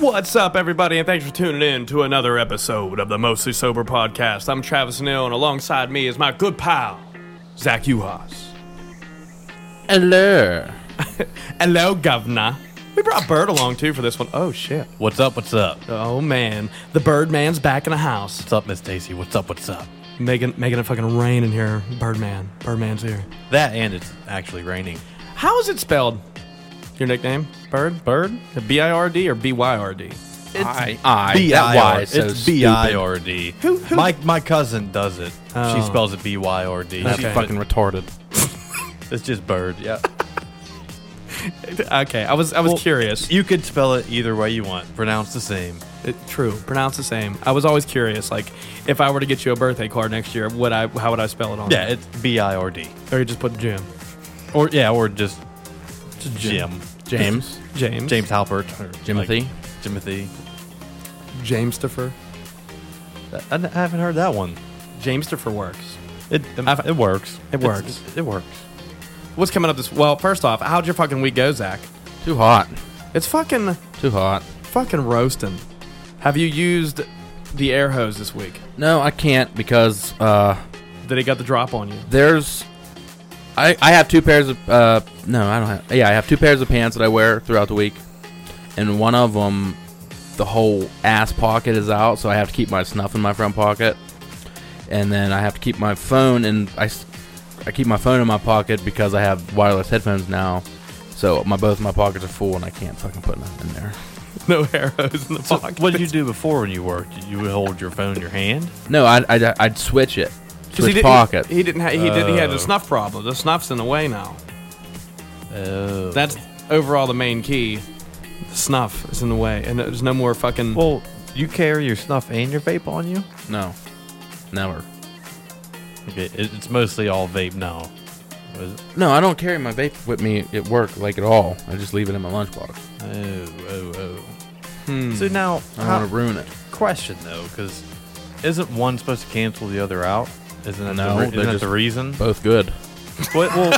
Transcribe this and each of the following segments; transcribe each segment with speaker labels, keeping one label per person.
Speaker 1: What's up, everybody, and thanks for tuning in to another episode of the Mostly Sober Podcast. I'm Travis Neal, and alongside me is my good pal, Zach Uhas.
Speaker 2: Hello.
Speaker 1: Hello, Governor. We brought Bird along too for this one. Oh shit!
Speaker 2: What's up? What's up?
Speaker 1: Oh man, the Birdman's back in the house,
Speaker 2: What's up, Miss Stacy? What's up? What's up?
Speaker 1: making making it fucking rain in here. Birdman, Birdman's here.
Speaker 2: That and it's actually raining.
Speaker 1: How is it spelled? Your nickname, Bird?
Speaker 2: Bird?
Speaker 1: B I R D or B Y R D?
Speaker 2: I I B I R. It's B I R D. My my cousin does it. She
Speaker 1: Oh.
Speaker 2: spells it B Y R D.
Speaker 1: Okay.
Speaker 2: She's fucking retarded. it's just bird. Yeah.
Speaker 1: Okay, I was I was
Speaker 2: Well,
Speaker 1: curious.
Speaker 2: You could spell it either way you want. Pronounce the same.
Speaker 1: It, true. Pronounced the same. I was always curious, like if I were to get you a birthday card next year, would I? How would I spell it on?
Speaker 2: Yeah, it's B I R D.
Speaker 1: Or you just put Jim,
Speaker 2: Or yeah, or just Jim.
Speaker 3: James.
Speaker 1: James,
Speaker 2: James Halpert. or, like,
Speaker 3: Jimothy.
Speaker 2: Jimothy.
Speaker 1: James Defer.
Speaker 2: I, I haven't heard that one.
Speaker 1: James Defer works.
Speaker 2: It
Speaker 1: I've-
Speaker 2: it works.
Speaker 1: It
Speaker 2: It's-
Speaker 1: works.
Speaker 2: It works.
Speaker 1: What's coming up this? Well, first off, how'd your fucking week go, Zach?
Speaker 3: Too hot.
Speaker 1: It's fucking
Speaker 3: Too hot.
Speaker 1: fucking roasting. Have you used the air hose this week?
Speaker 3: No, I can't because uh,
Speaker 1: Did it got the drop on you?
Speaker 3: there's. I, I have two pairs of uh no I don't have yeah I have two pairs of pants that I wear throughout the week, and one of them, the whole ass pocket is out, so I have to keep my snuff in my front pocket, and then I have to keep my phone and I, s- I keep my phone in my pocket because I have wireless headphones now, so my both my pockets are full and I can't fucking put nothing in there.
Speaker 1: No air hose in the
Speaker 2: So
Speaker 1: pocket.
Speaker 2: what did you do before when you worked? You would hold your phone in your hand.
Speaker 3: No, I I I'd switch it.
Speaker 1: 'Cause he
Speaker 3: Switch
Speaker 1: didn't-
Speaker 3: pocket.
Speaker 1: He, didn't. Ha- he did. He had
Speaker 2: Oh.
Speaker 1: the snuff problem. The snuff's in the way now.
Speaker 2: Oh.
Speaker 1: That's overall the main key. Snuff is in the way, and there's no more fucking.
Speaker 2: well, you carry your snuff and your vape on you.
Speaker 3: No, never.
Speaker 2: Okay, it, it's mostly all vape now. Was it-
Speaker 3: No, I don't carry my vape with me at work like at all. I just leave it in my lunchbox.
Speaker 2: Oh, oh, oh. So now,
Speaker 3: Hmm. I
Speaker 2: how-
Speaker 3: don't want to ruin it.
Speaker 2: question though, because isn't one supposed to cancel the other out? Isn't that the,
Speaker 3: No,
Speaker 2: re-
Speaker 3: they're
Speaker 2: isn't that
Speaker 3: just-
Speaker 2: the reason?
Speaker 3: Both good.
Speaker 2: What, well,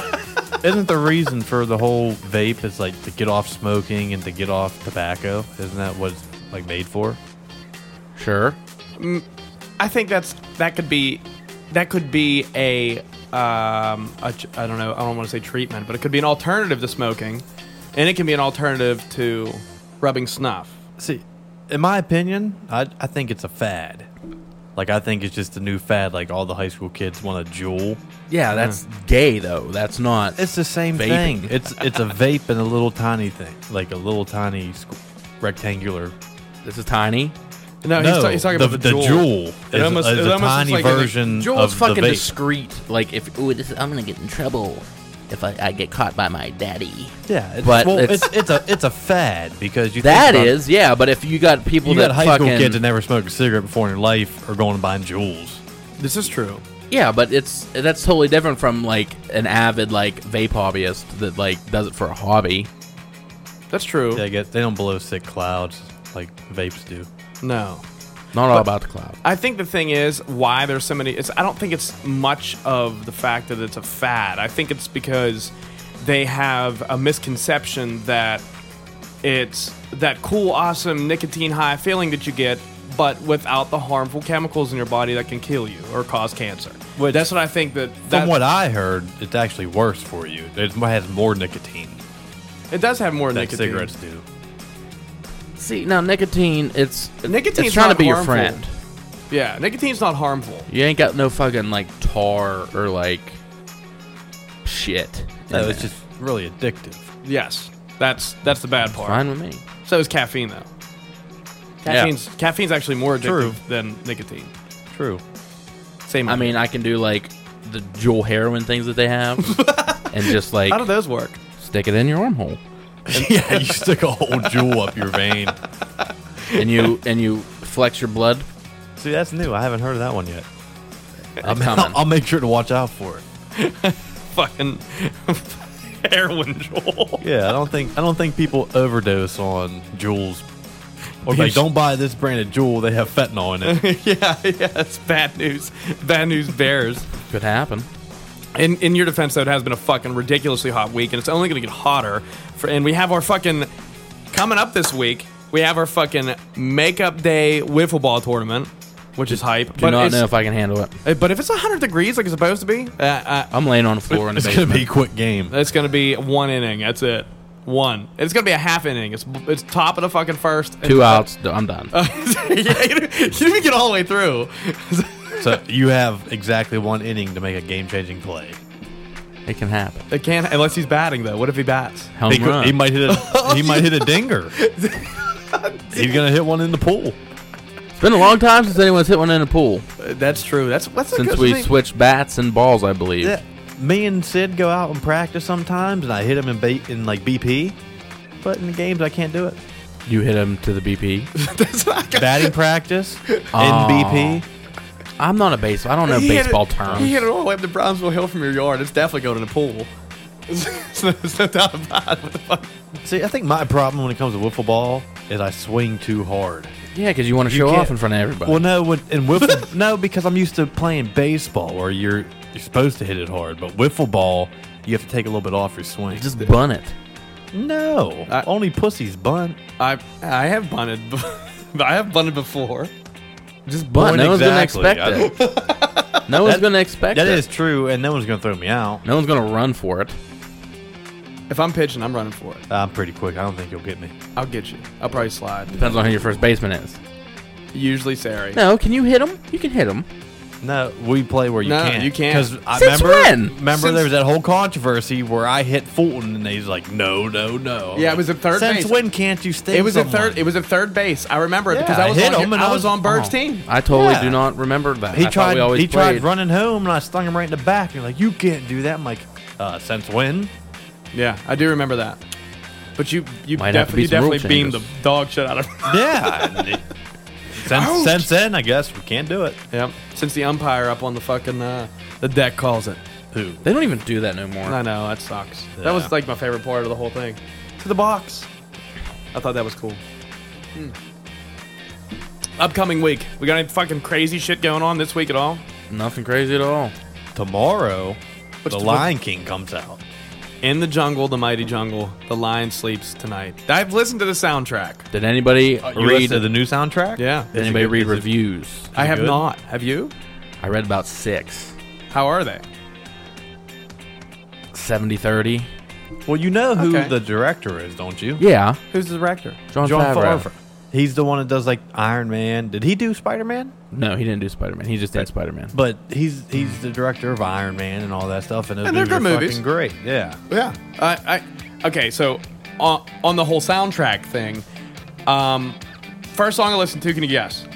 Speaker 2: isn't the reason for the whole vape is like to get off smoking and to get off tobacco? Isn't that what it's like made for?
Speaker 3: Sure.
Speaker 1: I think that's that could be that could be a um a ch- I don't know I don't want to say treatment, but it could be an alternative to smoking, and it can be an alternative to rubbing snuff.
Speaker 2: See, in my opinion, I, I think it's a fad. Like, I think it's just a new fad. Like, all the high school kids want a jewel.
Speaker 3: Yeah, that's gay though. That's not.
Speaker 2: It's the same
Speaker 3: Vaping.
Speaker 2: thing. It's it's a vape and a little tiny thing, like a little tiny squ- rectangular.
Speaker 3: This is tiny.
Speaker 1: No, Oh, he's, ta- he's talking about the, jewel.
Speaker 2: It is,
Speaker 1: almost-
Speaker 2: is
Speaker 1: it
Speaker 2: a
Speaker 1: almost
Speaker 2: tiny
Speaker 1: looks like an-
Speaker 2: version
Speaker 3: Joel's
Speaker 2: of
Speaker 3: fucking
Speaker 2: the vape.
Speaker 3: discreet. Like if
Speaker 4: Ooh, this, I'm gonna get in trouble if I, I get caught by my daddy.
Speaker 2: yeah, it's,
Speaker 3: But
Speaker 2: well,
Speaker 3: it's-
Speaker 2: it's, it's a it's a fad because you
Speaker 3: that
Speaker 2: think about-
Speaker 3: is, yeah. But if you got people
Speaker 2: you
Speaker 3: that
Speaker 2: got high
Speaker 3: fucking
Speaker 2: school kids that never smoked a cigarette before in their life are going and buying jewels.
Speaker 1: This is true.
Speaker 3: yeah, but it's that's totally different from like an avid like vape hobbyist that like does it for a hobby.
Speaker 1: That's true.
Speaker 2: They get they don't blow sick clouds like vapes do.
Speaker 1: No,
Speaker 3: Not all about the cloud.
Speaker 1: I think the thing is why there's so many. It's I don't think it's much of the fact that it's a fad. I think it's because they have a misconception that it's that cool, awesome nicotine high feeling that you get, but without the harmful chemicals in your body that can kill you or cause cancer.
Speaker 2: Which-
Speaker 1: That's what I think that. that
Speaker 2: From what I heard, it's actually worse for you. It has more nicotine
Speaker 1: it does have more
Speaker 2: than
Speaker 1: nicotine.
Speaker 2: cigarettes do.
Speaker 3: See now, nicotine. It's
Speaker 1: Nicotine's
Speaker 3: it's trying to
Speaker 1: not
Speaker 3: be your
Speaker 1: harmful.
Speaker 3: friend.
Speaker 1: Yeah, nicotine's not harmful.
Speaker 3: You ain't got no fucking like tar or like shit. in
Speaker 2: No, it's
Speaker 3: there.
Speaker 2: just really addictive.
Speaker 1: Yes, that's that's the bad part.
Speaker 3: fine with me.
Speaker 1: So is caffeine though. Caffeine's caffeine's actually more addictive
Speaker 2: True.
Speaker 1: than nicotine.
Speaker 2: True.
Speaker 1: Same.
Speaker 3: I mean, I can do like the jewel heroin things that they have, and just like
Speaker 1: How do those work?
Speaker 3: stick it in your armhole,
Speaker 2: yeah, you stick a whole jewel up your vein.
Speaker 3: and you and you flex your blood
Speaker 2: See, that's new. I haven't heard of that one yet.
Speaker 3: It's
Speaker 2: I'll,
Speaker 3: coming.
Speaker 2: I'll make sure to watch out for it.
Speaker 1: Fucking heroin, Joel.
Speaker 2: Yeah, I don't think I don't think people overdose on Juul's. Or like, don't buy this brand of Juul. They have fentanyl in it.
Speaker 1: yeah, yeah, that's bad news. Bad news bears.
Speaker 3: Could happen.
Speaker 1: In, in your defense, though, it has been a fucking ridiculously hot week, and it's only going to get hotter. For, and we have our fucking coming up this week. We have our fucking makeup day wiffle ball tournament, which is hype.
Speaker 3: Do not
Speaker 1: it's-
Speaker 3: know if I can handle it.
Speaker 1: uh, but if it's 100 degrees like it's supposed to be, uh, uh,
Speaker 3: I'm laying on the floor in the
Speaker 2: It's gonna
Speaker 3: basement.
Speaker 2: be a quick game.
Speaker 3: Uh,
Speaker 1: it's going to be one inning. That's it. One. It's going to be a half inning. It's it's top of the fucking first.
Speaker 3: Two outs. d- I'm done.
Speaker 1: yeah, you didn't you didn't even get all the way through.
Speaker 2: So you have exactly one inning to make a game-changing play.
Speaker 3: it can happen.
Speaker 1: It can't unless he's batting though. What if he bats?
Speaker 3: Home
Speaker 2: He, could-
Speaker 3: run.
Speaker 2: he might hit a he might hit a dinger. He's gonna hit one in the pool.
Speaker 3: it's been a long time since anyone's hit one in a pool.
Speaker 1: Uh, That's true. That's that's a
Speaker 3: Since
Speaker 1: good
Speaker 3: we
Speaker 1: thing.
Speaker 3: switched bats and balls, I believe.
Speaker 2: Yeah, me and Sid go out and practice sometimes, and I hit him in bait in like BP. But in the games, I can't do it.
Speaker 3: You hit him to the BP.
Speaker 1: That's not good.
Speaker 2: Batting practice in BP.
Speaker 3: I'm not Oh. a baseball. I don't know
Speaker 1: He hit
Speaker 3: baseball
Speaker 1: it, He hit
Speaker 3: terms.
Speaker 1: it all the way up to Brownsville Hill from your yard. It's definitely going to the pool. There's no- there's no doubt about it. What the fuck?
Speaker 2: See, I think my problem when it comes to wiffle ball is I swing too hard.
Speaker 3: Yeah, because you want to show
Speaker 2: can't-
Speaker 3: off in front of everybody.
Speaker 2: Well, no, when, in wiffle, no, because I'm used to playing baseball where you're you're supposed to hit it hard, but wiffle ball you have to take a little bit off your swing.
Speaker 3: just bun it.
Speaker 2: no,
Speaker 1: I-
Speaker 2: only pussies bunt.
Speaker 1: I I have bunted, b- I have bunted before.
Speaker 3: Just
Speaker 2: Bun
Speaker 3: bun. No one's
Speaker 2: exactly.
Speaker 3: gonna expect it. No one's gonna expect
Speaker 2: That
Speaker 3: it.
Speaker 2: is true, and no one's gonna throw me out.
Speaker 3: No one's gonna run for it.
Speaker 1: If I'm pitching, I'm running for it.
Speaker 2: I'm pretty quick. I don't think you'll get me.
Speaker 1: I'll get you. I'll probably slide.
Speaker 3: Depends on who your first baseman is.
Speaker 1: Usually, Sari.
Speaker 3: No, can you hit him? You can hit him.
Speaker 2: No, we play where you
Speaker 1: No,
Speaker 2: can't.
Speaker 1: you can't.
Speaker 2: Because I
Speaker 3: Since
Speaker 2: remember,
Speaker 3: when?
Speaker 2: remember
Speaker 1: Since-
Speaker 2: there was that whole controversy where I hit Fulton and he's like, no, no, no.
Speaker 1: Yeah, it was at third
Speaker 2: Since
Speaker 1: base.
Speaker 2: when can't you stay?
Speaker 1: It was at third. It was at third base. I remember it
Speaker 2: Yeah,
Speaker 1: because I
Speaker 2: I
Speaker 1: was
Speaker 2: hit
Speaker 1: on,
Speaker 2: him and
Speaker 1: I
Speaker 2: I
Speaker 1: was
Speaker 2: was-
Speaker 1: on Bird's
Speaker 3: Oh,
Speaker 1: team.
Speaker 3: I totally
Speaker 2: Yeah.
Speaker 3: do not remember that.
Speaker 2: he
Speaker 3: I thought
Speaker 2: tried.
Speaker 3: We always
Speaker 2: He
Speaker 3: played.
Speaker 2: tried running home and I stung him right in the back. And you're like, you can't do that. I'm like, uh, since when?
Speaker 1: Yeah, I do remember that. But you you,
Speaker 3: Might have
Speaker 1: def-
Speaker 3: to be
Speaker 1: you
Speaker 3: some rule
Speaker 1: definitely beamed the
Speaker 3: changes.
Speaker 1: dog shit out of him.
Speaker 2: Yeah. and it- since, since then, I guess we can't do it.
Speaker 1: yep. Since the umpire up on the fucking uh, the deck calls it.
Speaker 2: Who?
Speaker 3: They don't even do that no more.
Speaker 1: I know that sucks.
Speaker 2: Yeah.
Speaker 1: That was like my favorite part of the whole thing. To the box. I thought that was cool. Hmm. Upcoming week, we got any fucking crazy shit going on this week at all?
Speaker 3: Nothing crazy at all.
Speaker 2: Tomorrow,
Speaker 1: What's
Speaker 2: the
Speaker 1: the-
Speaker 2: Lion King comes out.
Speaker 1: In the jungle, the mighty jungle, the lion sleeps tonight. I've listened to the soundtrack.
Speaker 3: Did anybody
Speaker 2: You
Speaker 3: read?
Speaker 2: listened to the new soundtrack?
Speaker 1: Yeah.
Speaker 3: Did anybody
Speaker 2: good-
Speaker 3: read
Speaker 2: is it-
Speaker 3: reviews?
Speaker 1: I have
Speaker 2: good?
Speaker 1: not. Have you?
Speaker 3: I read about six.
Speaker 1: How are they?
Speaker 3: 70 30.
Speaker 2: Well, you know who
Speaker 1: Okay.
Speaker 2: the director is, don't you?
Speaker 3: Yeah.
Speaker 1: Who's the director?
Speaker 3: John,
Speaker 2: John
Speaker 3: Favreau.
Speaker 2: Favreau. He's the one that does like Iron Man. Did he do Spider Man?
Speaker 3: No, he didn't do Spider Man. He just did Spider Man.
Speaker 2: But he's he's the director of Iron Man and all that stuff, and, those
Speaker 1: And they're
Speaker 2: movies
Speaker 1: good
Speaker 2: are
Speaker 1: movies.
Speaker 2: Fucking great, yeah.
Speaker 1: Yeah. I, I okay. So on, on the whole soundtrack thing, um, first song I listened to. Can you guess?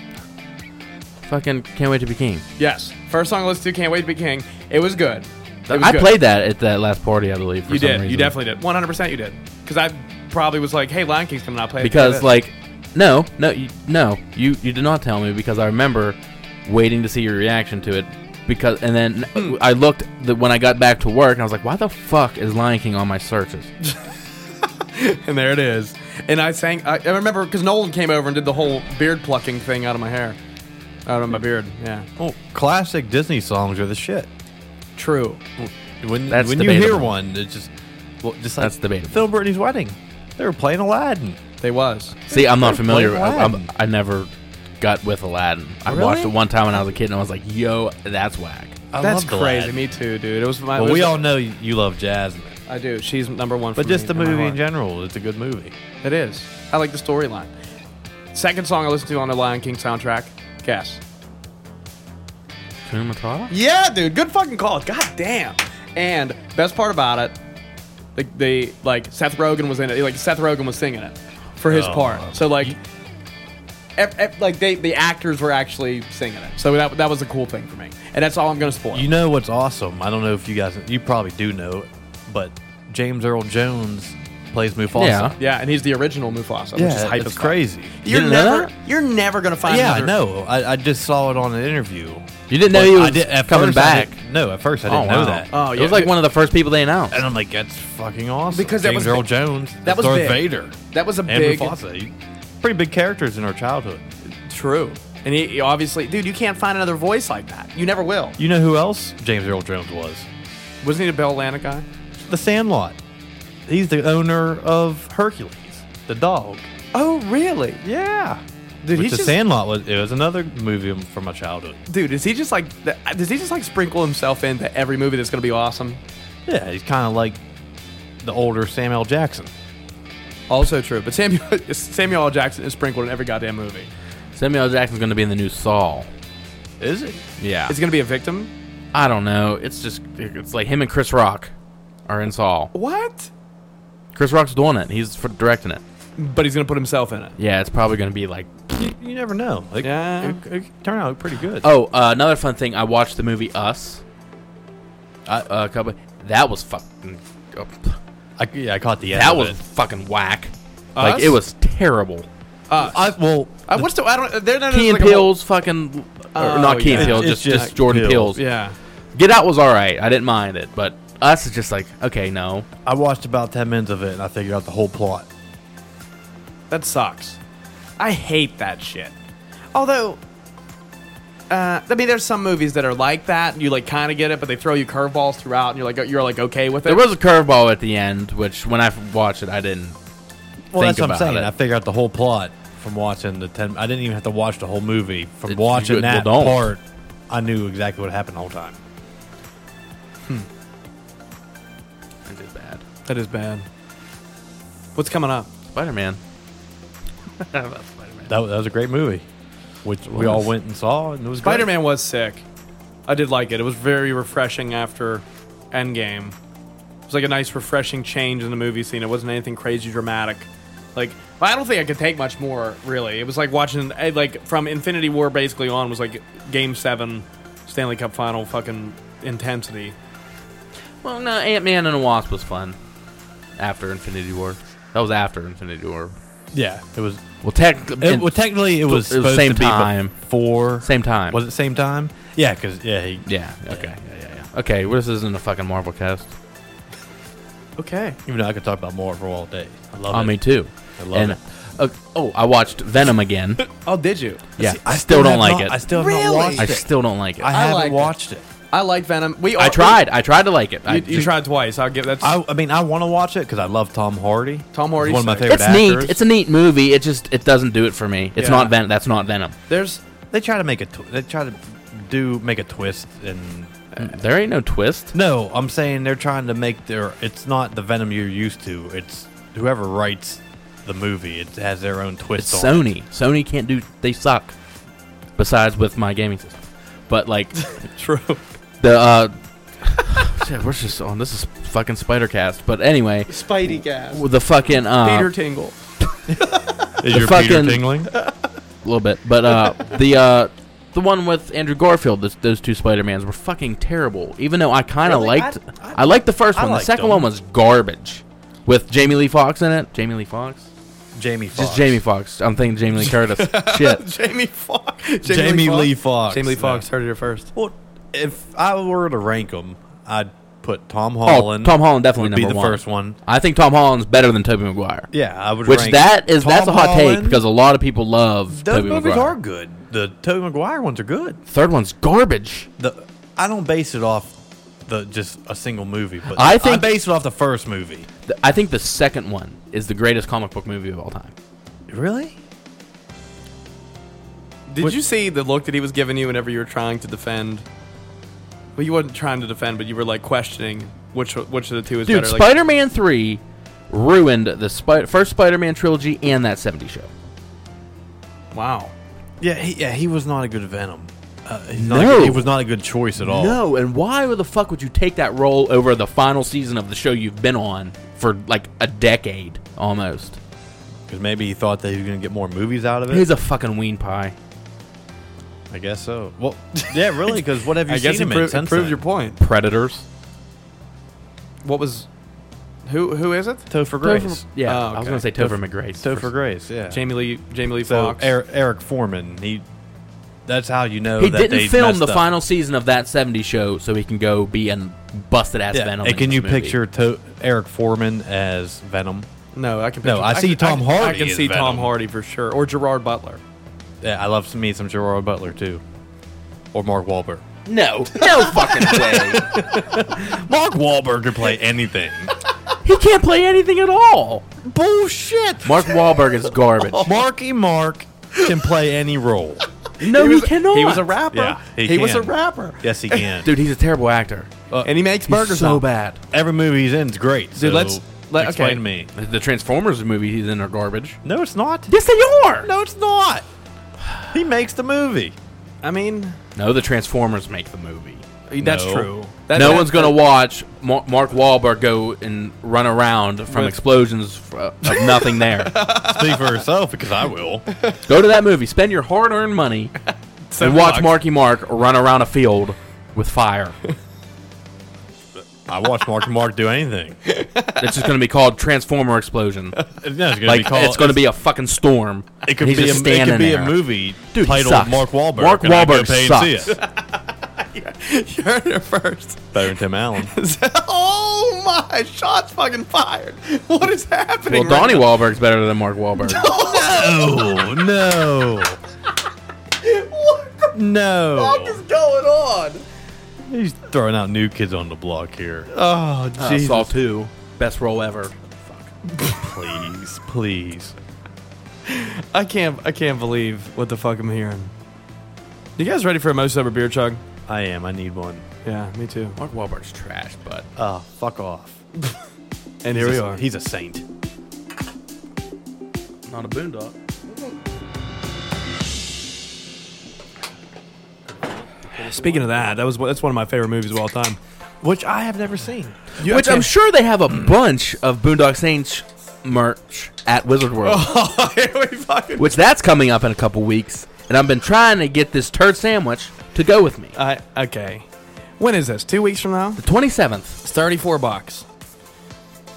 Speaker 3: Fucking can't wait to be king.
Speaker 1: Yes. First song I listened to. Can't wait to be king. It was good. It was
Speaker 3: I
Speaker 1: good.
Speaker 3: played that at that last party, I believe. For
Speaker 1: You
Speaker 3: some
Speaker 1: did. You
Speaker 3: reason.
Speaker 1: definitely did. One hundred percent. You did. Because I probably was like, "Hey, Lion King's coming out." Play it, play
Speaker 3: Because
Speaker 1: it.
Speaker 3: like, no, no, you, no, you you did not tell me because I remember waiting to see your reaction to it because and then
Speaker 2: Hmm.
Speaker 3: I looked the, when I got back to work and I was like, why the fuck is Lion King on my searches?
Speaker 1: and there it is. And I sang. I, I remember because Nolan came over and did the whole beard plucking thing out of my hair, out of my beard. Yeah.
Speaker 2: Well, classic Disney songs are the shit.
Speaker 1: True.
Speaker 2: When
Speaker 3: That's
Speaker 2: when you hear
Speaker 3: debatable.
Speaker 2: one, it's just well, just like
Speaker 3: That's debatable.
Speaker 2: Phil Britney's wedding. They were playing Aladdin.
Speaker 1: They was.
Speaker 3: See, I'm not familiar.
Speaker 2: playing
Speaker 3: I, I'm,
Speaker 2: Aladdin.
Speaker 3: I never got with Aladdin. I watched it one time when I was a kid and I was like, yo, that's whack.
Speaker 2: I
Speaker 1: That's
Speaker 2: loved
Speaker 1: crazy.
Speaker 2: Aladdin.
Speaker 1: Me too, dude. It was my. it
Speaker 2: Well,
Speaker 1: was-
Speaker 2: we all know you you love Jasmine,
Speaker 1: I do. She's number one.
Speaker 2: but
Speaker 1: for
Speaker 2: just
Speaker 1: me
Speaker 2: the
Speaker 1: in my
Speaker 2: movie
Speaker 1: heart.
Speaker 2: in general, it's a good movie.
Speaker 1: It is. I like the storyline. Second song I listened to on the Lion King soundtrack, Guess.
Speaker 3: Tuna Matata?
Speaker 1: Yeah, dude. Good fucking call. God damn. And best part about it, like they like Seth Rogen was in it. Like Seth Rogen was singing it for his
Speaker 2: Oh.
Speaker 1: part. So like, ev- ev- like they the actors were actually singing it. So that that was a cool thing for me. And that's all I'm gonna spoil.
Speaker 2: You know what's awesome? I don't know if you guys, you probably do know, but James Earl Jones plays Mufasa.
Speaker 3: Yeah.
Speaker 1: Yeah, and he's the original Mufasa, which is hype
Speaker 2: it's
Speaker 1: as fuck.
Speaker 2: crazy.
Speaker 5: You're
Speaker 3: Didn't know
Speaker 5: never,
Speaker 3: that?
Speaker 5: you're never gonna find.
Speaker 2: yeah, I
Speaker 5: another-
Speaker 2: know. I, I just saw it on an interview.
Speaker 3: You didn't know
Speaker 2: But
Speaker 3: he
Speaker 2: I
Speaker 3: was
Speaker 2: did- at
Speaker 3: coming
Speaker 2: first I
Speaker 3: back.
Speaker 2: didn't- No, at first I didn't
Speaker 3: wow.
Speaker 2: know that.
Speaker 1: Oh,
Speaker 3: it
Speaker 1: yeah.
Speaker 3: was like one of the first people they announced.
Speaker 2: and I'm like, that's fucking awesome.
Speaker 1: Because that
Speaker 2: James
Speaker 1: was
Speaker 2: Earl
Speaker 1: big-
Speaker 2: Jones.
Speaker 1: that was
Speaker 2: Darth
Speaker 1: big.
Speaker 2: Vader.
Speaker 1: That was a
Speaker 2: and
Speaker 1: big
Speaker 2: Mufasa. You- Pretty big characters in our childhood.
Speaker 1: true. And he, he obviously, dude, you can't find another voice like that. You never will.
Speaker 2: You know who else James Earl Jones was?
Speaker 1: Wasn't he the Bell Atlanta guy?
Speaker 2: The Sandlot. He's the owner of Hercules, the dog.
Speaker 1: Oh, really?
Speaker 2: Yeah.
Speaker 1: Dude,
Speaker 2: Which
Speaker 1: he's
Speaker 2: the
Speaker 1: just-
Speaker 2: Sandlot was. It was another movie from my childhood.
Speaker 1: Dude, is he just like? th- Does he just like sprinkle himself into every movie that's gonna be awesome?
Speaker 2: Yeah, he's kind of like the older Sam L. Jackson.
Speaker 1: Also true. But Samuel Samuel L. Jackson is sprinkled in every goddamn movie.
Speaker 3: Samuel L. Jackson's going to be in the new Saul.
Speaker 2: Is it?
Speaker 3: Yeah.
Speaker 1: Is he gonna be a victim?
Speaker 3: I don't know. It's just it's like him and Chris Rock are in Saul.
Speaker 1: What?
Speaker 3: Chris Rock's doing it. He's for directing it.
Speaker 1: But he's gonna put himself in it.
Speaker 3: Yeah, it's probably going to be like.
Speaker 2: You, you never know. Like,
Speaker 1: Yeah.
Speaker 2: It, it could turn out pretty good.
Speaker 3: Oh, uh, another fun thing. I watched the movie Us. I, uh, a couple. That was fucking. oh,
Speaker 2: I, yeah, I caught the end.
Speaker 3: that
Speaker 2: of
Speaker 3: was
Speaker 2: it.
Speaker 3: fucking whack. Like
Speaker 1: Us?
Speaker 3: it was terrible.
Speaker 2: I, well,
Speaker 1: Uh, what's the? I don't. They're not.
Speaker 3: Key and
Speaker 1: like a whole-
Speaker 3: Peele's fucking. or
Speaker 1: Oh,
Speaker 3: not Key
Speaker 1: yeah.
Speaker 3: and Peele,
Speaker 2: It's
Speaker 3: just,
Speaker 2: just
Speaker 3: just Jordan
Speaker 2: Peele.
Speaker 3: Peele's.
Speaker 1: yeah.
Speaker 3: Get Out was all right. I didn't mind it, but Us is just like okay, no.
Speaker 2: I watched about ten minutes of it and I figured out the whole plot.
Speaker 1: That sucks. I hate that shit. Although, uh, I mean, there's some movies that are like that. and You like kind of get it, but they throw you curveballs throughout, and you're like, you're like okay with it.
Speaker 3: There was a curveball at the end, which when I watched it, I didn't.
Speaker 2: Well,
Speaker 3: Think
Speaker 2: that's what I'm
Speaker 3: about
Speaker 2: saying.
Speaker 3: it.
Speaker 2: I figured out the whole plot from watching the ten. I didn't even have to watch the whole movie from
Speaker 3: It's-
Speaker 2: watching
Speaker 3: you- well,
Speaker 2: that
Speaker 3: don't.
Speaker 2: part. I knew exactly what happened the whole time.
Speaker 3: I did bad.
Speaker 1: that is bad. What's coming up?
Speaker 3: Spider Man.
Speaker 2: That, was- that was a great movie, which we all went and saw, and it was great.
Speaker 1: Spider Man was sick. I did like it. It was very refreshing after Endgame. It was like a nice, refreshing change in the movie scene. It wasn't anything crazy dramatic. Like, I don't think I could take much more, really. It was like watching, eh, like, from Infinity War basically on was like Game 7, Stanley Cup Final fucking intensity.
Speaker 3: Well, no, Ant Man and the Wasp was fun. After Infinity War, that was after Infinity War.
Speaker 2: Yeah, it was.
Speaker 3: Well, tech.
Speaker 2: It, well, technically, it was,
Speaker 3: it was
Speaker 2: supposed
Speaker 3: same
Speaker 2: to be
Speaker 3: time.
Speaker 2: before.
Speaker 3: Same time.
Speaker 2: Was it same time? Yeah, because yeah, he,
Speaker 3: yeah. Okay. Yeah, yeah, yeah. Okay, well, this isn't a fucking Marvel cast.
Speaker 1: Okay.
Speaker 2: even though I could talk about Marvel all day. I love
Speaker 3: Oh,
Speaker 2: it.
Speaker 3: me too.
Speaker 2: I love
Speaker 3: and,
Speaker 2: it.
Speaker 3: uh, oh, I watched Venom again.
Speaker 1: Oh, did you?
Speaker 3: yeah,
Speaker 2: See,
Speaker 3: I still don't
Speaker 2: have
Speaker 3: like
Speaker 2: not-
Speaker 3: it.
Speaker 2: I
Speaker 3: I,
Speaker 2: still have not
Speaker 5: Really?
Speaker 2: watched it.
Speaker 3: still don't like it.
Speaker 2: I
Speaker 3: I,
Speaker 2: haven't
Speaker 1: liked it.
Speaker 2: watched it.
Speaker 1: I like Venom. We all-
Speaker 3: tried. I tried to like it. I
Speaker 1: You, you
Speaker 3: just-
Speaker 1: tried twice. I'll give that.
Speaker 2: I, I mean, I want to watch it because I love Tom Hardy.
Speaker 1: Tom
Speaker 2: He's
Speaker 1: Hardy's
Speaker 2: one of my
Speaker 1: sick.
Speaker 2: favorite
Speaker 3: It's
Speaker 2: actors.
Speaker 3: neat. It's a neat movie. It just it doesn't do it for me. It's
Speaker 1: Yeah.
Speaker 3: not Venom. That's not Venom.
Speaker 1: There's.
Speaker 2: they try to make a tw- they try to do make a twist and
Speaker 3: There ain't no twist.
Speaker 2: no, I'm saying they're trying to make their. It's not the Venom you're used to. It's whoever writes the movie. It has their own twist.
Speaker 3: It's
Speaker 2: on it.
Speaker 3: Sony. Sony can't do. They suck. Besides with my gaming system, but like
Speaker 1: True.
Speaker 3: the uh, shit, we're just on. This is fucking Spidercast. But anyway,
Speaker 1: Spidey gas.
Speaker 3: with the fucking
Speaker 1: Peter
Speaker 3: uh,
Speaker 1: Tingle.
Speaker 2: Is
Speaker 3: The
Speaker 2: your
Speaker 3: fucking-
Speaker 2: Peter tingling?
Speaker 3: a little bit. But uh, the uh, the one with Andrew Garfield. This, those two Spider Mans were fucking terrible. Even though I kind of
Speaker 2: Really?
Speaker 3: liked.
Speaker 2: I-
Speaker 3: I,
Speaker 2: I-
Speaker 3: liked the first
Speaker 2: I
Speaker 3: one. The
Speaker 2: liked
Speaker 3: second
Speaker 2: them.
Speaker 3: one was garbage. With Jamie Lee Fox in it. Jamie Lee Fox.
Speaker 2: Jamie Fox.
Speaker 3: Just Jamie Fox. I'm thinking Jamie Lee Curtis. Shit.
Speaker 1: Jamie Fox.
Speaker 2: Jamie Lee Fox.
Speaker 1: Jamie Lee
Speaker 2: No.
Speaker 1: Fox heard it first.
Speaker 2: Well, if I were to rank them, I'd put Tom
Speaker 3: Oh,
Speaker 2: Holland.
Speaker 3: Tom Holland definitely
Speaker 2: would be
Speaker 3: number
Speaker 2: the
Speaker 3: one.
Speaker 2: first one.
Speaker 3: I think Tom Holland's better than Tobey Maguire.
Speaker 2: Yeah, I would.
Speaker 3: Which
Speaker 2: rank
Speaker 3: that is
Speaker 2: Tom
Speaker 3: that's a hot
Speaker 2: Holland.
Speaker 3: take because a lot of people love
Speaker 2: those
Speaker 3: Tobey
Speaker 2: movies
Speaker 3: Maguire.
Speaker 2: are good. The Tobey Maguire ones are good.
Speaker 3: Third one's garbage.
Speaker 2: The I don't base it off the just a single movie, but
Speaker 3: I think-
Speaker 2: base it off the first movie.
Speaker 3: Th- I think the second one is the greatest comic book movie of all time.
Speaker 2: Really?
Speaker 1: Did you see the look that he was giving you whenever you were trying to defend? Well, you weren't trying to defend, but you were like questioning which which of the two is
Speaker 3: Dude,
Speaker 1: better. like-
Speaker 3: Spider-Man 3 ruined the Spi- first Spider-Man trilogy and that 70 show.
Speaker 1: wow.
Speaker 2: Yeah, he, yeah. He was not a good Venom. Uh, he's not a
Speaker 3: No.
Speaker 2: good- he was not a good choice at all.
Speaker 3: No, and why the fuck would you take that role over the final season of the show you've been on for like a decade almost?
Speaker 2: because maybe he thought that he was going to get more movies out of it.
Speaker 3: He's a fucking ween pie.
Speaker 2: I guess so. Well, yeah, really. Because what have you
Speaker 1: I
Speaker 2: seen
Speaker 1: guess he
Speaker 2: him in
Speaker 1: proved
Speaker 2: since
Speaker 1: proved
Speaker 2: then?
Speaker 1: your point.
Speaker 3: Predators.
Speaker 1: What was Who who is it?
Speaker 2: Topher Grace.
Speaker 3: Yeah,
Speaker 1: Oh,
Speaker 3: I was
Speaker 1: okay.
Speaker 3: gonna say Topher McGrace.
Speaker 2: Topher Grace, yeah.
Speaker 1: Jamie Lee Jamie Lee
Speaker 2: so
Speaker 1: Fox.
Speaker 2: Eric, Eric Foreman, he. That's how you know
Speaker 3: He
Speaker 2: that they
Speaker 3: didn't film
Speaker 2: messed
Speaker 3: the
Speaker 2: up.
Speaker 3: final season of that '70s show, so he can go be a busted ass
Speaker 2: Yeah.
Speaker 3: Venom.
Speaker 2: and
Speaker 3: in
Speaker 2: can
Speaker 3: this
Speaker 2: you
Speaker 3: movie.
Speaker 2: picture to- Eric Foreman as Venom?
Speaker 1: no, I can.
Speaker 2: No,
Speaker 1: picture-
Speaker 2: I see
Speaker 1: can-
Speaker 2: Tom
Speaker 1: can- I
Speaker 2: Hardy
Speaker 1: can
Speaker 2: as
Speaker 1: see Tom
Speaker 2: Venom.
Speaker 1: Hardy for sure, or Gerard Butler.
Speaker 2: Yeah, I love to meet some Gerard Butler too, or Mark Wahlberg.
Speaker 3: No, no fucking way.
Speaker 2: Mark Wahlberg could play anything.
Speaker 3: he can't play anything at all.
Speaker 2: Bullshit.
Speaker 3: Mark Wahlberg is garbage.
Speaker 2: Marky Mark can play any role.
Speaker 3: No, he, cannot.
Speaker 1: He was a rapper.
Speaker 2: Yeah,
Speaker 1: he
Speaker 2: he
Speaker 1: was a
Speaker 2: can.
Speaker 1: rapper,
Speaker 2: Yes, he can.
Speaker 3: dude. He's a terrible actor.
Speaker 1: and he makes
Speaker 3: He's
Speaker 1: burgers
Speaker 3: so
Speaker 1: now.
Speaker 3: bad.
Speaker 2: Every movie he's in is great. Dude,
Speaker 1: let's- let-
Speaker 2: explain
Speaker 1: okay.
Speaker 2: to me.
Speaker 3: The Transformers movie he's in are garbage.
Speaker 2: No, it's not.
Speaker 3: Yes, they are.
Speaker 2: No, it's not. He makes the movie.
Speaker 1: I mean,
Speaker 3: No, the Transformers make the movie.
Speaker 1: that's
Speaker 2: No.
Speaker 1: true. That-
Speaker 3: no
Speaker 1: that-
Speaker 3: one's gonna watch Mar- Mark Wahlberg go and run around from
Speaker 1: With-
Speaker 3: explosions f- uh, of nothing there.
Speaker 2: Speak for yourself, because I will.
Speaker 3: go to that movie, spend your hard-earned money, and watch
Speaker 1: bucks.
Speaker 3: Marky Mark run around a field with fire.
Speaker 2: I watched Mark and Mark do anything.
Speaker 3: it's just gonna be called Transformer Explosion.
Speaker 2: No, it's gonna
Speaker 3: Like
Speaker 2: be called,
Speaker 3: it's gonna be a fucking storm.
Speaker 2: It could
Speaker 3: He's
Speaker 2: be a,
Speaker 3: just
Speaker 2: it
Speaker 3: standing
Speaker 2: could be
Speaker 3: there.
Speaker 2: a movie
Speaker 3: Dude, he
Speaker 2: titled
Speaker 3: sucks.
Speaker 2: Mark Wahlberg.
Speaker 3: Mark
Speaker 2: and I'd go
Speaker 3: Wahlberg
Speaker 2: pay and see
Speaker 3: sucks.
Speaker 2: it.
Speaker 1: you heard it first.
Speaker 2: Better than Tim Allen.
Speaker 1: oh my! Shots fucking fired. What is
Speaker 3: Well,
Speaker 1: happening? right
Speaker 3: Donnie Wahlberg's better than Mark Wahlberg.
Speaker 2: Oh no. No.
Speaker 1: going on?
Speaker 2: He's throwing out new kids on the block here.
Speaker 1: Oh,
Speaker 3: Uh, Saw two, best role ever.
Speaker 2: Please, please.
Speaker 1: I can't. I can't believe what the fuck I'm hearing. You guys ready for a most sober beer chug?
Speaker 2: I am. I need one.
Speaker 1: Yeah, me too.
Speaker 3: Mark Wahlberg's trash, but
Speaker 2: Oh, fuck off.
Speaker 1: And here we are.
Speaker 2: He's a saint.
Speaker 3: not a boondock.
Speaker 1: Speaking of that, that was one- that's one of my favorite movies of all time.
Speaker 2: Which I have never seen.
Speaker 3: Which I'm sure they have a bunch of Boondock Saints merch at Wizard World.
Speaker 1: Here we
Speaker 2: Oh,
Speaker 1: fucking.
Speaker 3: Which that's coming up in a couple weeks, and I've been trying to get this turd sandwich to go with me.
Speaker 1: I okay. When is this? Two weeks from now?
Speaker 3: The 27th.
Speaker 1: It's 34 bucks.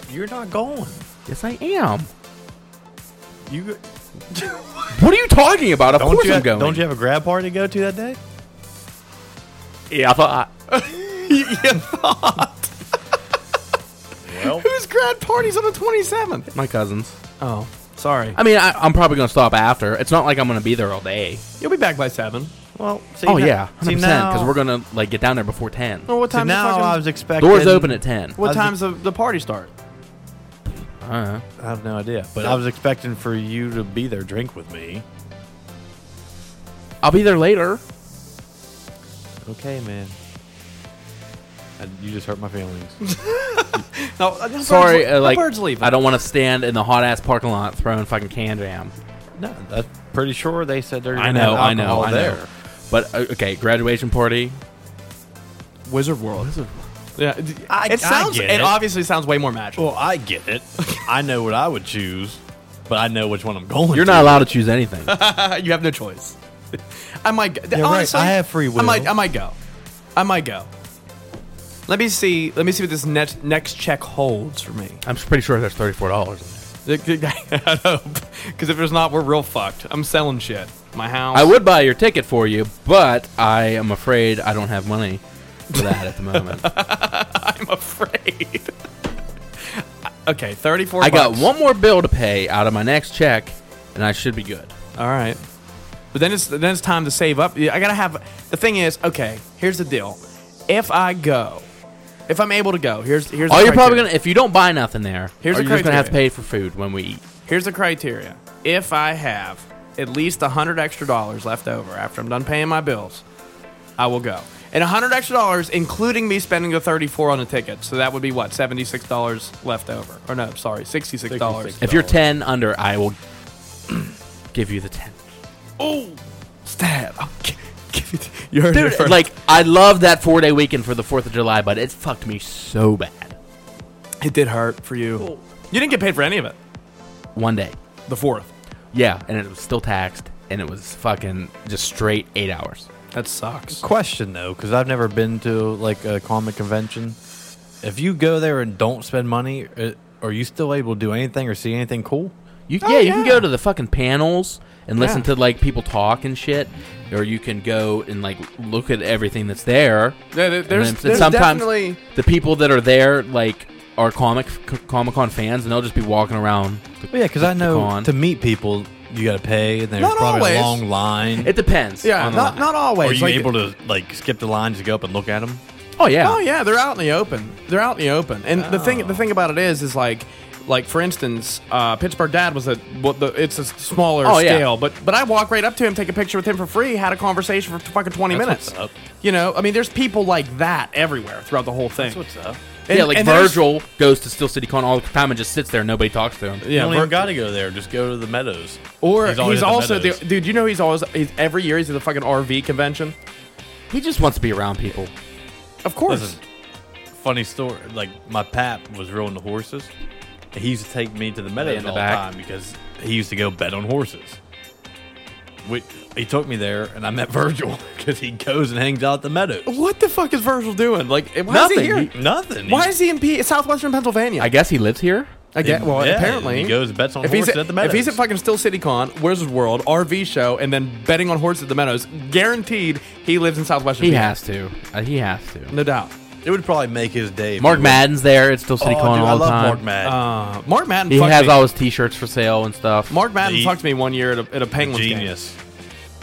Speaker 2: You're not going.
Speaker 3: Yes, I am.
Speaker 1: You.
Speaker 3: What are you talking about? Of
Speaker 2: Don't
Speaker 3: course
Speaker 2: you
Speaker 3: I'm
Speaker 2: have,
Speaker 3: going.
Speaker 2: Don't you have a grab party to go to that day?
Speaker 3: Yeah, I thought. I-
Speaker 2: Well,
Speaker 1: Whose grad party's on the 27th?
Speaker 3: my cousins.
Speaker 1: Oh, sorry.
Speaker 3: I mean, I, I'm probably gonna stop after. It's not like I'm gonna be there all day.
Speaker 1: You'll be back by seven.
Speaker 2: well. See,
Speaker 3: Oh
Speaker 2: now-
Speaker 3: yeah, 100
Speaker 2: see now,
Speaker 3: because we're gonna like get down there before 10.
Speaker 1: Well, what
Speaker 2: see,
Speaker 1: time? the
Speaker 2: now
Speaker 1: fucking-
Speaker 2: I was expecting.
Speaker 3: Doors open at 10.
Speaker 1: Oh, what
Speaker 2: I was-
Speaker 1: time's the, the party start?
Speaker 3: Uh,
Speaker 2: I have no idea, but I was expecting for you to be there, drink with me.
Speaker 3: I'll be there later.
Speaker 2: Okay, man. And you just hurt my feelings.
Speaker 1: No, uh, the
Speaker 3: Sorry,
Speaker 1: birds, le-
Speaker 3: uh, like
Speaker 1: the birds leaving.
Speaker 3: I don't want to stand in the hot ass parking lot throwing fucking can jam.
Speaker 2: no, that's pretty sure they said they're.
Speaker 3: I
Speaker 2: gonna
Speaker 3: know,
Speaker 2: have
Speaker 3: I know,
Speaker 2: alcohol
Speaker 3: I
Speaker 2: there.
Speaker 3: know. But uh, okay, graduation party.
Speaker 1: Wizard World. Yeah, d-
Speaker 2: I- I
Speaker 1: it sounds.
Speaker 2: get
Speaker 1: it.
Speaker 2: it.
Speaker 1: obviously sounds way more magical.
Speaker 2: Well, I get it. I know what I would choose, but I know which one I'm going.
Speaker 3: You're
Speaker 2: to.
Speaker 3: not allowed to choose anything.
Speaker 1: you have no choice. I might. Go.
Speaker 2: right.
Speaker 1: honestly,
Speaker 2: I have free
Speaker 1: I might.
Speaker 2: will.
Speaker 1: I might go. I might go. Let me see. Let me see what this next next check holds for me.
Speaker 3: I'm pretty sure there's thirty four dollars in there.
Speaker 1: I know. Because if there's not, we're real fucked. I'm selling shit. My house.
Speaker 3: I would buy your ticket for you, but I am afraid I don't have money for that at the moment.
Speaker 1: I'm afraid. okay, thirty-four.
Speaker 3: I got
Speaker 1: bucks.
Speaker 3: one more bill to pay out of my next check, and I should be good.
Speaker 1: All right. But then it's then it's time to save up. Yeah, I gotta have. The thing is, okay. Here's the deal. If I go, if I'm able to go, here's here's.
Speaker 3: Oh,
Speaker 1: the
Speaker 3: you're probably
Speaker 1: criteria.
Speaker 3: gonna if you don't buy nothing there,
Speaker 1: Here's the
Speaker 3: are you just gonna have to
Speaker 1: criteria.
Speaker 3: pay for food when we eat.
Speaker 1: Here's the criteria. If I have at least a hundred extra dollars left over after I'm done paying my bills, I will go. And a hundred extra dollars, including me spending the thirty-four on a ticket, so that would be what seventy-six dollars left over. Or no, sorry, sixty-six dollars.
Speaker 3: If you're ten under, I will give you the ten.
Speaker 1: Stab. I'll gi- give it. You heard it
Speaker 3: Dude,
Speaker 1: first.
Speaker 3: like I love that four day weekend for the Fourth of July, but it fucked me so bad.
Speaker 1: it did hurt for you. You didn't get paid for any of it.
Speaker 3: One day,
Speaker 1: The fourth.
Speaker 3: yeah, and it was still taxed, and it was fucking just straight eight hours.
Speaker 1: That sucks.
Speaker 2: Question though, because I've never been to like a comic convention. if you go there and don't spend money, uh, are you still able to do anything or see anything cool?
Speaker 3: You,
Speaker 1: Oh,
Speaker 3: yeah, you can
Speaker 1: yeah.
Speaker 3: go to the fucking panels and listen
Speaker 1: Yeah.
Speaker 3: to like people talk and shit, or you can go and like look at everything that's there.
Speaker 1: There- there-
Speaker 3: And
Speaker 1: there's-
Speaker 3: then- and
Speaker 1: there's
Speaker 3: sometimes
Speaker 1: definitely-
Speaker 3: the people that are there like are comic Comic Con fans, and they'll just be walking around. the-
Speaker 2: Well, yeah, because I
Speaker 3: the
Speaker 2: know
Speaker 3: con.
Speaker 2: to meet people you got to pay, and there's
Speaker 1: Not
Speaker 2: probably
Speaker 1: always.
Speaker 2: a long line.
Speaker 3: it depends.
Speaker 1: Yeah,
Speaker 3: on the
Speaker 1: not,
Speaker 3: line.
Speaker 1: not always.
Speaker 2: are you
Speaker 1: Like,
Speaker 2: able to like skip the line to go up and look at them?
Speaker 3: oh yeah.
Speaker 1: Oh yeah, they're out in the open. They're out in the open. And the thing, the thing about it is, is like, like for instance, uh, Pittsburgh Dad was a, well, the, it's a smaller
Speaker 3: Oh, yeah.
Speaker 1: scale, but but I walk right up to him, take a picture with him for free, had a conversation for fucking twenty minutes.
Speaker 2: what's up.
Speaker 1: You know, I mean, there's people like that everywhere throughout the whole thing.
Speaker 2: up?
Speaker 1: And-
Speaker 3: yeah, like
Speaker 1: and there's-
Speaker 3: Virgil goes to Steel City Con all the time and just sits there and nobody talks to him.
Speaker 2: You
Speaker 1: Yeah,
Speaker 2: don't
Speaker 1: Vir-
Speaker 2: even got to go there. Just go to the meadows.
Speaker 1: or
Speaker 2: He's
Speaker 1: he's,
Speaker 2: always at the
Speaker 1: also the,
Speaker 2: Meadows.
Speaker 1: dude. You know, he's always he's every year he's at the fucking RV convention.
Speaker 3: He just wants to be around people.
Speaker 1: Of course.
Speaker 2: Listen, funny story. Like my pap was real into horses. He used to take me to the meadows
Speaker 3: in the
Speaker 2: all
Speaker 3: back.
Speaker 2: the time because he used to go bet on horses. We, he took me there, and I met Virgil because he goes and hangs out at the meadows.
Speaker 1: What the fuck is Virgil doing? Like, why is he here?
Speaker 2: He- nothing.
Speaker 1: why
Speaker 2: He-
Speaker 1: is he in P- southwestern Pennsylvania?
Speaker 3: I guess he lives here.
Speaker 1: I get well.
Speaker 2: Yeah,
Speaker 1: apparently,
Speaker 2: he goes and bets on
Speaker 1: if he's
Speaker 2: horses
Speaker 1: at,
Speaker 2: at the meadows.
Speaker 1: If he's at fucking Still City Con, Where's His World, RV show, and then betting on horses at the meadows, guaranteed he lives in Southwestern.
Speaker 3: He
Speaker 1: PA.
Speaker 3: has to. Uh, he has to.
Speaker 1: no doubt.
Speaker 2: it would probably make his day. if
Speaker 3: Mark
Speaker 2: he was-
Speaker 3: Madden's there at Steel City
Speaker 2: Oh,
Speaker 3: Con
Speaker 2: dude,
Speaker 3: all
Speaker 2: I
Speaker 3: the
Speaker 2: love
Speaker 3: time.
Speaker 2: Mark Madden.
Speaker 1: Uh, Mark Madden.
Speaker 3: He
Speaker 1: fucked
Speaker 3: has
Speaker 1: me.
Speaker 3: all his T-shirts for sale and stuff.
Speaker 1: Mark Madden
Speaker 2: The-
Speaker 1: talked to me one year at a, at a Penguins game.
Speaker 2: genius.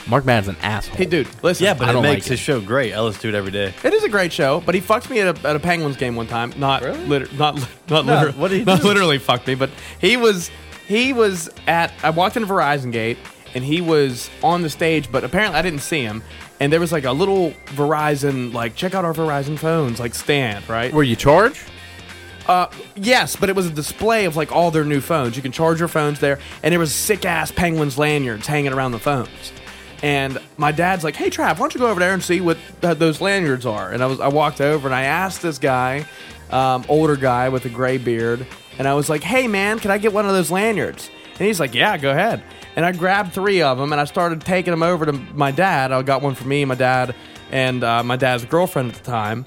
Speaker 3: Mark Madden's an asshole.
Speaker 1: Hey, dude, listen.
Speaker 2: Yeah, but
Speaker 3: I
Speaker 2: it
Speaker 3: don't
Speaker 2: makes
Speaker 3: like it.
Speaker 2: his show great. I listen to it every day.
Speaker 1: It is a great show, but he fucked me at a, at a Penguins game one time. Not liter- not li- not, liter-
Speaker 2: what did he
Speaker 1: not
Speaker 2: do?
Speaker 1: literally fucked me, but he was he was at I walked in Verizon Gate and he was on the stage, but apparently I didn't see him. And there was like a little Verizon like check out our Verizon phones like stand right.
Speaker 3: Were you charge?
Speaker 1: Yes, but it was a display of like all their new phones. You can charge your phones there, and there was sick ass penguins lanyards hanging around the phones. And my dad's like, "Hey Trav, why don't you go over there and see what th- those lanyards are?" And I was I walked over and I asked this guy, um, older guy with a gray beard, and I was like, "Hey man, can I get one of those lanyards?" And he's like, "Yeah, go ahead." And I grabbed three of them and I started taking them over to my dad. I got one for me, my dad, and uh, my dad's girlfriend at the time.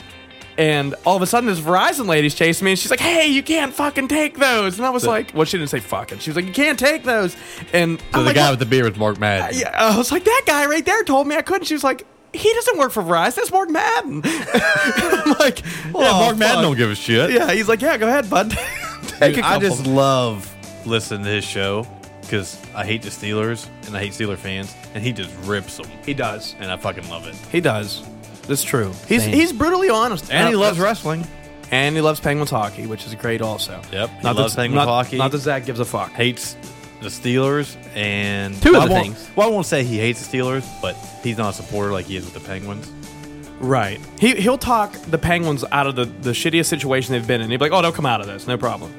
Speaker 1: And all of a sudden, this Verizon lady's chasing me, and she's like, "Hey, you can't fucking take those!" And I was like, "Well, she didn't say fucking." She was like, "You can't take those." And
Speaker 2: So
Speaker 1: I'm
Speaker 2: the
Speaker 1: like,
Speaker 2: guy
Speaker 1: "Well,
Speaker 2: with the beard was Mark Madden.
Speaker 1: yeah, I was like, "That guy right there told me I couldn't." She was like, "He doesn't work for Verizon. That's Mark Madden." I'm like,
Speaker 2: Yeah,
Speaker 1: "Oh,
Speaker 2: Mark Madden
Speaker 1: fuck."
Speaker 2: don't give a shit.
Speaker 1: Yeah, he's like, "Yeah, go ahead, bud." Take
Speaker 2: Dude,
Speaker 1: a
Speaker 2: I
Speaker 1: couple.
Speaker 2: just love listening to his show because I hate the Steelers and I hate Steeler fans, and he just rips them,
Speaker 1: he does.
Speaker 2: and I fucking love it.
Speaker 1: He does. That's true. He's he's brutally honest,
Speaker 2: And he
Speaker 1: Uh,
Speaker 2: loves wrestling.
Speaker 1: and he loves Penguins hockey, which is great also.
Speaker 2: Yep, he
Speaker 1: Not
Speaker 2: loves
Speaker 1: that,
Speaker 2: Penguins
Speaker 1: not-
Speaker 2: hockey.
Speaker 1: Not that Zach gives a fuck.
Speaker 2: Hates the Steelers and
Speaker 3: Two of
Speaker 2: I
Speaker 3: the
Speaker 2: won't-
Speaker 3: things.
Speaker 2: Well, I won't say he hates the Steelers, but he's not a supporter like he is with the Penguins.
Speaker 1: Right. He he'll talk the Penguins out of the, the shittiest situation they've been in. He'd be like, "Oh, they'll come out of this, no problem."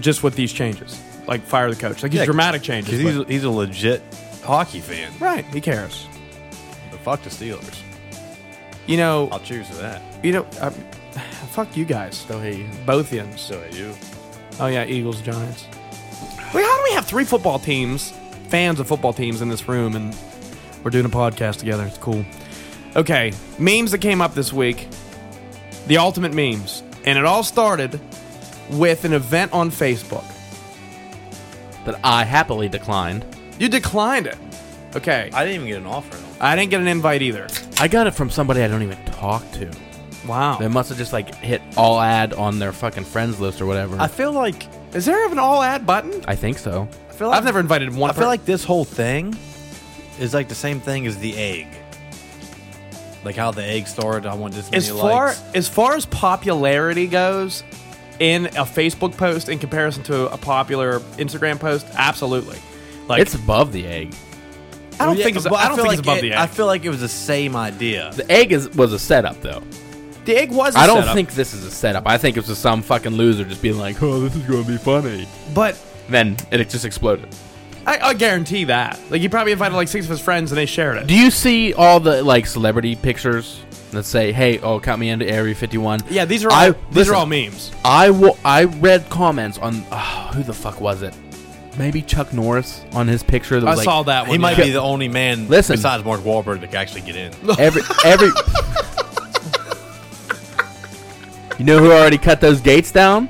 Speaker 1: Just with these changes, like fire the coach, like these dramatic changes.
Speaker 2: because he's,
Speaker 1: but-
Speaker 2: he's a legit hockey fan.
Speaker 1: right. He cares.
Speaker 2: But fuck the Steelers.
Speaker 1: You know.
Speaker 2: I'll cheers to that.
Speaker 1: you know. Um, fuck you guys. Don't hate you. Both ends.
Speaker 2: So you.
Speaker 1: Oh yeah, Eagles, Giants. Wait, how do we have three football teams, fans of football teams in this room, and we're doing a podcast together? It's cool. Okay, memes that came up this week, the ultimate memes, and it all started with an event on Facebook.
Speaker 3: But I happily declined.
Speaker 1: You declined it. Okay, I,
Speaker 2: I didn't even get an offer.
Speaker 1: I didn't get an invite either.
Speaker 3: I got it from somebody I don't even talk to. They
Speaker 1: Wow.
Speaker 3: must have just like hit all ad on their fucking friends list or whatever.
Speaker 2: I
Speaker 3: I,
Speaker 2: feel like
Speaker 1: Is there an all ad button?
Speaker 3: think so.
Speaker 2: I feel
Speaker 1: I've never invited one.
Speaker 2: I feel like this whole thing is like the same thing as the egg. Like how the egg started, I want this many
Speaker 1: as far
Speaker 2: likes.
Speaker 1: as far as popularity goes in a Facebook post in comparison to a popular Instagram post, absolutely. Like
Speaker 3: it's above the egg.
Speaker 1: I don't think it's,
Speaker 2: Well,
Speaker 1: I don't
Speaker 2: feel
Speaker 1: think
Speaker 2: like
Speaker 1: it's above
Speaker 2: it-
Speaker 1: the
Speaker 2: I
Speaker 1: egg.
Speaker 2: feel like it was the same idea.
Speaker 3: The egg is was a setup though.
Speaker 1: the egg was I
Speaker 3: I don't think this is a setup. I think it was just some fucking loser just being like, "Oh, this is gonna be funny."
Speaker 1: but
Speaker 3: Then and it just exploded.
Speaker 1: I, I guarantee that. Like he probably invited like six of his friends and they shared it.
Speaker 3: Do you see all the like celebrity pictures that say, "Hey, oh, count me into Area 51"?
Speaker 1: yeah, these are all,
Speaker 3: I-
Speaker 1: these
Speaker 3: listen,
Speaker 1: are all memes.
Speaker 3: I wa- I read comments on oh, who the fuck was it? Maybe Chuck Norris on his picture. That
Speaker 1: I
Speaker 3: was like,
Speaker 1: saw that
Speaker 2: He
Speaker 1: one.
Speaker 2: might
Speaker 1: yeah.
Speaker 2: be the only man
Speaker 3: Listen.
Speaker 2: besides Mark Wahlberg that can actually get in.
Speaker 3: Every every You know who already cut those gates down?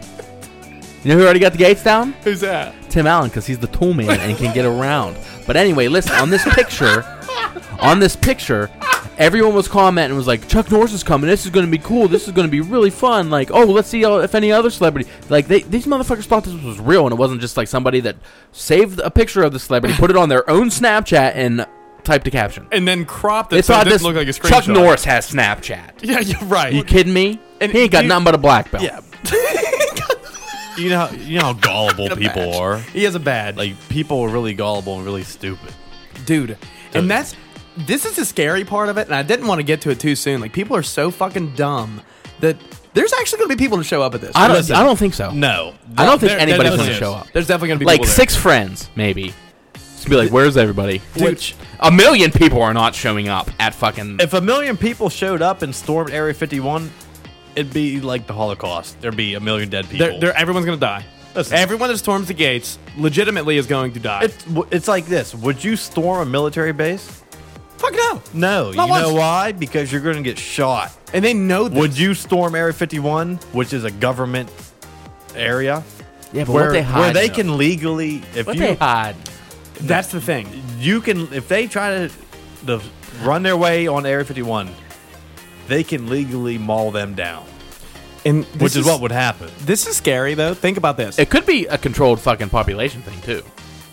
Speaker 3: You know who already got the gates down?
Speaker 1: Who's that?
Speaker 3: Tim Allen because he's the tool man and can get around. But anyway, listen, on this picture, on this picture, everyone was commenting was like, Chuck Norris is coming. This is going to be cool. This is going to be really fun. Like, oh, let's see if any other celebrity. Like, they, these motherfuckers thought this was real and it wasn't just like somebody that saved a picture of the celebrity, put it on their own Snapchat, and typed a caption.
Speaker 1: And then cropped it
Speaker 3: They
Speaker 1: so it
Speaker 3: thought
Speaker 1: didn't
Speaker 3: this
Speaker 1: look like a screenshot.
Speaker 3: Chuck Norris has Snapchat.
Speaker 1: Yeah, you're right.
Speaker 3: You kidding me?
Speaker 1: And
Speaker 3: he ain't got
Speaker 1: you-
Speaker 3: nothing but a black belt.
Speaker 1: yeah.
Speaker 2: You know, you know how gullible people are.
Speaker 1: He has a badge.
Speaker 2: Like people are really gullible and really stupid.
Speaker 1: dude. And that's this is the scary part of it, and I didn't want to get to it too soon. Like people are so fucking dumb that there's actually gonna be people to show up at this.
Speaker 3: I don't.
Speaker 2: Listen.
Speaker 3: I don't think so.
Speaker 2: No,
Speaker 3: I don't
Speaker 2: There-
Speaker 3: think
Speaker 2: there
Speaker 3: anybody's
Speaker 2: definitely
Speaker 3: going to
Speaker 2: is.
Speaker 3: show up.
Speaker 1: there's definitely gonna be
Speaker 3: like
Speaker 1: people there.
Speaker 3: six friends, maybe. Just be like, where's everybody?
Speaker 1: Dude,
Speaker 3: A million people are not showing up at fucking.
Speaker 2: If a million people showed up and stormed Area 51, it'd be like the Holocaust. There'd be a million dead people.
Speaker 1: they're, they're, everyone's gonna die.
Speaker 2: Listen.
Speaker 1: Everyone that storms the gates legitimately is going to die.
Speaker 2: it's w- it's like this. Would you storm a military base?
Speaker 1: fuck no.
Speaker 2: No.
Speaker 1: Not
Speaker 2: you know
Speaker 1: once.
Speaker 2: why? Because you're going to get shot.
Speaker 1: And they know that.
Speaker 2: Would you storm Area 51, which is a government area
Speaker 3: yeah, but
Speaker 2: where
Speaker 3: what they hide?
Speaker 2: where they
Speaker 3: though?
Speaker 2: can legally if
Speaker 3: What
Speaker 2: you
Speaker 3: they hide?
Speaker 1: That's the thing.
Speaker 2: you can if they try to the, run their way on Area 51, they can legally maul them down,
Speaker 1: And
Speaker 2: which is what would happen.
Speaker 1: this is scary though. Think about this.
Speaker 3: It could be a controlled fucking population thing too,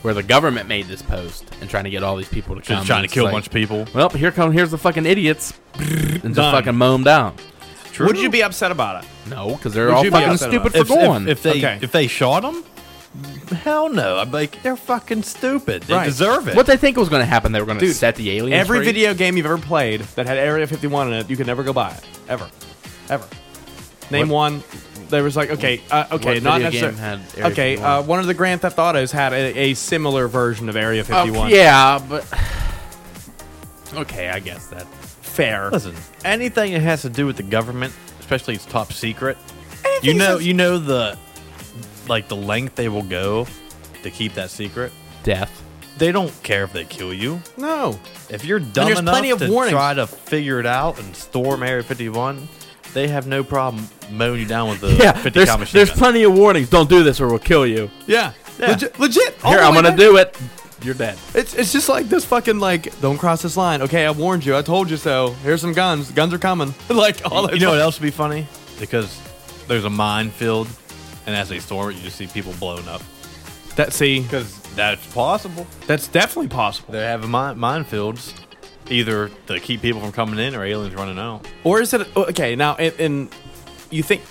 Speaker 3: where the government made this post and trying to get all these people to come.
Speaker 2: Just trying
Speaker 3: and
Speaker 2: to
Speaker 3: it's
Speaker 2: kill
Speaker 3: like,
Speaker 2: a bunch of people.
Speaker 3: Well, here come here's the fucking idiots, and just
Speaker 1: Done.
Speaker 3: fucking mow them down.
Speaker 1: Would you be upset about it?
Speaker 3: No, because they're
Speaker 1: Would
Speaker 3: all
Speaker 1: you be
Speaker 3: fucking
Speaker 1: upset about
Speaker 3: stupid for going.
Speaker 2: If, they
Speaker 1: Okay.
Speaker 2: if they shot them, hell no. I'm like they're fucking stupid. They
Speaker 1: Right.
Speaker 2: deserve it.
Speaker 3: what they think was going to happen, they were going to
Speaker 1: Dude,
Speaker 3: set the aliens.
Speaker 1: Every
Speaker 3: free?
Speaker 1: video game you've ever played that had Area 51 in it, you could never go buy it. Ever. Ever. Name one. There was like, okay, uh, okay,
Speaker 3: What
Speaker 1: not
Speaker 3: video game
Speaker 1: necessarily.
Speaker 3: had Area
Speaker 1: okay,
Speaker 3: 51?
Speaker 1: uh, one of the Grand Theft Autos had a, a similar version of Area
Speaker 3: Oh,
Speaker 1: 51.
Speaker 3: yeah, but okay, I guess that.
Speaker 1: Fair.
Speaker 2: Listen, anything that has to do with the government, especially it's top secret. you know, you know the like the length they will go to keep that secret.
Speaker 3: Death.
Speaker 2: They don't care if they kill you.
Speaker 1: No.
Speaker 2: If you're dumb
Speaker 1: there's
Speaker 2: enough
Speaker 1: plenty of
Speaker 2: to
Speaker 1: warnings.
Speaker 2: try to figure it out and storm Area 51, they have no problem mowing you down with the
Speaker 3: Yeah,
Speaker 2: 50
Speaker 3: there's,
Speaker 2: cal machine
Speaker 3: there's
Speaker 2: gun.
Speaker 3: plenty of warnings. Don't do this or we'll kill you.
Speaker 1: Yeah.
Speaker 2: Yeah.
Speaker 1: Legit. legit all
Speaker 3: Here,
Speaker 1: the
Speaker 3: I'm
Speaker 1: way
Speaker 3: gonna
Speaker 1: back.
Speaker 3: do it. You're dead.
Speaker 1: It's, it's just like this fucking, like, don't cross this line. Okay, I warned you. I told you so. Here's some guns. Guns are coming. like, all
Speaker 2: You know what else would be funny? Because there's a minefield, and as they storm it, you just see people blown up.
Speaker 1: That, see,
Speaker 2: Because that's possible.
Speaker 1: that's definitely possible.
Speaker 2: They have mine, minefields, either to keep people from coming in or aliens running out.
Speaker 1: Or is it okay? Now, and, and you think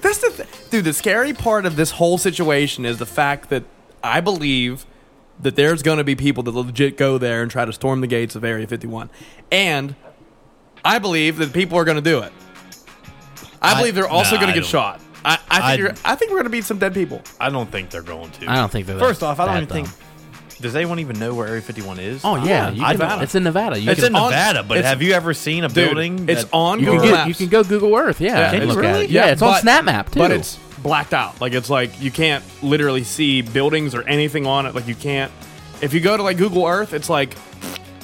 Speaker 1: that's the th- dude. The scary part of this whole situation is the fact that I believe that there's going to be people that legit go there and try to storm the gates of Area 51, and I believe that people are going to do it. I
Speaker 2: I-
Speaker 1: believe they're also
Speaker 2: nah,
Speaker 1: going
Speaker 2: I
Speaker 1: to get
Speaker 2: don't-
Speaker 1: shot. I, I
Speaker 2: I-
Speaker 1: think you're, I think we're going to beat some dead people.
Speaker 2: I don't think they're going to.
Speaker 3: I don't think they're.
Speaker 2: First off, I don't
Speaker 3: that
Speaker 2: even think. Does anyone even know where Area 51 is?
Speaker 3: dumb. Oh yeah,
Speaker 1: Ah,
Speaker 3: you
Speaker 1: I
Speaker 3: can-
Speaker 1: don't.
Speaker 3: it's in Nevada. You
Speaker 2: it's
Speaker 3: can,
Speaker 2: in Nevada, but
Speaker 1: it's-
Speaker 2: have you ever seen a
Speaker 1: Dude,
Speaker 2: building?
Speaker 1: it's
Speaker 2: that-
Speaker 1: on
Speaker 3: You
Speaker 1: Google
Speaker 3: can, get,
Speaker 1: Maps.
Speaker 3: you can go Google Earth. Yeah,
Speaker 1: Can
Speaker 3: and
Speaker 1: you
Speaker 3: look at
Speaker 1: really?
Speaker 3: it. Yeah,
Speaker 1: Yeah,
Speaker 3: it's on
Speaker 1: but-
Speaker 3: Snap Map too.
Speaker 1: But it's blacked out. Like it's like you can't literally see buildings or anything on it. Like you can't. If you go to like Google Earth, it's like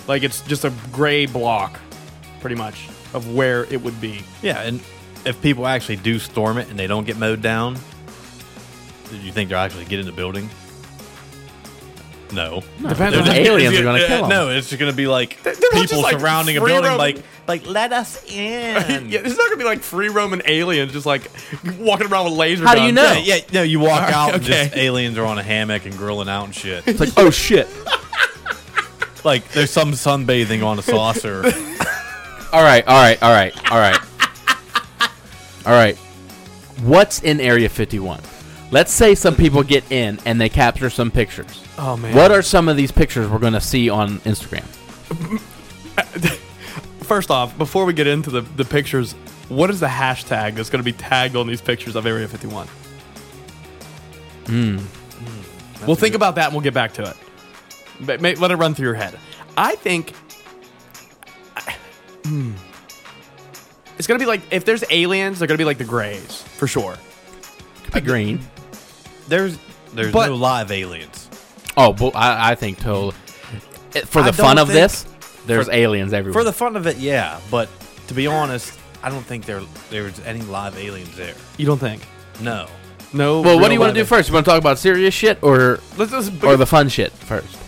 Speaker 1: like it's just a gray block, pretty much of where it would be.
Speaker 2: Yeah, and if people actually do storm it and they don't get mowed down, do you think they'll actually get in the building? No.
Speaker 1: Depends
Speaker 3: They're
Speaker 1: on
Speaker 3: just-
Speaker 1: the-
Speaker 3: aliens
Speaker 2: It's
Speaker 3: are gonna
Speaker 2: uh,
Speaker 3: kill 'em.
Speaker 2: No, it's just gonna be like
Speaker 1: they're all
Speaker 2: people
Speaker 1: just, like,
Speaker 2: surrounding a
Speaker 1: free
Speaker 2: building,
Speaker 1: roam-
Speaker 2: like like let us in.
Speaker 1: yeah, it's not gonna be like free roaming aliens just like walking around with laser.
Speaker 3: How do you
Speaker 1: guns.
Speaker 3: know?
Speaker 2: Yeah, yeah, no, you walk out and
Speaker 1: okay.
Speaker 2: just aliens are on a hammock and grilling out and shit.
Speaker 3: It's like oh shit.
Speaker 2: like there's some sunbathing on a saucer.
Speaker 3: All right, all right, all right, all right, all right. What's in Area 51? Let's say some people get in and they capture some pictures.
Speaker 1: Oh, man.
Speaker 3: What are some of these pictures we're gonna see on Instagram?
Speaker 1: First off, before we get into the the pictures, what is the hashtag that's gonna be tagged on these pictures of Area 51? Hmm. We'll think about that and we'll get back to it. Ma- ma- let it run through your head. I think. I- hmm. It's gonna be like if there's aliens, they're gonna be like the Greys for sure.
Speaker 3: Could be green.
Speaker 2: there's there's
Speaker 1: But-
Speaker 2: no live aliens.
Speaker 3: Oh, but I, I think totally. it- For
Speaker 2: I
Speaker 3: the fun
Speaker 2: don't
Speaker 3: of
Speaker 2: think-
Speaker 3: this, there's
Speaker 2: for-
Speaker 3: aliens everywhere.
Speaker 2: For the fun of it, yeah, but to be honest, I don't think there there was any live aliens there.
Speaker 1: You don't think?
Speaker 2: No.
Speaker 1: No.
Speaker 3: Well, what do you
Speaker 1: want to
Speaker 3: do first? You want to talk about serious shit or
Speaker 1: Let's, let's,
Speaker 3: or the fun shit first?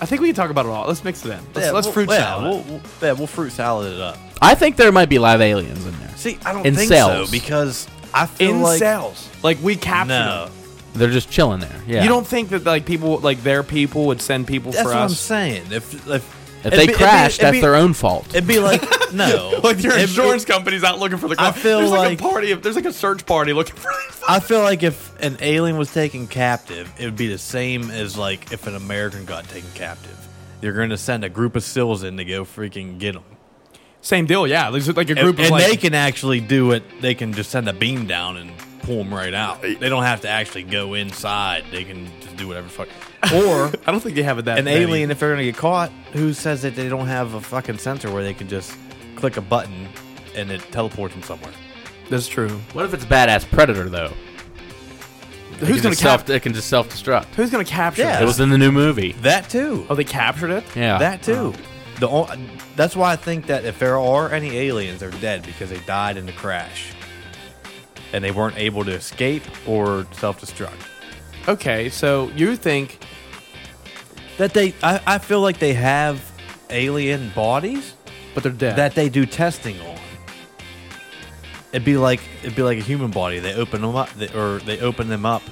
Speaker 1: I think we can talk about it all. Let's mix it in. Let's,
Speaker 2: Yeah,
Speaker 1: let's
Speaker 2: we'll-
Speaker 1: fruit
Speaker 2: yeah,
Speaker 1: salad.
Speaker 2: We'll, we'll- yeah, we'll fruit salad it up.
Speaker 3: I think there might be live aliens in there.
Speaker 2: See, I don't
Speaker 3: In
Speaker 2: think
Speaker 3: cells.
Speaker 2: so because I feel
Speaker 1: in
Speaker 2: like
Speaker 1: cells, like we captured.
Speaker 2: no.
Speaker 1: them.
Speaker 3: They're just chilling there. Yeah.
Speaker 1: You don't think that like people, like their people, would send people
Speaker 2: That's
Speaker 1: for
Speaker 2: what I'm
Speaker 1: us?
Speaker 2: saying. If if,
Speaker 3: If
Speaker 2: it'd
Speaker 3: they
Speaker 2: be- it'd be-
Speaker 3: crash,
Speaker 2: it'd
Speaker 3: that's
Speaker 2: be-
Speaker 3: their own fault.
Speaker 2: It'd be like no,
Speaker 1: Like your
Speaker 2: It'd be-
Speaker 1: insurance company's out looking for the.
Speaker 2: I feel
Speaker 1: there's like,
Speaker 2: like-
Speaker 1: a party. Of, there's like a search party looking for. these
Speaker 2: I feel like if an alien was taken captive, it would be the same as like if an American got taken captive. You're going to send a group of SEALs in to go freaking get them.
Speaker 1: Same deal. Yeah, there's like a group
Speaker 2: And,
Speaker 1: of like.
Speaker 2: they can actually do it. They can just send a beam down and pull them right out. They don't have to actually go inside. They can just do whatever the fuck. Or
Speaker 1: I don't think they have it that.
Speaker 2: an
Speaker 1: many.
Speaker 2: alien, if they're going to get caught, who says that they don't have a fucking sensor where they can just click a button and it teleports them somewhere?
Speaker 1: That's true.
Speaker 3: What if it's a badass predator though? It
Speaker 1: Who's gonna
Speaker 3: can just self?
Speaker 1: cap-
Speaker 3: It can just self destruct.
Speaker 1: Who's gonna capture?
Speaker 2: Yeah.
Speaker 3: It was in the new movie.
Speaker 2: That too.
Speaker 1: Oh, they captured it.
Speaker 3: Yeah.
Speaker 2: That too. The on- that's why I think that if there are any aliens, they're dead because they died in the crash, and they weren't able to escape or self-destruct.
Speaker 1: Okay, so you think?
Speaker 2: That they, I, I feel like they have alien bodies
Speaker 1: But they're dead.
Speaker 2: that they do testing on. It'd be like it'd be like a human body. They open them up, they, or they open them up,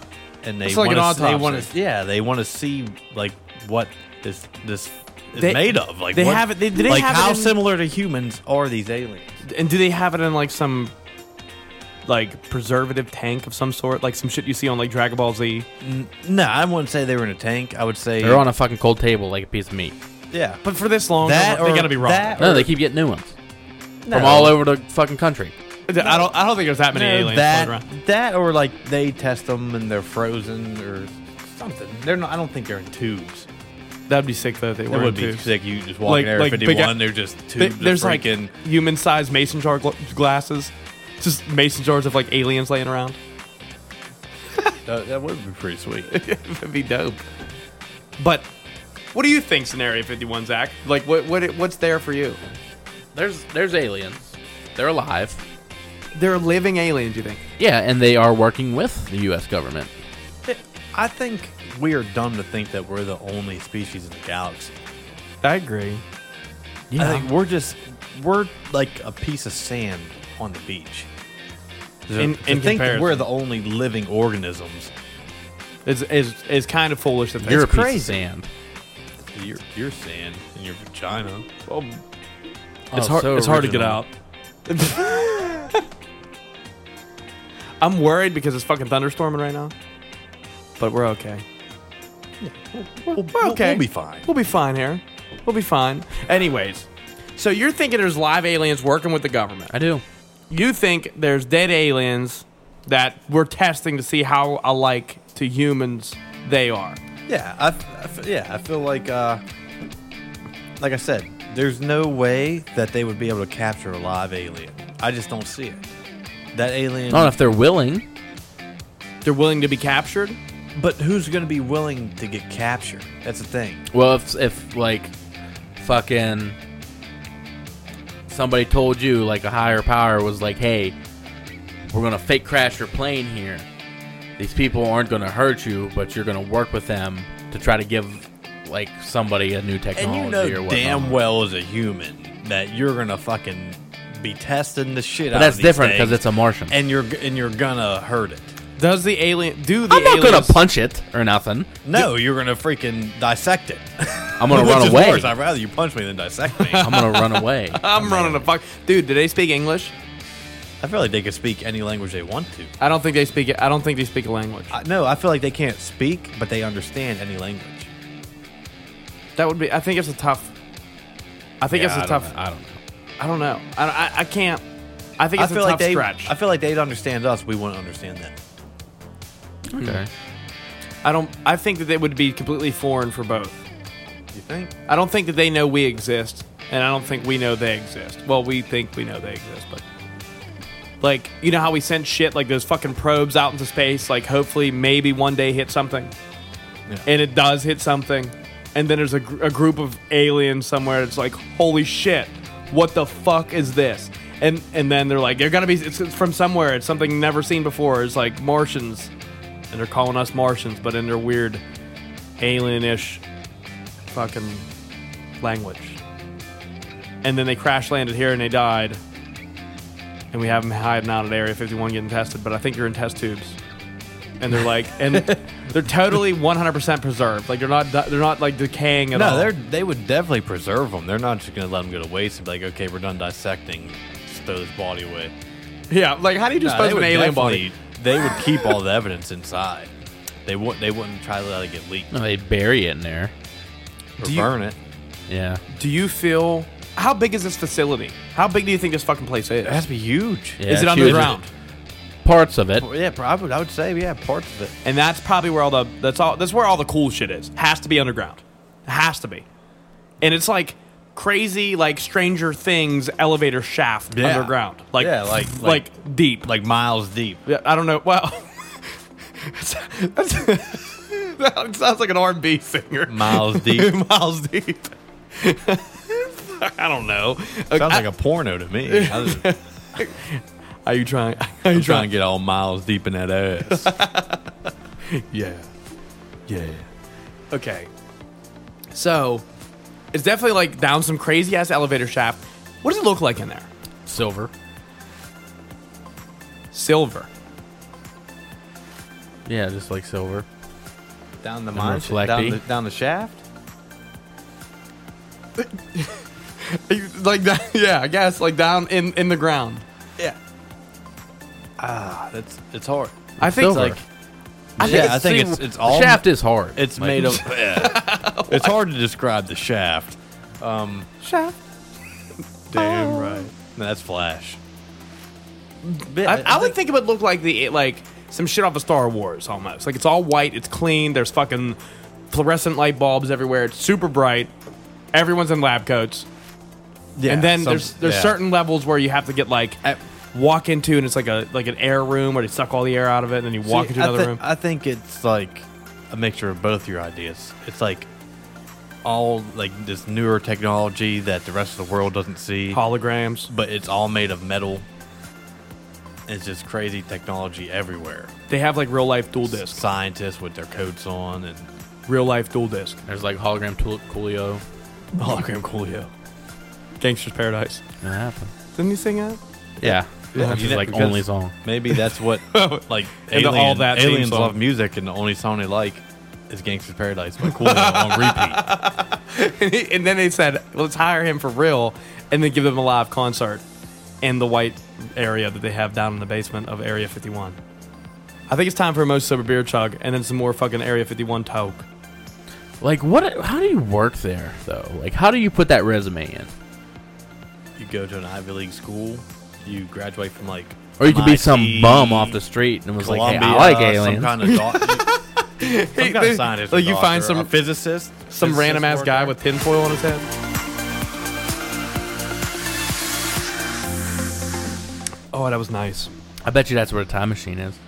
Speaker 2: and they
Speaker 1: It's like an
Speaker 2: wanna- They
Speaker 1: autopsy.
Speaker 2: wanna, yeah, they want to see like what this this is
Speaker 1: They-
Speaker 2: made of. Like
Speaker 1: they
Speaker 2: what-
Speaker 1: have it- they- do they
Speaker 2: like
Speaker 1: have it
Speaker 2: how
Speaker 1: in-
Speaker 2: similar to humans are these aliens?
Speaker 1: and do they have it in like some like preservative tank of some sort, like some shit you see on like Dragon Ball Z?
Speaker 2: No, I wouldn't say they were in a tank. I would say
Speaker 3: They're on a fucking cold table like a piece of meat.
Speaker 2: yeah.
Speaker 1: But for this long,
Speaker 2: That
Speaker 1: they- they
Speaker 2: or-
Speaker 1: gotta be wrong.
Speaker 2: that
Speaker 3: No, they keep getting new ones
Speaker 2: No.
Speaker 3: from all over the fucking country.
Speaker 1: I don't. I don't think there's that many
Speaker 2: No,
Speaker 1: aliens floating
Speaker 2: that
Speaker 1: around.
Speaker 2: that or like they test them and they're frozen or something. They're not. I don't think they're in tubes.
Speaker 1: That'd be sick though. If they
Speaker 2: It
Speaker 1: were
Speaker 2: would
Speaker 1: too.
Speaker 2: be sick. You just walk
Speaker 1: Like-
Speaker 2: in Area
Speaker 1: like big
Speaker 2: 51.
Speaker 1: a-
Speaker 2: They're just tubes.
Speaker 1: Th-
Speaker 2: of
Speaker 1: there's like
Speaker 2: freaking,
Speaker 1: human-sized mason jar gl- glasses, just mason jars of like aliens laying around.
Speaker 2: that, that would be pretty sweet.
Speaker 1: That'd be dope. But what do you think, Scenario 51, Zach? Like, what what what's there for you?
Speaker 3: There's there's aliens. They're alive.
Speaker 1: They're living aliens, you think?
Speaker 3: Yeah, and they are working with the U.S. government.
Speaker 2: I think we are dumb to think that we're the only species in the galaxy.
Speaker 1: I agree.
Speaker 2: I think we're just we're like a piece of sand on the beach. To-
Speaker 1: In-
Speaker 2: to
Speaker 1: in
Speaker 2: think that we're
Speaker 1: comparison.
Speaker 2: the only living organisms.
Speaker 1: It's, it's, it's kind of foolish to think.
Speaker 3: You're a piece of
Speaker 2: crazy.
Speaker 3: sand.
Speaker 2: Your your sand and your vagina.
Speaker 1: It's
Speaker 3: Oh,
Speaker 1: hard.
Speaker 3: so
Speaker 1: it's hard to get
Speaker 3: original.
Speaker 1: out. I'm worried because it's fucking thunderstorming right now, but we're okay.
Speaker 2: We'll,
Speaker 1: okay.
Speaker 2: we'll be fine.
Speaker 1: We'll be fine here. We'll be fine. Anyways, so you're thinking there's live aliens working with the government.
Speaker 3: I do.
Speaker 1: You think there's dead aliens that we're testing to see how alike to humans they are.
Speaker 2: Yeah, I, I f- yeah, I feel like uh, like I said, there's no way that they would be able to capture a live alien. I just don't see it. That alien,
Speaker 3: Not if they're willing.
Speaker 1: They're willing to be captured.
Speaker 2: but who's going to be willing to get captured? That's the thing.
Speaker 3: Well, if if like fucking somebody told you like a higher power was like, "Hey, we're gonna fake crash your plane here. These people aren't gonna hurt you, but you're gonna work with them to try to give like somebody a new
Speaker 2: And
Speaker 3: technology
Speaker 2: you
Speaker 3: or
Speaker 2: know
Speaker 3: whatnot."
Speaker 2: damn well as a human that you're going to fucking be testing the shit out.
Speaker 3: but that's
Speaker 2: of these
Speaker 3: different because
Speaker 2: things,
Speaker 3: it's a Martian.
Speaker 2: and you're g- and you're gonna hurt it.
Speaker 1: Does the alien do the
Speaker 3: I'm not gonna
Speaker 1: aliens-
Speaker 3: punch it or nothing.
Speaker 2: No, you're gonna freaking dissect it.
Speaker 3: I'm gonna
Speaker 2: Which
Speaker 3: run
Speaker 2: is
Speaker 3: away.
Speaker 2: worse. I'd rather you punch me than dissect me.
Speaker 3: I'm gonna run away.
Speaker 1: I'm running a fuck. Dude, do they speak English?
Speaker 2: I feel like they could speak any language they want to.
Speaker 1: I don't think they speak it. I don't think they speak a language.
Speaker 2: I, no, I feel like they can't speak, but they understand any language.
Speaker 1: That would be. I think it's a tough. I think
Speaker 2: Yeah,
Speaker 1: it's a
Speaker 2: I don't
Speaker 1: tough.
Speaker 2: know.
Speaker 3: I don't know.
Speaker 1: I don't know. I, I, I can't. I think
Speaker 2: I
Speaker 1: it's a
Speaker 2: feel
Speaker 1: tough
Speaker 2: like they.
Speaker 1: stretch.
Speaker 2: I feel like they'd understand us. We wouldn't understand them. Hmm.
Speaker 3: Okay.
Speaker 1: I don't. I think that they would be completely foreign for both.
Speaker 2: You think?
Speaker 1: I don't think that they know we exist, and I don't think we know they exist. Well, we think we know they exist, but like you know how we sent shit like those fucking probes out into space, like hopefully maybe one day hit something,
Speaker 2: Yeah.
Speaker 1: and it does hit something, and then there's a, gr- a group of aliens somewhere. It's like holy shit, what the fuck is this? and and then they're like, they're gonna be it's, it's from somewhere. It's something never seen before. It's like Martians, and they're calling us Martians, but in their weird alien-ish fucking language. And then they crash landed here and they died. And we have them hiding out at Area 51 getting tested, but I think you're in test tubes. And they're like, and they're totally 100% preserved. Like they're not, they're not like decaying at all.
Speaker 2: No, they're they would definitely preserve them. They're not just gonna let them go to waste and be like, okay, we're done dissecting, just throw this body away.
Speaker 1: yeah. Like how do you
Speaker 2: No,
Speaker 1: dispose of
Speaker 2: they
Speaker 1: an
Speaker 2: would
Speaker 1: alien
Speaker 2: definitely-
Speaker 1: body?
Speaker 2: They would keep all the evidence inside. They wouldn't. They wouldn't try to let it get leaked
Speaker 3: No, they bury it in there.
Speaker 2: or
Speaker 1: Do you-
Speaker 2: burn it.
Speaker 3: Yeah.
Speaker 1: Do you feel? How big is this facility? How big do you think this fucking place is?
Speaker 2: It has to be huge.
Speaker 3: Yeah,
Speaker 1: is it
Speaker 3: it's
Speaker 1: underground?
Speaker 3: huge. Parts of it.
Speaker 2: Yeah, I would, I would say yeah, parts of it.
Speaker 1: And that's probably where all the that's all that's where all the cool shit is. Has to be underground. Has to be. And it's like crazy like Stranger Things elevator shaft
Speaker 2: Yeah.
Speaker 1: underground. Like
Speaker 2: Yeah, like-
Speaker 1: like, deep. Like
Speaker 2: Like miles deep.
Speaker 1: yeah, I don't know. Well, that's, that sounds like an R&B singer.
Speaker 2: Miles deep.
Speaker 1: Miles deep. I don't know.
Speaker 2: Sounds like a porno to me. I was
Speaker 1: Are you trying? Are you
Speaker 2: trying to get all miles deep in that ass.
Speaker 1: Yeah. Yeah. Okay. So, it's definitely like down some crazy ass elevator shaft. What does it look like in there?
Speaker 3: Silver.
Speaker 1: Silver.
Speaker 3: Yeah, just like silver.
Speaker 2: down the
Speaker 3: mine-
Speaker 2: mine,
Speaker 3: reflecty.
Speaker 2: down the, down the shaft.
Speaker 1: Like that? Yeah, I guess like down in in the ground.
Speaker 2: Yeah. Ah, that's it's hard.
Speaker 1: I think
Speaker 3: Silver.
Speaker 1: like I think
Speaker 2: yeah,
Speaker 1: it's
Speaker 2: I think
Speaker 1: silver.
Speaker 2: it's it's all
Speaker 3: Shaft is hard.
Speaker 2: It's
Speaker 3: Like,
Speaker 2: made of. it's hard to describe the shaft. Um,
Speaker 1: shaft.
Speaker 2: Damn right. No, that's Flash.
Speaker 1: I, I would think it would look like the like some shit off of Star Wars almost. Like it's all white, it's clean. There's fucking fluorescent light bulbs everywhere. It's super bright. Everyone's in lab coats.
Speaker 2: Yeah,
Speaker 1: and then
Speaker 2: some-
Speaker 1: there's there's
Speaker 2: yeah.
Speaker 1: certain levels where you have to get like
Speaker 2: I-
Speaker 1: walk into and it's like a like an air room where they suck all the air out of it and then you walk
Speaker 2: See,
Speaker 1: into
Speaker 2: I
Speaker 1: another
Speaker 2: thi-
Speaker 1: room.
Speaker 2: I think it's like a mixture of both your ideas. It's like all like this newer technology that the rest of the world doesn't see,
Speaker 1: Holograms.
Speaker 2: but it's all made of metal. It's just crazy technology everywhere.
Speaker 1: They have like real life dual disc.
Speaker 2: Scientists with their coats on and
Speaker 1: Real life dual disc.
Speaker 3: There's like hologram tool- Coolio.
Speaker 1: Hologram Coolio. Gangster's Paradise.
Speaker 3: That happened.
Speaker 1: Didn't you sing that?
Speaker 3: Yeah.
Speaker 2: Yeah,
Speaker 3: Which
Speaker 2: you
Speaker 3: is
Speaker 2: know,
Speaker 3: like
Speaker 2: because-
Speaker 3: only song.
Speaker 2: maybe that's what like
Speaker 1: And the
Speaker 2: alien,
Speaker 1: All That theme
Speaker 2: aliens
Speaker 1: song.
Speaker 2: love music and the only song they like is Gangster's Paradise by Coolio on repeat.
Speaker 1: and then they said, let's hire him for real and then give them a live concert in the white area that they have down in the basement of Area 51. I think it's time for a most sober beer chug and then some more fucking Area 51 talk.
Speaker 3: Like what? How do you work there though? Like how do you put that resume in?
Speaker 2: You go to an Ivy League school, you graduate from like
Speaker 3: Or you could be some
Speaker 2: MIT,
Speaker 3: bum off the street and was
Speaker 2: Columbia, uh,
Speaker 3: like, "Hey, I like
Speaker 2: Some
Speaker 3: aliens."
Speaker 2: kind of, doc- some kind of scientist. or
Speaker 1: Like, you find
Speaker 2: doctor,
Speaker 1: some-
Speaker 2: a physicist,
Speaker 1: Some
Speaker 2: physicist
Speaker 1: random ass
Speaker 2: worker.
Speaker 1: guy with tinfoil on his head. Oh, that was nice.
Speaker 3: I bet you that's where a time machine is.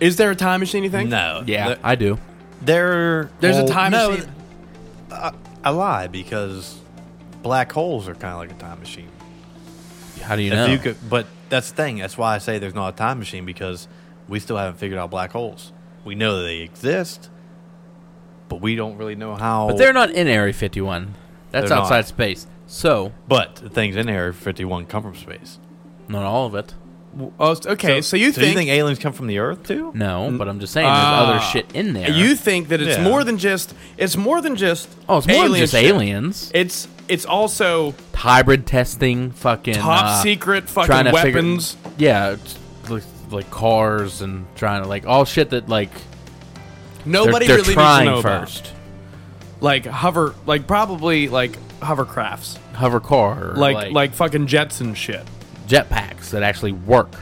Speaker 1: Is there a time machine, you think?
Speaker 2: No,
Speaker 3: Yeah,
Speaker 2: Th-
Speaker 3: I do.
Speaker 2: there.
Speaker 1: There's a
Speaker 2: well,
Speaker 1: time
Speaker 2: no,
Speaker 1: machine.
Speaker 2: I lie because black holes are kind of like a time machine.
Speaker 3: How do you
Speaker 2: If
Speaker 3: know?
Speaker 2: you could, but that's the thing. That's why I say there's not a time machine because we still haven't figured out black holes. We know that they exist, but we don't really know how.
Speaker 3: but they're not in Area 51. That's
Speaker 2: They're not.
Speaker 3: outside space. So
Speaker 2: But the things in Area 51 come from space.
Speaker 3: not all of it.
Speaker 1: Oh, okay, so, you
Speaker 2: So
Speaker 1: think
Speaker 2: you think aliens come from the Earth too?
Speaker 3: No, but I'm just saying there's
Speaker 2: Ah.
Speaker 3: other shit in there.
Speaker 1: you think that it's
Speaker 2: Yeah.
Speaker 1: more than just it's more than just
Speaker 3: oh, it's more than
Speaker 1: alien
Speaker 3: just
Speaker 1: shit.
Speaker 3: aliens.
Speaker 1: It's it's also
Speaker 3: Hybrid testing, fucking
Speaker 1: top
Speaker 3: uh,
Speaker 1: secret
Speaker 3: trying
Speaker 1: fucking
Speaker 3: to figure-
Speaker 1: weapons.
Speaker 3: yeah, it's like, like cars and trying to like all shit that like they're,
Speaker 1: Nobody
Speaker 3: they're
Speaker 1: really
Speaker 3: trying
Speaker 1: needs to know about.
Speaker 3: first.
Speaker 1: Like hover, like probably like hovercrafts,
Speaker 3: Hover car, or,
Speaker 1: like, like fucking jets and shit.
Speaker 3: jetpacks that actually work.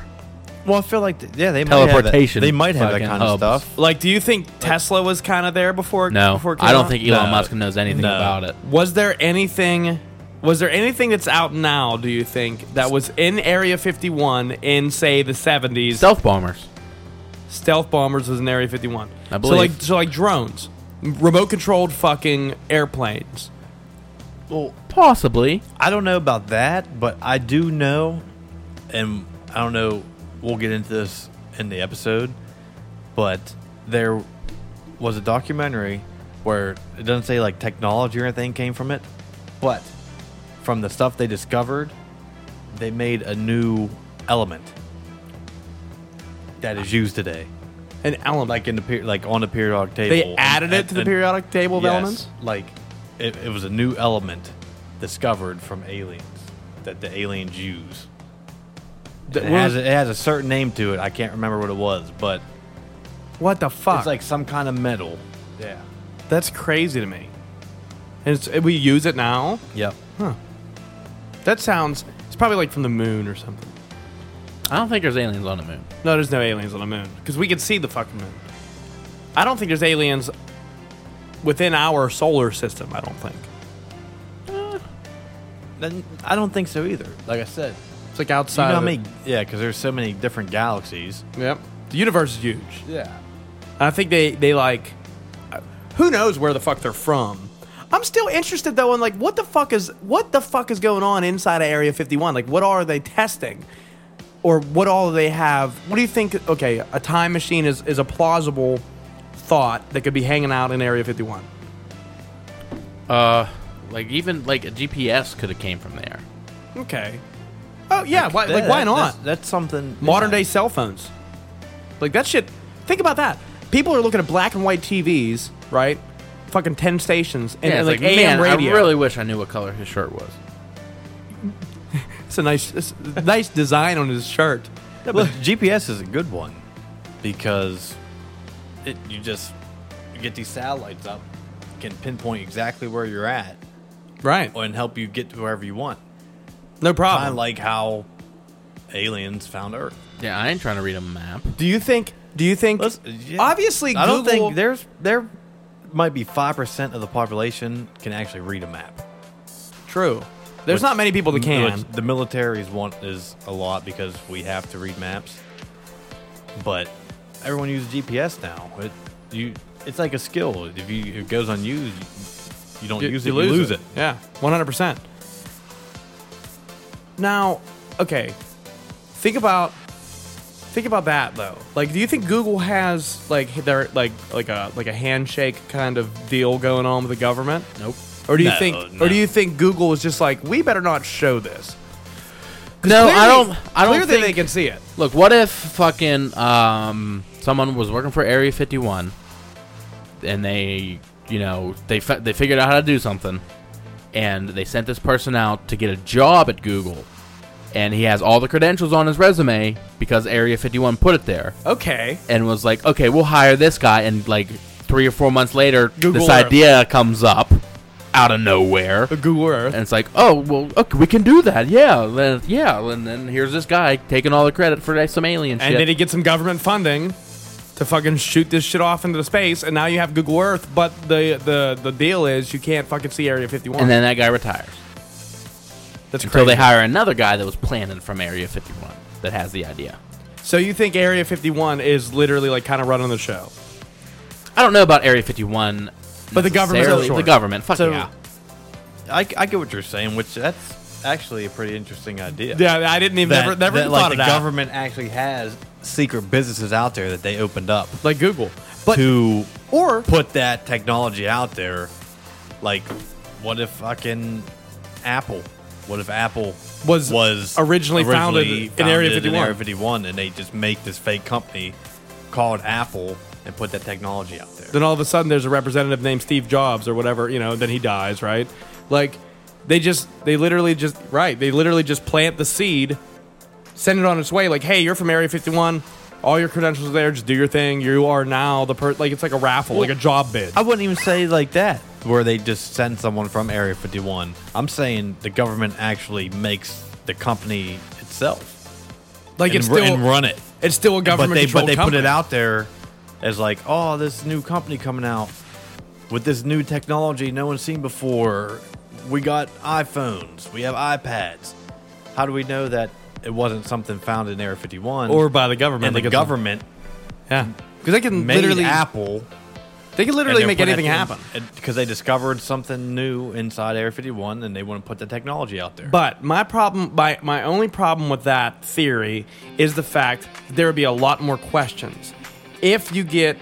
Speaker 2: Well, I feel like th- yeah, they
Speaker 3: Teleportation
Speaker 2: Might have that, they might have that
Speaker 3: fucking
Speaker 2: kind of
Speaker 3: hubs.
Speaker 2: stuff.
Speaker 1: Like, do you think Tesla was kind of there before?
Speaker 3: No,
Speaker 1: before it came
Speaker 3: I don't
Speaker 1: out?
Speaker 3: think e- Elon
Speaker 2: No.
Speaker 3: Musk knows anything
Speaker 2: No.
Speaker 3: about it.
Speaker 1: Was there anything? Was there anything that's out now? Do you think that was in Area 51 in say the 70s?
Speaker 3: Stealth bombers.
Speaker 1: stealth bombers was in Area 51.
Speaker 3: I
Speaker 1: So
Speaker 3: believe.
Speaker 1: like, so like drones, remote controlled fucking airplanes.
Speaker 3: Possibly.
Speaker 2: I don't know about that, but I do know and I don't know. We'll get into this in the episode, but there was a documentary where it doesn't say like technology or anything came from it, but from the stuff they discovered, they made a new element that is used today,
Speaker 1: An element.
Speaker 2: like in the per- like on the periodic table.
Speaker 1: they
Speaker 2: and-
Speaker 1: added it to the
Speaker 2: and-
Speaker 1: periodic table of
Speaker 2: yes,
Speaker 1: elements.
Speaker 2: Like it, it was a new element discovered from aliens that the aliens use.
Speaker 1: That
Speaker 2: It
Speaker 1: we're-
Speaker 2: has, it has a certain name to it. I can't remember what it was, but
Speaker 1: what the fuck?
Speaker 2: it's like some kind of metal. Yeah.
Speaker 1: that's crazy to me. And it's, we use it now.
Speaker 2: Yep.
Speaker 1: That sounds. It's probably like from the moon or something.
Speaker 3: I don't think there's aliens on the moon.
Speaker 1: No, there's no aliens on the moon because we can see the fucking moon. I don't think there's aliens within our solar system. I don't think.
Speaker 2: Then I don't think so either. Like I said,
Speaker 1: It's like
Speaker 2: you know
Speaker 1: outside.
Speaker 2: how
Speaker 1: of
Speaker 2: many? Yeah, because there's so many different galaxies.
Speaker 1: Yep. The universe is huge.
Speaker 2: Yeah.
Speaker 1: And I think they they like who knows where the fuck they're from. I'm still interested though in like what the fuck is what the fuck is going on inside of Area 51? Like what are they testing? Or what all they have? What do you think okay, a time machine is is a plausible thought that could be hanging out in Area 51.
Speaker 3: Like even like a GPS could have came from there.
Speaker 1: Okay. Oh yeah, why, like why not?
Speaker 2: That's, that's something
Speaker 1: modern
Speaker 2: yeah.
Speaker 1: day cell phones. Like that shit. Think about that. People are looking at black and white TVs, right? Fucking ten stations and,
Speaker 3: Yeah,
Speaker 1: and,
Speaker 3: it's
Speaker 1: like,
Speaker 3: like,
Speaker 1: AM
Speaker 3: man,
Speaker 1: radio.
Speaker 3: I really wish I knew what color his shirt was.
Speaker 1: it's a nice, it's a nice design on his shirt.
Speaker 2: Yeah, but GPS is a good one because it, you just you get these satellites up, can pinpoint exactly where you're at,
Speaker 1: Right.
Speaker 2: and help you get to wherever you want.
Speaker 1: No
Speaker 2: Kind
Speaker 1: problem.
Speaker 2: of like how aliens found Earth.
Speaker 3: Yeah, I ain't trying to read a map.
Speaker 1: do you think? Do you think?
Speaker 2: Let's- yeah.
Speaker 1: Obviously,
Speaker 2: I don't
Speaker 1: Google-
Speaker 2: think there's there might be five percent of the population can actually read a map.
Speaker 1: True. There's not many people that can.
Speaker 2: Which The military's want is a lot because we have to read maps. But everyone uses GPS now. It you it's like a skill. If you if it goes unused, you don't use it, you lose, it.
Speaker 1: Yeah, one hundred percent. Now, okay, think about think about that though. Like, do you think Google has like their like like a like a handshake kind of deal going on with the government?
Speaker 3: Nope.
Speaker 1: Or do you
Speaker 2: No,
Speaker 1: think
Speaker 2: no.
Speaker 1: or do you think Google is just like we better not show this? 'Cause
Speaker 3: No, I
Speaker 1: clearly-
Speaker 3: don't. I don't
Speaker 1: clearly
Speaker 3: think
Speaker 1: they can see it.
Speaker 3: Look, what if fucking um, someone was working for Area 51 and they, you know, they fi- they figured out how to do something and they sent this person out to get a job at Google and he has all the credentials on his resume because Area 51 put it there
Speaker 1: Okay,
Speaker 3: and was like, "Okay, we'll hire this guy." And like 3 or 4 months later,
Speaker 1: Google
Speaker 3: this
Speaker 1: Earth.
Speaker 3: idea comes up out of nowhere.
Speaker 1: the Google Earth.
Speaker 3: And it's like, oh well, okay, we can do that, yeah, then, yeah. And then here's this guy taking all the credit for like, some alien
Speaker 1: And
Speaker 3: shit.
Speaker 1: then he gets some government funding to fucking shoot this shit off into the space, and now you have Google Earth. But the the the deal is you can't fucking see Area 51.
Speaker 3: and then that guy retires
Speaker 1: that's
Speaker 3: until they
Speaker 1: crazy.
Speaker 3: hire another guy that was planning from Area 51 that has the idea.
Speaker 1: so you think Area 51 is literally like kind of running the show?
Speaker 3: I don't know about Area 51,
Speaker 1: But the government's
Speaker 3: necessarily.
Speaker 1: in charge.
Speaker 3: the government, fuck
Speaker 2: So-
Speaker 3: yeah.
Speaker 2: I, I get what you're saying, which that's actually a pretty interesting idea.
Speaker 1: Yeah, I didn't even
Speaker 2: That-
Speaker 1: never never
Speaker 2: that,
Speaker 1: even
Speaker 2: like
Speaker 1: thought
Speaker 2: the
Speaker 1: of that.
Speaker 2: government actually has secret businesses out there that they opened up
Speaker 1: like Google, but
Speaker 2: to
Speaker 1: or
Speaker 2: put that technology out there. Like, what if fucking Apple? What if Apple
Speaker 1: Was
Speaker 2: was
Speaker 1: originally founded in Area 51?
Speaker 2: Area 51, and they just make this fake company called Apple and put that technology out there.
Speaker 1: then all of a sudden there's a representative named Steve Jobs or whatever, you know, then he dies, right? Like they just they literally just right, they literally just plant the seed, send it on its way like, "Hey, you're from Area 51. All your credentials are there. Just do your thing. You are now the per like it's like a raffle, like a job bid."
Speaker 2: I wouldn't even say like that, where they just send someone from Area 51. I'm saying the government actually makes the company itself
Speaker 1: Like
Speaker 2: and,
Speaker 1: it's
Speaker 2: ru-
Speaker 1: still
Speaker 2: and run it.
Speaker 1: it's still a
Speaker 2: but
Speaker 1: government
Speaker 2: they
Speaker 1: controlled
Speaker 2: but they put it
Speaker 1: company.
Speaker 2: out there as like, oh, this new company coming out with this new technology no one's seen before. We got iPhones, we have iPads. How do we know that it wasn't something found in Area 51
Speaker 1: or by the government.
Speaker 2: and
Speaker 1: like
Speaker 2: the
Speaker 1: it's a-
Speaker 2: government
Speaker 1: yeah. Cuz they can
Speaker 2: made
Speaker 1: literally
Speaker 2: Apple
Speaker 1: They could literally make anything happen.
Speaker 2: because they discovered something new inside Area 51, and they want to put the technology out there.
Speaker 1: But my problem, my, my only problem with that theory is the fact there would be a lot more questions. If you get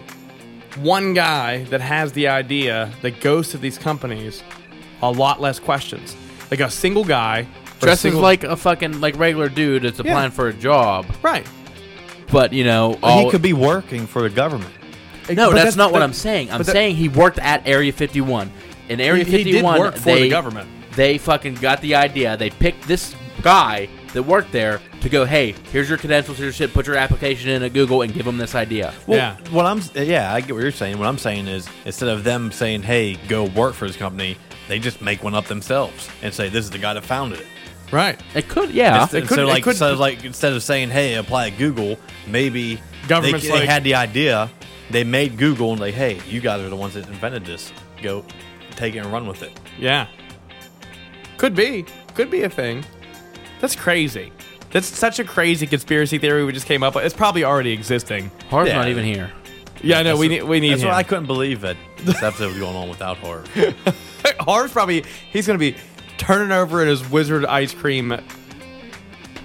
Speaker 1: one guy that has the idea that goes to these companies, a lot less questions. Like a single guy or a
Speaker 3: Dresses
Speaker 1: single-
Speaker 3: like a fucking like regular dude that's applying for a job,
Speaker 1: right.
Speaker 3: but you know,
Speaker 2: But
Speaker 3: all,
Speaker 2: he could be working for the government.
Speaker 3: No,
Speaker 1: But
Speaker 3: that's, not what
Speaker 1: that-
Speaker 3: I'm saying. I'm
Speaker 1: but that-
Speaker 3: saying he worked at Area 51. In Area
Speaker 1: He- he did
Speaker 3: 51,
Speaker 1: work for
Speaker 3: they,
Speaker 1: the government.
Speaker 3: They fucking got the idea. They picked this guy that worked there to go, hey, here's your credentials, here's your shit, put your application in at Google and give them this idea.
Speaker 2: Well,
Speaker 1: Yeah.
Speaker 2: What I'm yeah, I get what you're saying. What I'm saying is instead of them saying, "Hey, go work for this company," they just make one up themselves and say, "This is the guy that founded it."
Speaker 1: Right.
Speaker 3: It could, yeah.
Speaker 2: Instead,
Speaker 1: it could-
Speaker 2: so
Speaker 1: it
Speaker 2: like,
Speaker 1: could-
Speaker 2: so like instead of saying, "Hey, apply at Google," maybe
Speaker 1: Government's
Speaker 2: they,
Speaker 1: like-
Speaker 2: they had the idea, they made Google and like, "Hey, you guys are the ones that invented this. Go take it and run with it."
Speaker 1: Yeah. Could be. Could be a thing. That's crazy. That's such a crazy conspiracy theory we just came up with. It's probably already existing.
Speaker 3: Harv's
Speaker 2: yeah.
Speaker 3: not even here.
Speaker 1: Yeah, I know. We need. We need
Speaker 2: That's
Speaker 1: him.
Speaker 2: why I couldn't believe that this episode was going on without horror.
Speaker 1: Harv's probably he's gonna be turning over in his wizard ice cream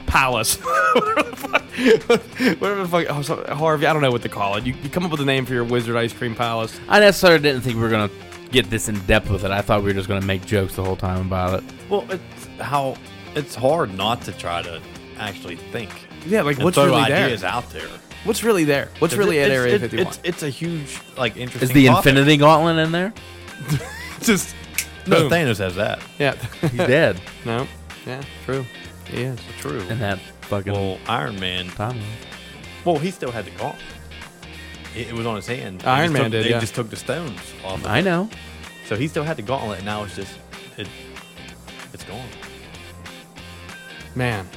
Speaker 1: palace. Whatever the fuck- Whatever the fuck, oh, so- Harvey. I don't know what to call it. You, you come up with a name for your wizard ice cream palace.
Speaker 3: I necessarily didn't think we were going to get this in depth with it. I thought we were just going to make jokes the whole time about it.
Speaker 2: well, it's how it's hard not to try to actually think.
Speaker 1: Yeah, like
Speaker 2: and
Speaker 1: what's
Speaker 2: throw
Speaker 1: really there?
Speaker 2: ideas out there.
Speaker 1: What's really there? What's really at
Speaker 2: It's-
Speaker 1: Area
Speaker 2: it's-
Speaker 1: Fifty One?
Speaker 2: It's, it's a huge, like, interesting.
Speaker 3: Is the
Speaker 2: topic.
Speaker 3: Infinity Gauntlet in there?
Speaker 1: Just
Speaker 2: No,
Speaker 1: boom.
Speaker 2: Thanos has that.
Speaker 1: yeah,
Speaker 3: He's dead.
Speaker 1: no, yeah, true. Yeah, it's true.
Speaker 3: And that fucking
Speaker 2: Well, Iron Man.
Speaker 3: timeline.
Speaker 2: Well, he still had the gauntlet. It, it was on his hand. They
Speaker 1: Iron
Speaker 2: just
Speaker 1: Man
Speaker 2: took-
Speaker 1: did,
Speaker 2: They
Speaker 1: yeah.
Speaker 2: just took the stones off. Of
Speaker 3: I
Speaker 2: it.
Speaker 3: know.
Speaker 2: So he still had the gauntlet, and now it's just it. It's gone.
Speaker 1: Man,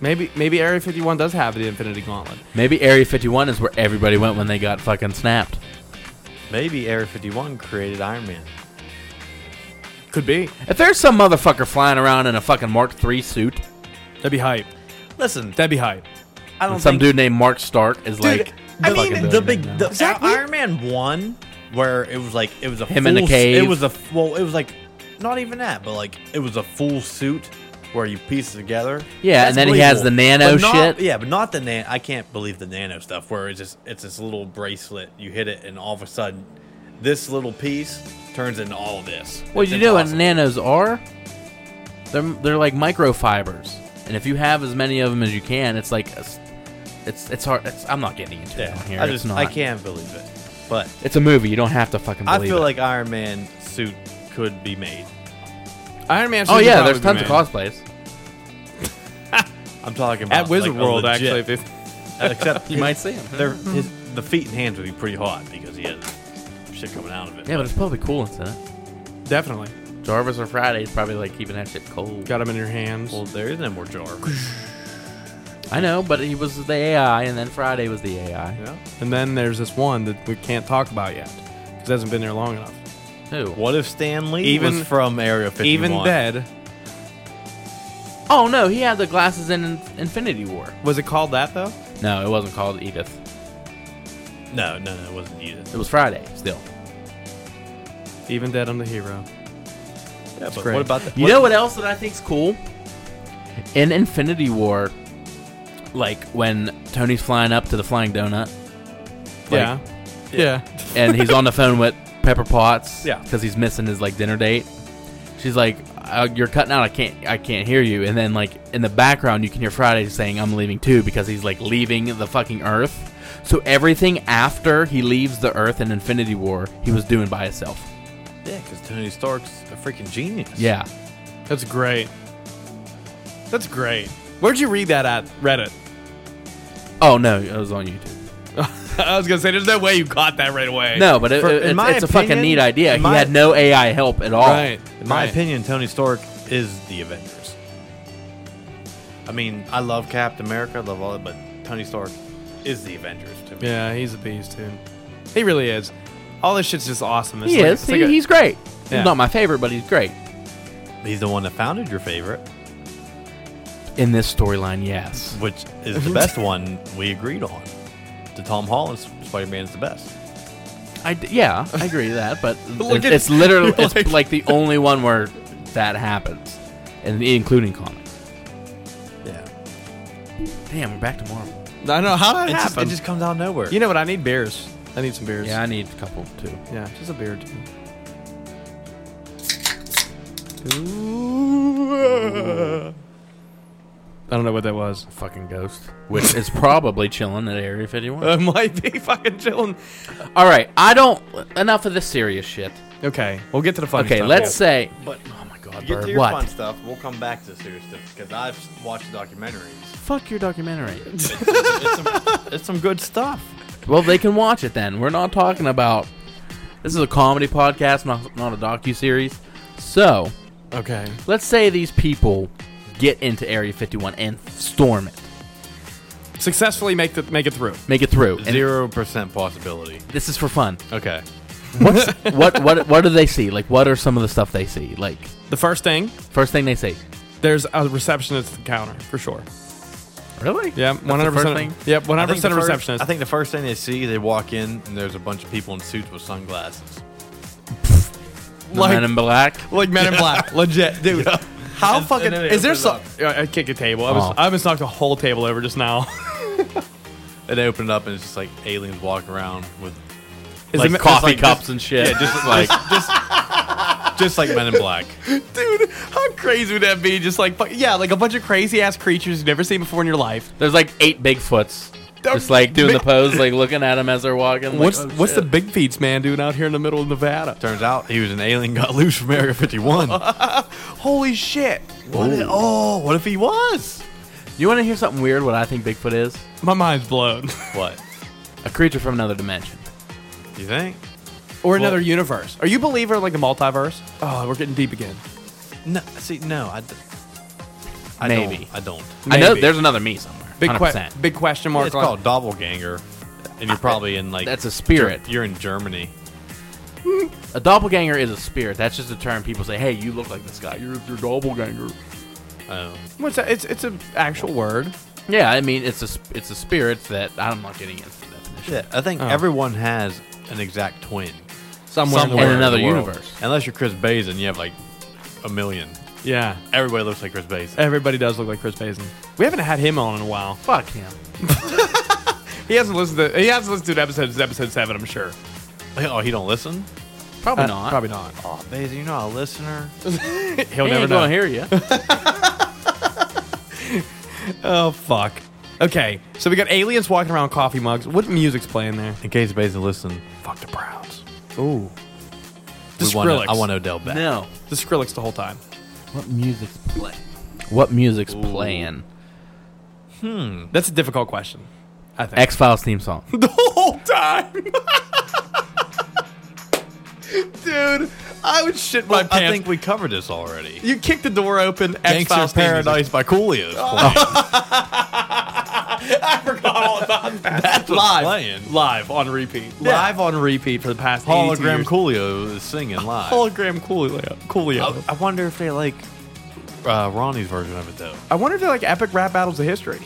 Speaker 1: maybe maybe Area Fifty One does have the Infinity Gauntlet.
Speaker 3: Maybe Area 51 is where everybody went when they got fucking snapped.
Speaker 2: Maybe Area 51 created Iron Man.
Speaker 1: Could be.
Speaker 3: If there's some motherfucker flying around in a fucking Mark III suit,
Speaker 1: That'd be hype.
Speaker 2: Listen,
Speaker 1: That'd be hype.
Speaker 2: I don't
Speaker 3: and some
Speaker 2: think-
Speaker 3: dude named Mark Stark is like,
Speaker 2: I
Speaker 3: fucking
Speaker 2: mean, the
Speaker 3: billionaire
Speaker 2: big
Speaker 3: now.
Speaker 2: the, Iron Man one, where it was like it was a
Speaker 3: Him
Speaker 2: full,
Speaker 3: in the
Speaker 2: s-
Speaker 3: cave.
Speaker 2: It was a f- well, it was like not even that, but like it was a full suit where you piece it together.
Speaker 3: Yeah, and then he has the nano
Speaker 2: But not-
Speaker 3: shit.
Speaker 2: Yeah, but not the nan. I can't believe the nano stuff where it's just it's this little bracelet. You hit it, and all of a sudden, this little piece turns into all of this.
Speaker 3: Well,
Speaker 2: It's
Speaker 3: you know what
Speaker 2: impossible.
Speaker 3: nanos are? They're they're like microfibers, and if you have as many of them as you can, it's like, a s- it's it's hard. It's, I'm not getting into it
Speaker 2: Yeah,
Speaker 3: on here.
Speaker 2: I
Speaker 3: it's
Speaker 2: just
Speaker 3: not.
Speaker 2: I can't believe it, but
Speaker 3: It's a movie. You don't have to fucking.
Speaker 2: I
Speaker 3: Believe
Speaker 2: feel
Speaker 3: it.
Speaker 2: like Iron Man suit could be made.
Speaker 1: Iron Man.
Speaker 3: Oh
Speaker 1: suit
Speaker 3: yeah,
Speaker 1: could
Speaker 3: there's
Speaker 1: probably
Speaker 3: tons
Speaker 1: be
Speaker 3: of
Speaker 1: made.
Speaker 3: cosplays.
Speaker 2: I'm talking about
Speaker 1: At Wizard
Speaker 2: like, a
Speaker 1: World,
Speaker 2: legit-
Speaker 1: actually. If,
Speaker 2: Except
Speaker 3: You might see them.
Speaker 2: Their, his, the feet and hands would be pretty hot because he has shit coming out of it.
Speaker 3: Yeah, but it's probably cool in it.
Speaker 1: definitely.
Speaker 3: Jarvis or Friday's probably like keeping that shit cold.
Speaker 1: Got them in your hands.
Speaker 2: Well, there is no more jar.
Speaker 3: I know, but he was the AI, and then Friday was the AI.
Speaker 2: Yeah.
Speaker 1: And then there's this one that we can't talk about yet because it hasn't been there long enough.
Speaker 3: Who?
Speaker 2: What if Stan Lee
Speaker 1: Even-
Speaker 2: was from Area 51?
Speaker 1: Even dead.
Speaker 3: Oh no, he had the glasses in Infinity War.
Speaker 1: Was it called that though?
Speaker 3: No, it wasn't called Edith.
Speaker 2: No, no, no, it wasn't Edith.
Speaker 3: It was Friday. Still,
Speaker 1: Even dead, I'm the hero.
Speaker 2: Yeah, but
Speaker 1: great.
Speaker 2: what about the,
Speaker 3: you know what else that I think's cool? In Infinity War, like when Tony's flying up to the Flying Donut,
Speaker 1: yeah. Yeah.
Speaker 3: and he's on the phone with Pepper Potts,
Speaker 2: Yeah.
Speaker 3: because he's missing his like dinner date. She's like, uh, "You're cutting out. I can't. I can't hear you." And then like in the background, you can hear Friday saying, "I'm leaving too," because he's like leaving the fucking Earth. So everything after he leaves the Earth in Infinity War, he was doing by himself.
Speaker 2: Yeah, because Tony Stark's a freaking genius.
Speaker 3: Yeah.
Speaker 1: That's great. That's great. Where'd you read that at? Reddit.
Speaker 3: Oh no, it was on YouTube.
Speaker 1: I was gonna say, there's no way you caught that right away.
Speaker 3: No, but it,
Speaker 2: For-
Speaker 3: it-
Speaker 2: in
Speaker 3: it's,
Speaker 2: my
Speaker 3: it's a fucking
Speaker 2: opinion-
Speaker 3: neat idea.
Speaker 2: in
Speaker 3: He
Speaker 2: my-
Speaker 3: had no AI help at all.
Speaker 1: Right.
Speaker 2: In my
Speaker 1: right.
Speaker 2: opinion, Tony Stark is the Avengers. I mean, I love Captain America, I love all that, but Tony Stark is the Avengers to me.
Speaker 1: Yeah, he's a beast, dude. He really is. All this shit's just awesome. It's
Speaker 3: He
Speaker 1: like-
Speaker 3: is.
Speaker 1: it's like
Speaker 3: He-
Speaker 1: a-
Speaker 3: he's great.
Speaker 1: Yeah.
Speaker 3: He's not my favorite, but he's great.
Speaker 2: He's the one that founded your favorite,
Speaker 3: In this storyline, yes.
Speaker 2: which
Speaker 1: Mhm.
Speaker 2: is the best one we agreed on. The Tom Holland Spider Man is the best.
Speaker 3: I d- yeah, I agree with that, but
Speaker 1: look
Speaker 3: it-
Speaker 1: at-
Speaker 3: it's literally it's
Speaker 1: like-
Speaker 3: like the only one where that happens, and including comics.
Speaker 2: Yeah.
Speaker 3: Damn, we're back to Marvel.
Speaker 1: I know how did it
Speaker 2: It just,
Speaker 1: happen.
Speaker 2: it just comes out of nowhere.
Speaker 1: you know what? I need beers. I need some beers.
Speaker 3: Yeah, I need a couple too.
Speaker 1: Yeah, just a beer. Too. Ooh. I don't know what that was.
Speaker 3: Fucking ghost, which is probably chilling at Area Fifty One.
Speaker 1: It might be fucking chilling.
Speaker 3: All right, I don't. Enough of this serious shit.
Speaker 1: Okay, we'll get to the fun
Speaker 3: Okay,
Speaker 1: stuff.
Speaker 3: let's say. But oh my god,
Speaker 2: Get
Speaker 3: Bird,
Speaker 2: to your
Speaker 3: what?
Speaker 2: fun stuff. We'll come back to the serious stuff because I've watched the documentaries.
Speaker 3: Fuck your documentary.
Speaker 2: It's some good stuff.
Speaker 3: well, they can watch it then. We're not talking about. This is a comedy podcast, not not a docu series. So
Speaker 1: Okay.
Speaker 3: let's say these people get into Area 51 and storm it,
Speaker 1: Successfully make the make it through.
Speaker 3: make it through. And
Speaker 2: Zero percent possibility.
Speaker 3: this is for fun.
Speaker 2: Okay.
Speaker 3: What's, what what what do they see? Like, what are some of the stuff they see? Like,
Speaker 1: The first thing,
Speaker 3: first thing they see.
Speaker 1: there's a receptionist at the counter for sure.
Speaker 3: Really?
Speaker 1: Yeah,
Speaker 3: That's the
Speaker 1: one hundred
Speaker 3: first
Speaker 1: percent.
Speaker 3: thing?
Speaker 1: Yep, one
Speaker 2: I
Speaker 1: hundred
Speaker 2: think the
Speaker 1: percent
Speaker 2: first-
Speaker 1: receptionist.
Speaker 2: I think the first thing they see, they walk in and there's a bunch of people in suits with sunglasses.
Speaker 3: The Men in Black.
Speaker 1: like Men in Black, legit, dude. How
Speaker 2: And-
Speaker 1: fucking
Speaker 2: and then they
Speaker 1: is there
Speaker 2: open
Speaker 1: some?
Speaker 2: it
Speaker 1: I I kicked a table. I was
Speaker 3: Oh.
Speaker 1: I almost knocked a whole table over just now.
Speaker 2: And they open it up and it's just like aliens walking around with
Speaker 1: Is
Speaker 3: Like
Speaker 1: it- it's
Speaker 3: coffee
Speaker 1: like-
Speaker 3: cups and shit.
Speaker 2: yeah, just like just just like Men in Black.
Speaker 1: Dude, how crazy would that be? Just like, fu- yeah, like a bunch of crazy ass creatures you've never seen before in your life.
Speaker 3: There's like eight Bigfoots.
Speaker 1: They're
Speaker 3: Just like doing
Speaker 1: big-
Speaker 3: the pose, like looking at them as they're walking. like,
Speaker 1: What's
Speaker 3: oh,
Speaker 1: what's the
Speaker 3: shit.
Speaker 1: big feats man doing out here in the middle of Nevada?
Speaker 2: Turns out he was an alien, got loose from Area 51. what
Speaker 1: Holy shit!
Speaker 2: if, oh, what if he was?
Speaker 3: You want to hear something weird? What I think Bigfoot is?
Speaker 1: My mind's blown.
Speaker 2: What?
Speaker 3: A creature from another dimension.
Speaker 2: You think?
Speaker 1: or another universe. Are you a believer in, like the multiverse? Oh, we're getting deep again.
Speaker 2: No, see, no, I, d- I
Speaker 3: Maybe.
Speaker 2: don't. I don't.
Speaker 3: I know
Speaker 1: Maybe.
Speaker 3: there's another me somewhere.
Speaker 1: Big, que-
Speaker 3: 100%.
Speaker 1: big question mark.
Speaker 2: it's
Speaker 1: on-
Speaker 2: called doppelganger, and you're probably in like
Speaker 3: That's a spirit.
Speaker 2: You're in Germany.
Speaker 3: A doppelganger is a spirit. That's just a term people say. Hey, you look like this guy. You're your doppelganger.
Speaker 2: Oh,
Speaker 1: What's that? It's it's an actual word.
Speaker 3: Yeah, I mean it's a sp- it's a spirit that I'm not getting into the definition.
Speaker 2: yeah. I think
Speaker 1: Oh.
Speaker 2: everyone has an exact twin
Speaker 1: Somewhere, in the
Speaker 3: in
Speaker 1: world.
Speaker 3: another
Speaker 2: world.
Speaker 3: universe.
Speaker 2: unless you're Chris Bazin. You have like a million.
Speaker 1: Yeah,
Speaker 2: Everybody looks like Chris
Speaker 3: Eh.
Speaker 2: Bazin.
Speaker 1: everybody does look like Chris Pazin. We haven't had him on in a while.
Speaker 3: Fuck him.
Speaker 1: He hasn't listened to. He hasn't listened to episode episode seven. I'm sure.
Speaker 2: Oh, he don't listen.
Speaker 3: Probably
Speaker 1: Uh,
Speaker 3: not.
Speaker 1: Probably not.
Speaker 2: Oh, Bazin, you're not a listener.
Speaker 1: He'll
Speaker 3: He
Speaker 1: never
Speaker 3: ain't
Speaker 1: know.
Speaker 3: gonna hear you.
Speaker 1: Oh fuck. Okay, so we got aliens walking around coffee mugs. What music's playing there?
Speaker 2: In case Bazin listen, fuck the Browns.
Speaker 1: Ooh. The
Speaker 2: We want,
Speaker 1: Skrillex.
Speaker 2: I want Odell back.
Speaker 3: no.
Speaker 1: the Skrillex the whole time.
Speaker 3: What music's play? What music's playing?
Speaker 1: That's a difficult question. I think.
Speaker 3: X Files theme song.
Speaker 1: the whole time. Dude, I would shit my
Speaker 2: I
Speaker 1: pants.
Speaker 2: think we covered this already.
Speaker 1: you kicked the door open. X
Speaker 2: Gangster
Speaker 1: Files
Speaker 2: Paradise by Oh. Coolio.
Speaker 1: live,
Speaker 2: playing.
Speaker 1: live on repeat,
Speaker 2: Yeah.
Speaker 1: live on repeat for the past 80
Speaker 2: Hologram
Speaker 1: years.
Speaker 2: Coolio is singing live.
Speaker 1: hologram Coolio. Coolio.
Speaker 2: I, I wonder if they like uh, Ronnie's version of it though.
Speaker 1: I wonder if they're like epic rap battles of history.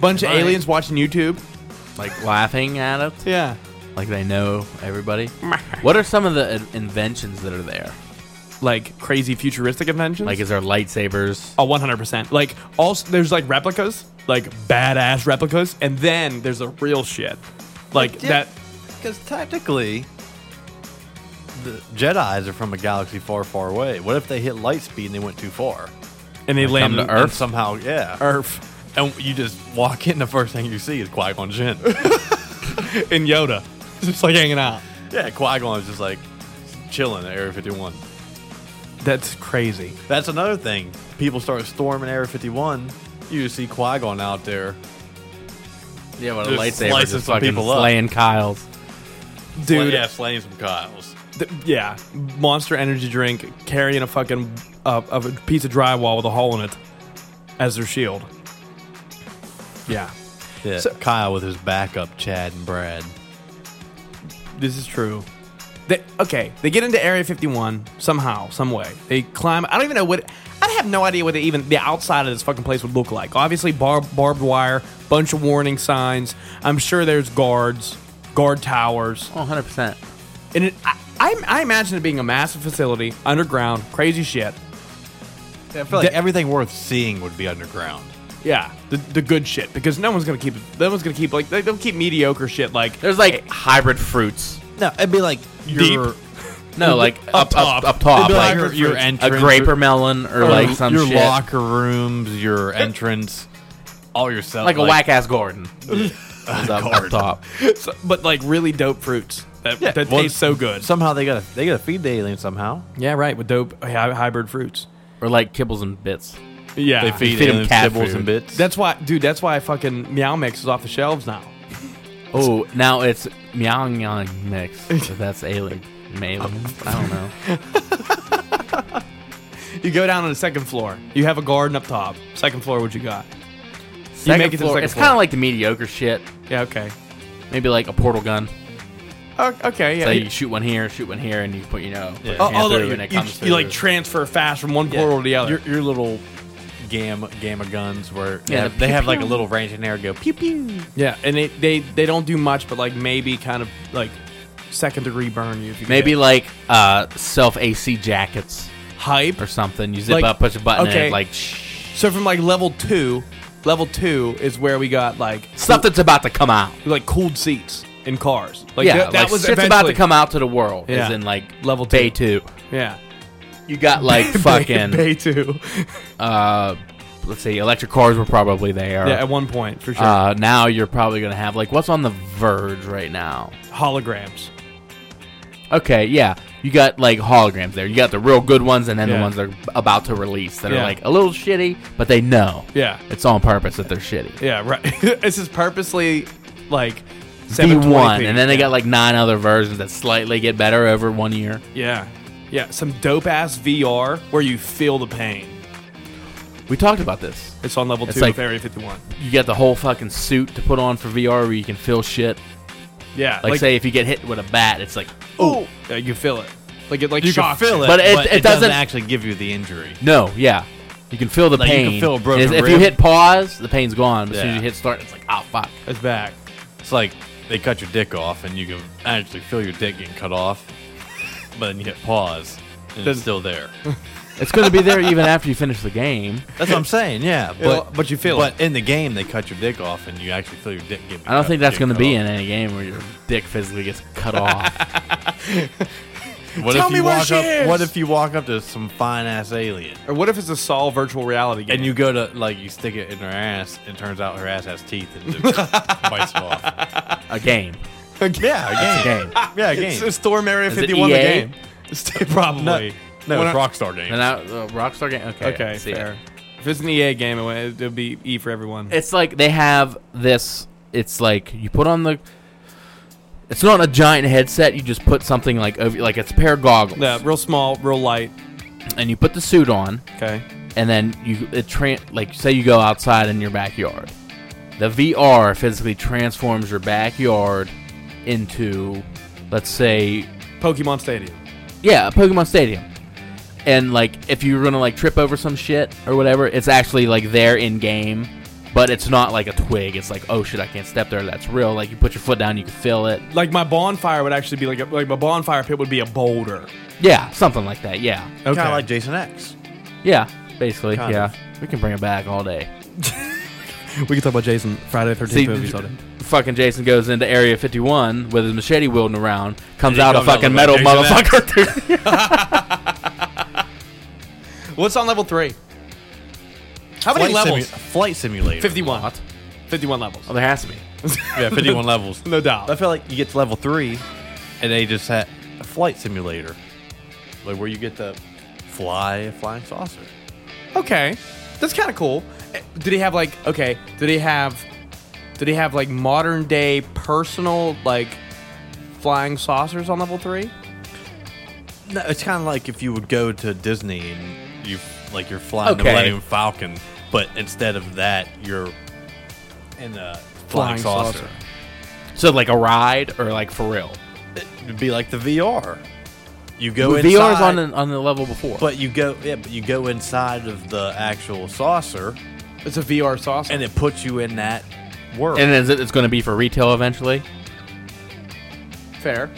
Speaker 1: Bunch of
Speaker 2: Right.
Speaker 1: aliens watching YouTube.
Speaker 3: Like laughing at it.
Speaker 1: Yeah.
Speaker 3: Like they know everybody. what are some of the in- inventions that are there?
Speaker 1: Like crazy futuristic inventions.
Speaker 3: Like, is there lightsabers?
Speaker 1: Oh, 100%. Like, also, there's like replicas, like badass replicas, and then there's the real shit. Like, that.
Speaker 2: Because technically, the Jedi's are from a galaxy far, far away. What if they hit light speed and they went too far?
Speaker 1: And they land
Speaker 3: to
Speaker 1: on
Speaker 2: And somehow, yeah.
Speaker 1: Earth
Speaker 2: And you just walk in, the first thing you see is Qui Gon Jinn.
Speaker 1: in Yoda. Just like hanging out.
Speaker 2: yeah, Qui Gon is just like chilling at Area 51.
Speaker 1: That's crazy.
Speaker 2: That's another thing. People start storming Area 51. You just see Qui Gon out there.
Speaker 3: Yeah, but
Speaker 2: Just slicing some people up.
Speaker 3: slaying Kyle's.
Speaker 1: Dude,
Speaker 2: yeah, slaying some Kyles.
Speaker 1: th- yeah. Monster energy drink carrying a fucking uh, of a piece of drywall with a hole in it as their shield. Yeah.
Speaker 2: Yeah,
Speaker 1: So-
Speaker 2: Kyle with his backup, Chad and Brad.
Speaker 1: This is true. They, okay, they get into Area 51 somehow, some way. They climb. I don't even know what. I have no idea what they even the outside of this fucking place would look like. Obviously, barb, barbed wire, bunch of warning signs. I'm sure there's guards. guard towers,
Speaker 3: Oh, 100%.
Speaker 1: and it, I, I, I imagine it being a massive facility underground, crazy shit.
Speaker 2: I feel like
Speaker 1: That-
Speaker 2: everything worth seeing would be underground.
Speaker 1: Yeah, the, the good shit because no one's gonna keep no one's gonna keep like they don't keep mediocre shit like
Speaker 3: There's like hybrid fruits.
Speaker 2: No, it'd be like
Speaker 1: your
Speaker 3: No, like up, up,
Speaker 1: top.
Speaker 3: up, top.
Speaker 2: It'd be
Speaker 3: Like,
Speaker 2: like
Speaker 3: your,
Speaker 2: your- your
Speaker 3: a
Speaker 2: entrance
Speaker 3: grape
Speaker 2: or-
Speaker 3: or melon or,
Speaker 2: your-
Speaker 3: like some
Speaker 2: your
Speaker 3: shit.
Speaker 2: locker rooms, your entrance, all your stuff.
Speaker 3: like a whack ass garden. Is up, up
Speaker 2: garden.
Speaker 3: top.
Speaker 1: so- but like really dope fruits that
Speaker 2: Yeah,
Speaker 1: that
Speaker 2: well,
Speaker 1: taste so good.
Speaker 2: Somehow they gotta they gotta feed the alien somehow.
Speaker 1: yeah, right with dope hy- hybrid fruits.
Speaker 3: Or like kibbles and bits.
Speaker 1: Yeah,
Speaker 2: They feed,
Speaker 3: feed 'em
Speaker 2: aliens
Speaker 3: cat
Speaker 2: kibbles
Speaker 3: food.
Speaker 2: and bits.
Speaker 1: That's why, dude. That's why I fucking Meow Mix is off the shelves now.
Speaker 3: Oh, now it's meowing meowing mix. So that's alien. Malin. I don't know.
Speaker 1: You go down on the second floor. You have a garden up top. Second floor, what you got?
Speaker 3: Second
Speaker 1: make it to the
Speaker 3: floor-
Speaker 1: second
Speaker 3: it's
Speaker 1: floor.
Speaker 3: kind of like the mediocre shit.
Speaker 1: Yeah, okay.
Speaker 3: Maybe like a portal gun.
Speaker 1: O- Okay, yeah.
Speaker 3: So
Speaker 1: You-
Speaker 3: you shoot one here, shoot one here, and you put you know. Put
Speaker 2: Yeah.
Speaker 3: your
Speaker 1: Oh,
Speaker 3: hand
Speaker 1: although
Speaker 3: through
Speaker 1: you,
Speaker 3: and it
Speaker 1: you-
Speaker 3: comes
Speaker 1: you, like
Speaker 3: through.
Speaker 1: transfer fast from one
Speaker 2: Yeah.
Speaker 1: portal to the other.
Speaker 2: Your, your little gamma gamma guns where they
Speaker 3: Yeah,
Speaker 2: have,
Speaker 3: the
Speaker 2: they
Speaker 3: pew
Speaker 2: have like a
Speaker 3: pew.
Speaker 2: little range in there. Go pew pew.
Speaker 1: yeah, and they, they they don't do much, but like maybe kind of like second degree burn you. If you
Speaker 3: Maybe
Speaker 1: get
Speaker 3: like uh, self AC jackets
Speaker 1: hype.
Speaker 3: or something. You zip
Speaker 1: Like-
Speaker 3: up, push a button, and
Speaker 1: okay.
Speaker 3: it, like shh,
Speaker 1: So from like level two, level two is where we got like
Speaker 3: stuff that's about to come out.
Speaker 1: like cooled seats in cars. Like
Speaker 3: yeah,
Speaker 1: that, that
Speaker 3: like
Speaker 1: was
Speaker 3: shit's about to
Speaker 1: eventually-
Speaker 3: come out to the world.
Speaker 1: Yeah.
Speaker 3: As in like
Speaker 1: Level
Speaker 3: day
Speaker 1: two.
Speaker 3: two.
Speaker 1: Yeah,
Speaker 3: You got like fucking
Speaker 1: day two.
Speaker 3: uh, let's see, electric cars were probably there.
Speaker 1: Yeah, at one point for sure.
Speaker 3: uh, now you're probably gonna have like what's on the verge right now.
Speaker 1: Holograms.
Speaker 3: Okay, yeah. You got like holograms there. You got the real good ones and then
Speaker 1: Yeah.
Speaker 3: the ones that are about to release that
Speaker 1: Yeah.
Speaker 3: are like a little shitty, but they know.
Speaker 1: Yeah.
Speaker 3: It's on purpose that they're shitty.
Speaker 1: Yeah, right. this is purposely like
Speaker 3: Be
Speaker 1: 720p.
Speaker 3: one, and then they
Speaker 1: yeah.
Speaker 3: got like nine other versions that slightly get better over one year.
Speaker 1: yeah, yeah, some dope ass VR where you feel the pain.
Speaker 3: We talked about this.
Speaker 1: It's on level
Speaker 3: It's
Speaker 1: two
Speaker 3: like-
Speaker 1: of Area 51.
Speaker 3: You got the whole fucking suit to put on for VR where you can feel shit.
Speaker 1: Yeah,
Speaker 3: Like, say if you get hit with a bat, it's like
Speaker 1: oh, yeah, you feel it. Like it, like
Speaker 2: You can
Speaker 1: shocks
Speaker 2: feel it,
Speaker 3: But it- it
Speaker 2: doesn't,
Speaker 3: doesn't-
Speaker 2: actually give you the injury.
Speaker 3: no, yeah. You can feel the
Speaker 2: Like, you can
Speaker 3: pain.
Speaker 2: feel a
Speaker 3: And
Speaker 2: broken
Speaker 3: if- if you
Speaker 2: rib.
Speaker 3: hit pause, the pain's gone. But as soon as
Speaker 2: Yeah.
Speaker 3: you hit start, it's like oh fuck.
Speaker 1: It's back.
Speaker 2: It's like they cut your dick off, and you can actually feel your dick getting cut off. But then you hit pause, and it's
Speaker 1: Doesn't-
Speaker 2: still there.
Speaker 3: It's gonna be there even after you finish the game.
Speaker 2: That's what I'm saying. Yeah,
Speaker 1: Well,
Speaker 2: but
Speaker 1: but you feel
Speaker 2: but in the game they cut your dick off, and you actually feel your dick get.
Speaker 3: I don't think that's going to be in any game where your dick physically gets cut off.
Speaker 2: it. What
Speaker 1: Tell
Speaker 2: if
Speaker 1: me
Speaker 2: you
Speaker 1: where
Speaker 2: walk
Speaker 1: she
Speaker 2: up,
Speaker 1: is!
Speaker 2: What if you walk up to some fine ass alien?
Speaker 1: Or what if it's a Saw virtual reality game?
Speaker 2: And you go to like you stick it in her ass, and it turns out her ass has teeth, and it just bites them off.
Speaker 3: a game.
Speaker 2: Yeah,
Speaker 3: A game.
Speaker 2: Yeah, a
Speaker 1: It's
Speaker 2: game.
Speaker 1: a Storm Area
Speaker 3: it E
Speaker 1: 51 the
Speaker 3: EA?
Speaker 1: game. It's probably.
Speaker 2: No,
Speaker 1: When
Speaker 2: it's
Speaker 1: I-
Speaker 2: Rockstar game.
Speaker 3: And I, uh, Rockstar game. Okay.
Speaker 1: Okay,
Speaker 3: see
Speaker 1: fair.
Speaker 3: it.
Speaker 1: If it's an EA game, it would it would be E for everyone.
Speaker 3: It's like they have this. It's like you put on the. It's not a giant headset. You just put something like over, like it's a pair of goggles,
Speaker 1: yeah, real small, real light.
Speaker 3: and you put the suit on,
Speaker 1: Okay.
Speaker 3: and then you it tran like say you go outside in your backyard. The VR physically transforms your backyard into, let's say,
Speaker 1: Pokemon Stadium.
Speaker 3: Yeah, Pokemon Stadium. And like if you're gonna like trip over some shit or whatever, it's actually like there in game, but it's not like a twig. It's like, oh shit, I can't step there, that's real. Like you put your foot down, you can feel it.
Speaker 1: Like my bonfire would actually be like a, like my bonfire pit would be a boulder.
Speaker 3: Yeah, something like that, yeah.
Speaker 1: Okay.
Speaker 2: Kind of like Jason X.
Speaker 3: Yeah, basically.
Speaker 2: Kind
Speaker 3: yeah.
Speaker 2: of.
Speaker 3: We can bring it back all day.
Speaker 1: we can talk about Jason Friday the 13th
Speaker 3: See,
Speaker 1: movies
Speaker 3: d-
Speaker 1: all day.
Speaker 3: fucking Jason goes into Area 51 with his machete wielding around, comes
Speaker 2: he
Speaker 3: out a
Speaker 2: comes out with
Speaker 3: fucking
Speaker 2: a
Speaker 3: metal
Speaker 2: Jason X.
Speaker 3: motherfucker. dude.
Speaker 1: What's on level three? How many
Speaker 2: Flight
Speaker 1: levels?
Speaker 2: simu- Flight Simulator.
Speaker 1: Fifty-one. Fifty-one levels.
Speaker 3: oh, there has to be.
Speaker 2: Yeah, 51 levels.
Speaker 1: No doubt.
Speaker 2: I feel like you get to level three, and they just had a flight simulator, like where you get to fly a flying saucer.
Speaker 1: Okay, that's kind of cool. Eh, Did he have like okay? Did he have? Did he have like modern day personal like flying saucers on level three?
Speaker 2: No, it's kind of like if you would go to Disney and you like you're flying the
Speaker 3: Okay.
Speaker 2: Millennium Falcon, but instead of that, you're in a flying,
Speaker 1: Flying
Speaker 2: saucer.
Speaker 1: saucer.
Speaker 3: So like a ride or like for real.
Speaker 2: It'd be like the VR. You go
Speaker 3: VR's
Speaker 2: inside-
Speaker 3: on the, on the level before.
Speaker 2: But you go, yeah, but you go inside of the actual saucer,
Speaker 1: It's a VR saucer.
Speaker 2: and it puts you in that world.
Speaker 3: And is it, it's going to be for retail eventually?
Speaker 1: Fair.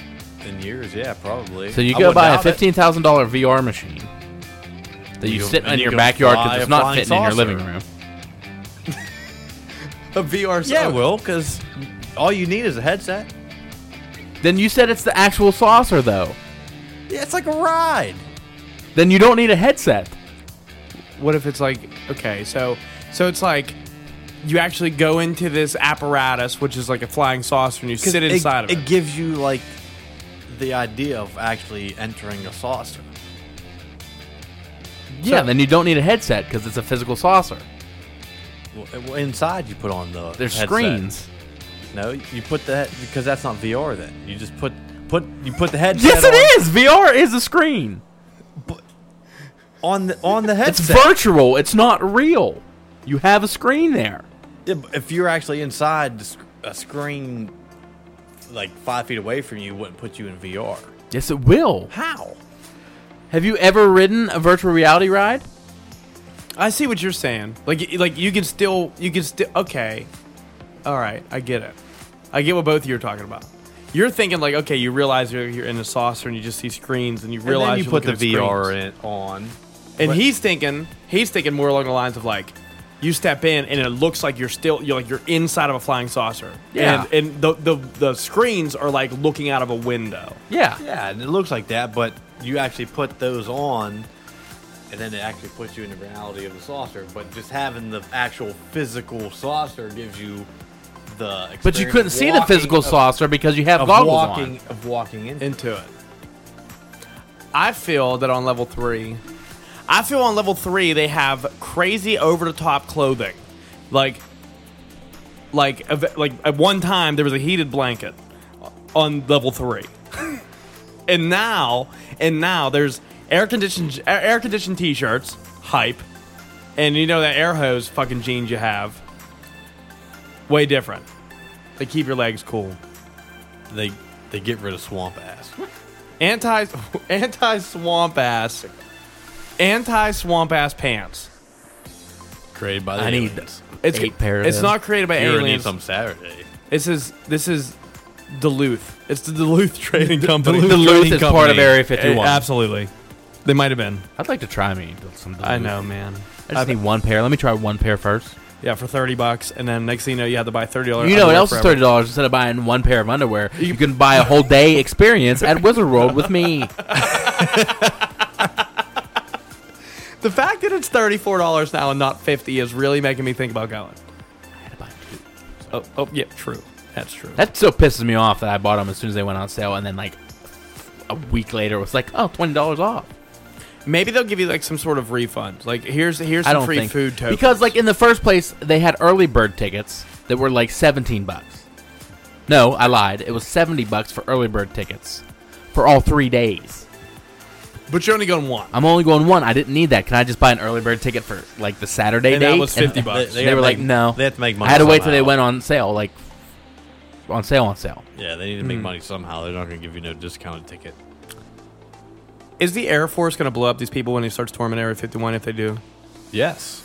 Speaker 2: in years. Yeah, probably.
Speaker 3: So you
Speaker 2: I
Speaker 3: go
Speaker 2: wouldn't
Speaker 3: buy a
Speaker 2: doubt it.
Speaker 3: fifteen thousand dollar VR machine that you,
Speaker 2: You-
Speaker 3: sit
Speaker 2: and
Speaker 3: in
Speaker 2: you
Speaker 3: your
Speaker 2: can
Speaker 3: backyard
Speaker 2: fly
Speaker 3: because
Speaker 2: a
Speaker 3: it's not
Speaker 2: flying
Speaker 3: fitting in your
Speaker 2: saucer.
Speaker 3: living room.
Speaker 6: A VR.
Speaker 2: Yeah, well, because all you need is a headset.
Speaker 3: Then you said it's the actual saucer though.
Speaker 2: Yeah, it's like a ride.
Speaker 3: Then you don't need a headset.
Speaker 1: What if it's like okay, so so it's like you actually go into this apparatus, which is like a flying saucer, and you sit inside of it.
Speaker 2: gives you like the idea of actually entering a saucer.
Speaker 3: Yeah, then you don't need a headset because it's a physical saucer.
Speaker 2: Well, uh, well, inside you put on the
Speaker 3: There's
Speaker 2: headset.
Speaker 3: screens.
Speaker 2: No, you put that because that's not VR. Then you just put put you put the headset.
Speaker 3: Yes,
Speaker 2: on,
Speaker 3: it is. VR is a screen.
Speaker 2: on the on the
Speaker 3: It's
Speaker 2: headset.
Speaker 3: virtual. It's not real. You have a screen there.
Speaker 2: Yeah, but if you're actually inside the sc- a screen, like five feet away from you, wouldn't put you in VR.
Speaker 3: Yes, it will.
Speaker 2: How?
Speaker 3: Have you ever ridden a virtual reality ride?
Speaker 1: I see what you're saying. Like y- like you can still you can still okay. All right, I get it. I get what both of you are talking about. You're thinking like okay, you realize you're, you're in a saucer and you just see screens and you realize
Speaker 2: and then you
Speaker 1: you're
Speaker 2: put the
Speaker 1: looking at
Speaker 2: VR
Speaker 1: screens.
Speaker 2: in, on.
Speaker 1: And he's thinking he's thinking more along the lines of like you step in and it looks like you're still you're like you're inside of a flying saucer.
Speaker 3: Yeah.
Speaker 1: And and the the, the screens are like looking out of a window.
Speaker 3: Yeah.
Speaker 2: Yeah, and it looks like that, but you actually put those on, and then it actually puts you in the reality of the saucer. But just having the actual physical saucer gives you the. Experience
Speaker 3: But you couldn't
Speaker 2: of
Speaker 3: see the
Speaker 2: walking-
Speaker 3: physical
Speaker 2: of-
Speaker 3: saucer because you have
Speaker 2: of
Speaker 3: goggles
Speaker 2: walking
Speaker 3: on.
Speaker 2: of walking in.
Speaker 1: into it. I feel that on level three, I feel on level three they have crazy over the top clothing, like, like, ev- like at one time there was a heated blanket on level three, and now and now there's air conditioned air conditioned t shirts hype, and you know that air hose fucking jeans you have, way different. They keep your legs cool.
Speaker 2: They they get rid of swamp ass.
Speaker 1: anti anti swamp ass anti swamp ass pants.
Speaker 2: Created by the
Speaker 3: I need
Speaker 2: aliens.
Speaker 1: It's
Speaker 3: Eight pair of
Speaker 1: It's
Speaker 3: them.
Speaker 1: not created by
Speaker 2: You're gonna need
Speaker 1: aliens.
Speaker 2: some Saturday.
Speaker 1: This is this is Duluth. It's the Duluth Trading Company.
Speaker 3: Duluth Duluth Trading is part Company. of Area 51.
Speaker 1: Eh, absolutely, they might have been.
Speaker 3: I'd like to try me. Some
Speaker 1: I know, man.
Speaker 3: I just need one pair. Let me try one pair first.
Speaker 1: Yeah, for thirty bucks, and then next thing you know, you have to buy thirty dollars.
Speaker 3: You know what else is thirty dollars instead of buying one pair of underwear? You can buy a whole day experience at Wizard World with me.
Speaker 1: The fact that it's thirty four dollars now and not fifty is really making me think about going. Oh, oh yeah, true. That's true.
Speaker 3: That still pisses me off that I bought them as soon as they went on sale, and then like a week later it was like, oh, $20 off.
Speaker 1: Maybe they'll give you like some sort of refund. Like here's here's
Speaker 3: I
Speaker 1: some
Speaker 3: don't
Speaker 1: free
Speaker 3: think
Speaker 1: food tokens.
Speaker 3: because like in the first place they had early bird tickets that were like seventeen bucks. No, I lied. It was seventy bucks for early bird tickets for all three days.
Speaker 1: But you're only going one.
Speaker 3: I'm only going one. I didn't need that. Can I just buy an early bird ticket for like the Saturday
Speaker 1: And
Speaker 3: date?
Speaker 1: that was 50
Speaker 3: And
Speaker 1: bucks.
Speaker 3: They,
Speaker 2: gotta
Speaker 3: were like,
Speaker 2: make-
Speaker 3: no.
Speaker 2: They have to make money.
Speaker 3: I had to wait till they
Speaker 2: somehow.
Speaker 3: went on sale, like on sale, on sale.
Speaker 2: Yeah, they need to
Speaker 3: Hmm.
Speaker 2: make money somehow. They're not going to give you no discounted ticket.
Speaker 1: Is the Air Force going to blow up these people when he starts storming Area 51 if they do?
Speaker 2: Yes,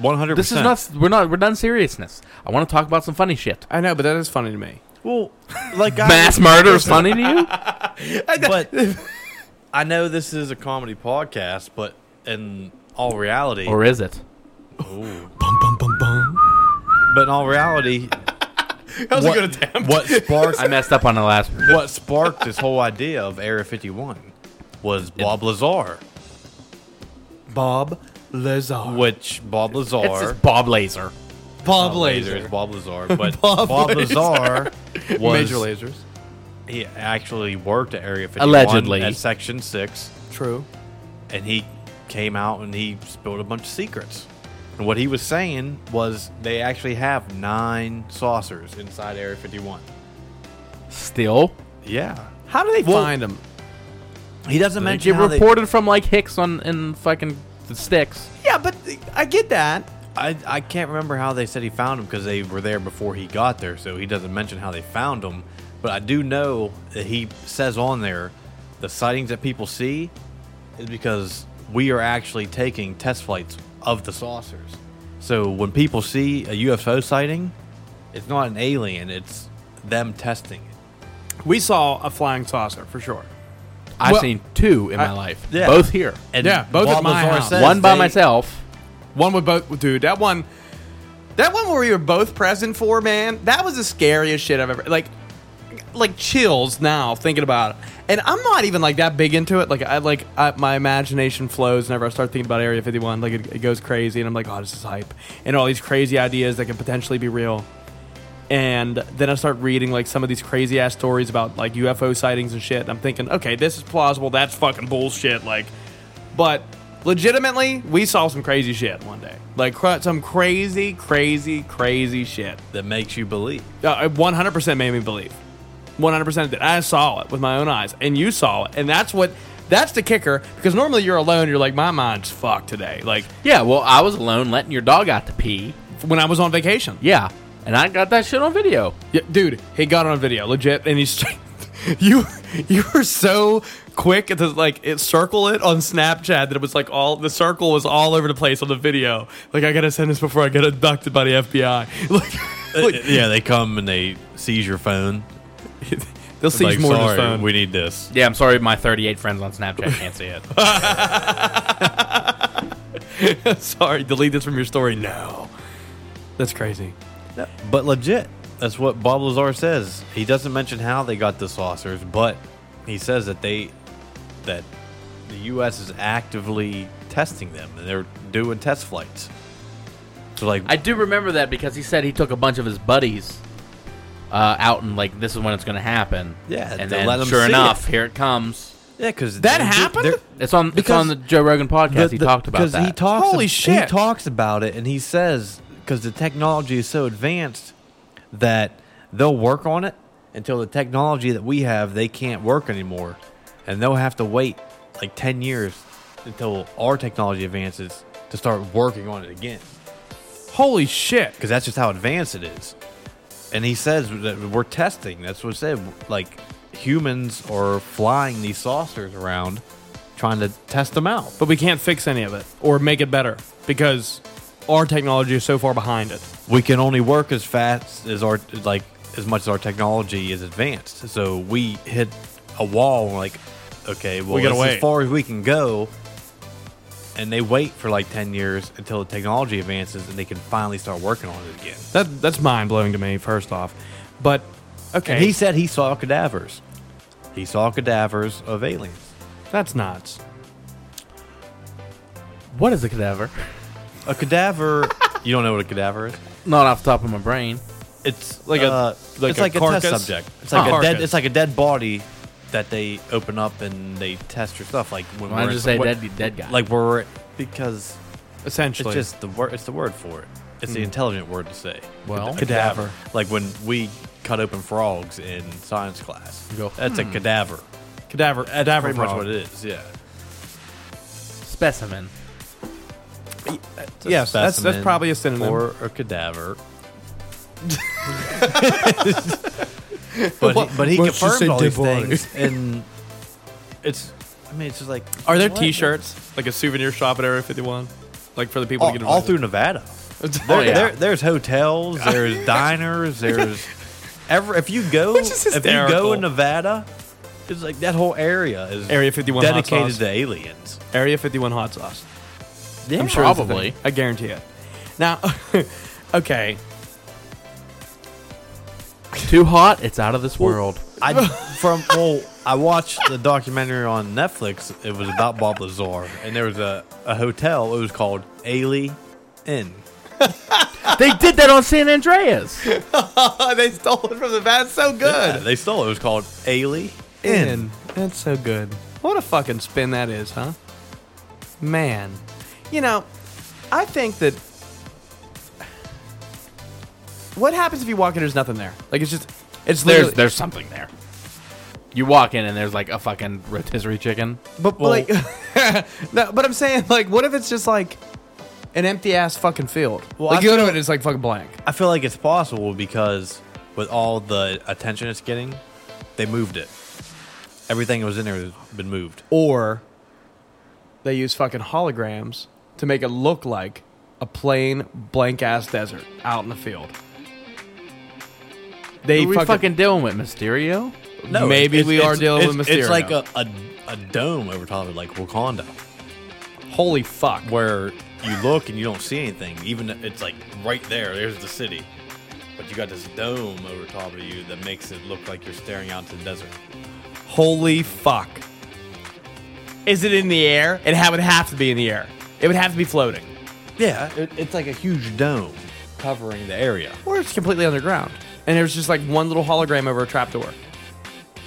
Speaker 2: one hundred.
Speaker 3: This is not. We're not. We're done seriousness. I want to talk about some funny shit.
Speaker 1: I know, but that is funny to me.
Speaker 2: well, like I,
Speaker 3: Mass murder is funny to you?
Speaker 2: but I know this is a comedy podcast, but in all reality,
Speaker 3: Or is it?
Speaker 2: but in all reality,
Speaker 1: That was
Speaker 2: what,
Speaker 1: a good attempt.
Speaker 2: what sparked
Speaker 3: I messed up on the last one.
Speaker 2: what sparked this whole idea of Area Fifty One was Bob Lazar,
Speaker 1: Bob Lazar.
Speaker 2: which Bob Lazar
Speaker 3: It's just Bob Laser.
Speaker 1: Bob
Speaker 2: Bob Lazar is
Speaker 1: Lazar.
Speaker 2: Bob Lazar, but
Speaker 1: Bob
Speaker 2: Bob, Lazar was
Speaker 1: Major lasers.
Speaker 2: he actually worked at Area 51
Speaker 3: Allegedly.
Speaker 2: at Section 6,
Speaker 1: True.
Speaker 2: and he came out and he spilled a bunch of secrets. And what he was saying was they actually have nine saucers inside Area 51.
Speaker 3: Still,
Speaker 2: Yeah.
Speaker 1: How do they
Speaker 2: Well,
Speaker 1: find him?
Speaker 2: He doesn't
Speaker 3: Like you
Speaker 2: mention how they-
Speaker 3: reported from like Hicks on in fucking the sticks.
Speaker 1: Yeah, but I get that.
Speaker 2: I, I can't remember how they said he found them because they were there before he got there, so he doesn't mention how they found them. But I do know that he says on there the sightings that people see is because we are actually taking test flights of the saucers. So when people see a UFO sighting, it's not an alien, it's them testing it.
Speaker 1: We saw a flying saucer for sure.
Speaker 3: I've
Speaker 5: Well-
Speaker 3: seen two in my
Speaker 1: I-
Speaker 3: life.
Speaker 2: yeah.
Speaker 3: Both here.
Speaker 2: And
Speaker 5: Yeah, both at my
Speaker 2: Bulbasaur
Speaker 5: house.
Speaker 2: says
Speaker 3: One by
Speaker 2: they-
Speaker 3: myself.
Speaker 1: One with both, dude. That one, that one where we were both present for, man. That was the scariest shit I've ever like, like chills now thinking about it. And I'm not even like that big into it. Like I like I, my imagination flows whenever I start thinking about Area 51. Like it, it goes crazy, and I'm like, oh, this is hype, and all these crazy ideas that can potentially be real. And then I start reading like some of these crazy ass stories about like UFO sightings and shit. And I'm thinking, okay, this is plausible. That's fucking bullshit. Like but legitimately, we saw some crazy shit one day. Like cr- some crazy, crazy, crazy shit.
Speaker 2: That makes you believe.
Speaker 1: Uh, it 100% made me believe. 100% that I saw it with my own eyes, and you saw it, and that's what. That's the kicker because normally you're alone. You're like, my mind's fucked today. Like
Speaker 3: Yeah, well, I was alone letting your dog out to pee.
Speaker 1: when I was on vacation.
Speaker 3: Yeah. And I got that shit on video.
Speaker 1: Yeah, dude, he got on video, legit, and he's you you were so quick at the like it circle it on Snapchat that it was like all the circle was all over the place on the video. Like I gotta send this before I get abducted by the FBI. Like,
Speaker 2: Uh,
Speaker 1: like
Speaker 2: yeah, they come and they seize your phone.
Speaker 1: they'll seize
Speaker 2: like,
Speaker 1: more than his
Speaker 2: sorry,
Speaker 1: phone.
Speaker 2: we need this.
Speaker 3: Yeah, I'm sorry, my 38 friends on Snapchat can't see it.
Speaker 1: sorry, delete this from your story. No, that's crazy.
Speaker 2: But legit, that's what Bob Lazar says. He doesn't mention how they got the saucers, but he says that they that the U.S. is actively testing them and they're doing test flights. So like,
Speaker 3: I do remember that because he said he took a bunch of his buddies uh, out and like this is when it's going to happen.
Speaker 2: Yeah,
Speaker 3: and
Speaker 2: to
Speaker 3: then
Speaker 2: let 'em
Speaker 3: sure
Speaker 2: see
Speaker 3: enough, here it comes.
Speaker 2: yeah, because
Speaker 1: That happened?
Speaker 3: It's on it's
Speaker 2: Because
Speaker 3: on the Joe Rogan podcast. he talked about that.
Speaker 2: He talks
Speaker 1: Holy
Speaker 2: ab- He
Speaker 1: shit.
Speaker 2: talks about it, and he says because the technology is so advanced that they'll work on it until the technology that we have they can't work anymore, and they'll have to wait like ten years until our technology advances to start working on it again
Speaker 1: Holy shit!
Speaker 2: because that's just how advanced it is. And he says that we're testing. That's what it said. Like humans are flying these saucers around, trying to test them out.
Speaker 1: But we can't fix any of it or make it better because our technology is so far behind it.
Speaker 2: we can only work as fast as our like as much as our technology is advanced. So we hit a wall and like, okay, well
Speaker 1: We gotta
Speaker 2: that's as
Speaker 1: wait.
Speaker 2: far as we can go. And they wait for like ten years until the technology advances and they can finally start working on it again.
Speaker 1: That that's mind blowing to me. First off, but okay,
Speaker 2: And he said he saw cadavers. He saw cadavers of aliens.
Speaker 1: that's nuts.
Speaker 3: what is a cadaver?
Speaker 2: A cadaver you don't know what a cadaver is?
Speaker 3: Not off the top of my brain.
Speaker 2: It's
Speaker 1: Like
Speaker 2: like
Speaker 1: a-
Speaker 2: a
Speaker 1: like
Speaker 2: Uh, it's
Speaker 1: a
Speaker 2: like a,
Speaker 1: carcass?
Speaker 2: test subject. It's
Speaker 1: Oh.
Speaker 2: like a dead
Speaker 1: Carcass.
Speaker 2: it's like a dead body that they open up and they test your stuff. Like when
Speaker 3: Why
Speaker 2: we're
Speaker 3: don't
Speaker 2: in-
Speaker 3: you say
Speaker 2: what-
Speaker 3: dead dead guy?
Speaker 2: Like we're because it's
Speaker 1: Essentially,
Speaker 2: just the word. It's the word for it. It's the intelligent word to say.
Speaker 3: Well-
Speaker 2: A
Speaker 1: Cadaver.
Speaker 2: Like when we cut open frogs in science class.
Speaker 3: You go,
Speaker 2: That's a cadaver.
Speaker 1: cadaver, cadaver
Speaker 2: Pretty much
Speaker 1: frog.
Speaker 2: what it is. Yeah.
Speaker 3: specimen.
Speaker 2: It's a
Speaker 1: Yes, that's that's
Speaker 2: specimen
Speaker 1: probably a synonym.
Speaker 2: or a cadaver. but he, but he
Speaker 5: why don't you
Speaker 2: confirmed
Speaker 5: say
Speaker 2: all
Speaker 5: dead
Speaker 2: these
Speaker 5: body?
Speaker 2: things, and it's. I mean, it's just like.
Speaker 1: Are there
Speaker 2: what?
Speaker 1: T-shirts like a souvenir shop at Area 51, like for the people to
Speaker 2: All,
Speaker 1: get
Speaker 2: all
Speaker 1: invited?
Speaker 2: through Nevada.
Speaker 3: Oh,
Speaker 2: There,
Speaker 3: yeah.
Speaker 2: there- there's hotels, there's diners, there's ever. If you go,
Speaker 1: Which is
Speaker 2: if you go
Speaker 1: hysterical.
Speaker 2: in Nevada, it's like that whole area is
Speaker 1: Area 51 hot
Speaker 2: dedicated
Speaker 1: sauce.
Speaker 2: to aliens.
Speaker 1: Area 51 hot sauce. sure
Speaker 3: I'm
Speaker 1: it's a
Speaker 3: probably.
Speaker 1: thing. I guarantee it. Now, okay,
Speaker 3: Too hot, it's out of this world.
Speaker 2: I from well, I watched the documentary on Netflix. It was about Bob Lazar, and there was a, a hotel. It was called Ailey Inn.
Speaker 3: they did that on San Andreas.
Speaker 1: they stole it from the van. So
Speaker 2: Yeah,
Speaker 1: good.
Speaker 2: they stole it. It was called Ailey Inn.
Speaker 1: In. That's so good. What a fucking spin that is, huh? Man. You know, I think that. What happens if you walk in? There's nothing there. Like it's just, it's
Speaker 3: There's
Speaker 1: literally-
Speaker 3: there's something there. You walk in and there's like a fucking rotisserie chicken.
Speaker 1: But, but like, no, but I'm saying like, what if it's just like an empty ass fucking field? Well,
Speaker 2: I
Speaker 1: like, you go to it, and it's like fucking blank.
Speaker 2: I feel like it's possible because with all the attention it's getting, they moved it. Everything that was in there has been moved.
Speaker 1: Or they use fucking holograms to make it look like a plain blank ass desert out in the field. They
Speaker 3: What are we
Speaker 1: fucking,
Speaker 3: fucking dealing with Mysterio?
Speaker 2: No,
Speaker 1: maybe
Speaker 2: it's-
Speaker 1: we
Speaker 2: it's-
Speaker 1: are dealing
Speaker 2: it's-
Speaker 1: with Mysterio.
Speaker 2: It's like a, a, a dome over top of it, like Wakanda,
Speaker 1: holy fuck.
Speaker 2: where you look and you don't see anything. Even th- it's like right there. There's the city, but you got this dome over top of you that makes it look like you're staring out to the desert.
Speaker 1: Holy fuck. Is it in the air? It ha- would have to be in the air. It would have to be floating.
Speaker 2: Yeah, it, it's like a huge dome covering the area.
Speaker 1: Or it's completely underground. And there's just like one little hologram over a trapdoor.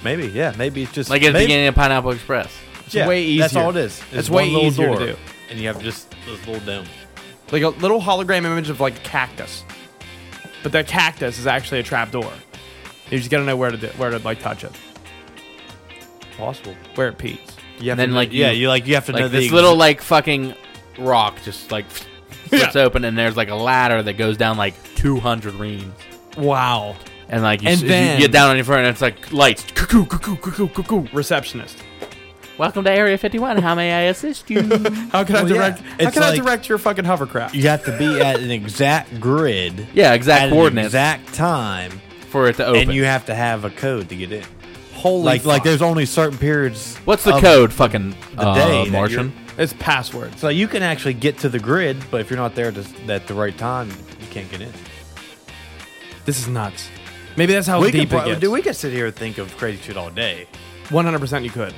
Speaker 2: Maybe, yeah, maybe it's just
Speaker 3: Like at the
Speaker 2: maybe-
Speaker 3: beginning of Pineapple Express.
Speaker 1: It's way
Speaker 2: That's
Speaker 1: easier.
Speaker 2: all it is.
Speaker 1: It's
Speaker 2: one
Speaker 1: way
Speaker 2: little
Speaker 1: easier to
Speaker 2: door,
Speaker 1: do.
Speaker 2: and you have just this little dome.
Speaker 1: Like a little hologram image of like a cactus. But that cactus is actually a trapdoor. You just gotta know where to do, where to like touch it,
Speaker 2: Possible.
Speaker 1: where it peaks.
Speaker 2: You have
Speaker 3: And then,
Speaker 2: to
Speaker 3: like,
Speaker 2: know, yeah,
Speaker 3: you-
Speaker 2: you like you have to know
Speaker 3: Like this
Speaker 2: the
Speaker 3: little like fucking rock just like flips open and there's like a ladder that goes down like 200 reams.
Speaker 1: Wow.
Speaker 3: And like you,
Speaker 1: And
Speaker 3: s- you
Speaker 1: then-
Speaker 3: get down on your front and it's like lights. Cuckoo, cuckoo, cuckoo, cuckoo.
Speaker 1: Receptionist.
Speaker 4: Welcome to Area 51. How may I assist you?
Speaker 1: How can I
Speaker 2: Well, yeah.
Speaker 1: direct? How
Speaker 2: It's
Speaker 1: can I
Speaker 2: like-
Speaker 1: direct your fucking hovercraft?
Speaker 2: You have to be at an exact grid.
Speaker 3: Yeah, exact
Speaker 2: at
Speaker 3: coordinates
Speaker 2: An exact time,
Speaker 3: for it to open.
Speaker 2: and you have to have a code to get in.
Speaker 1: Holy
Speaker 2: Like, like
Speaker 1: fuck.
Speaker 2: there's only certain periods.
Speaker 3: What's the
Speaker 2: of-
Speaker 3: code, fucking
Speaker 2: the
Speaker 3: uh,
Speaker 2: day that you're-
Speaker 3: Martian?
Speaker 1: It's passwords.
Speaker 2: So you can actually get to the grid, but if you're not there at the- at the right time, you can't get in.
Speaker 1: This is nuts. Maybe that's how
Speaker 2: We
Speaker 1: deep it
Speaker 2: could, pro-
Speaker 1: gets.
Speaker 2: dude, we could sit here and think of crazy shit all day.
Speaker 1: One hundred percent, you could.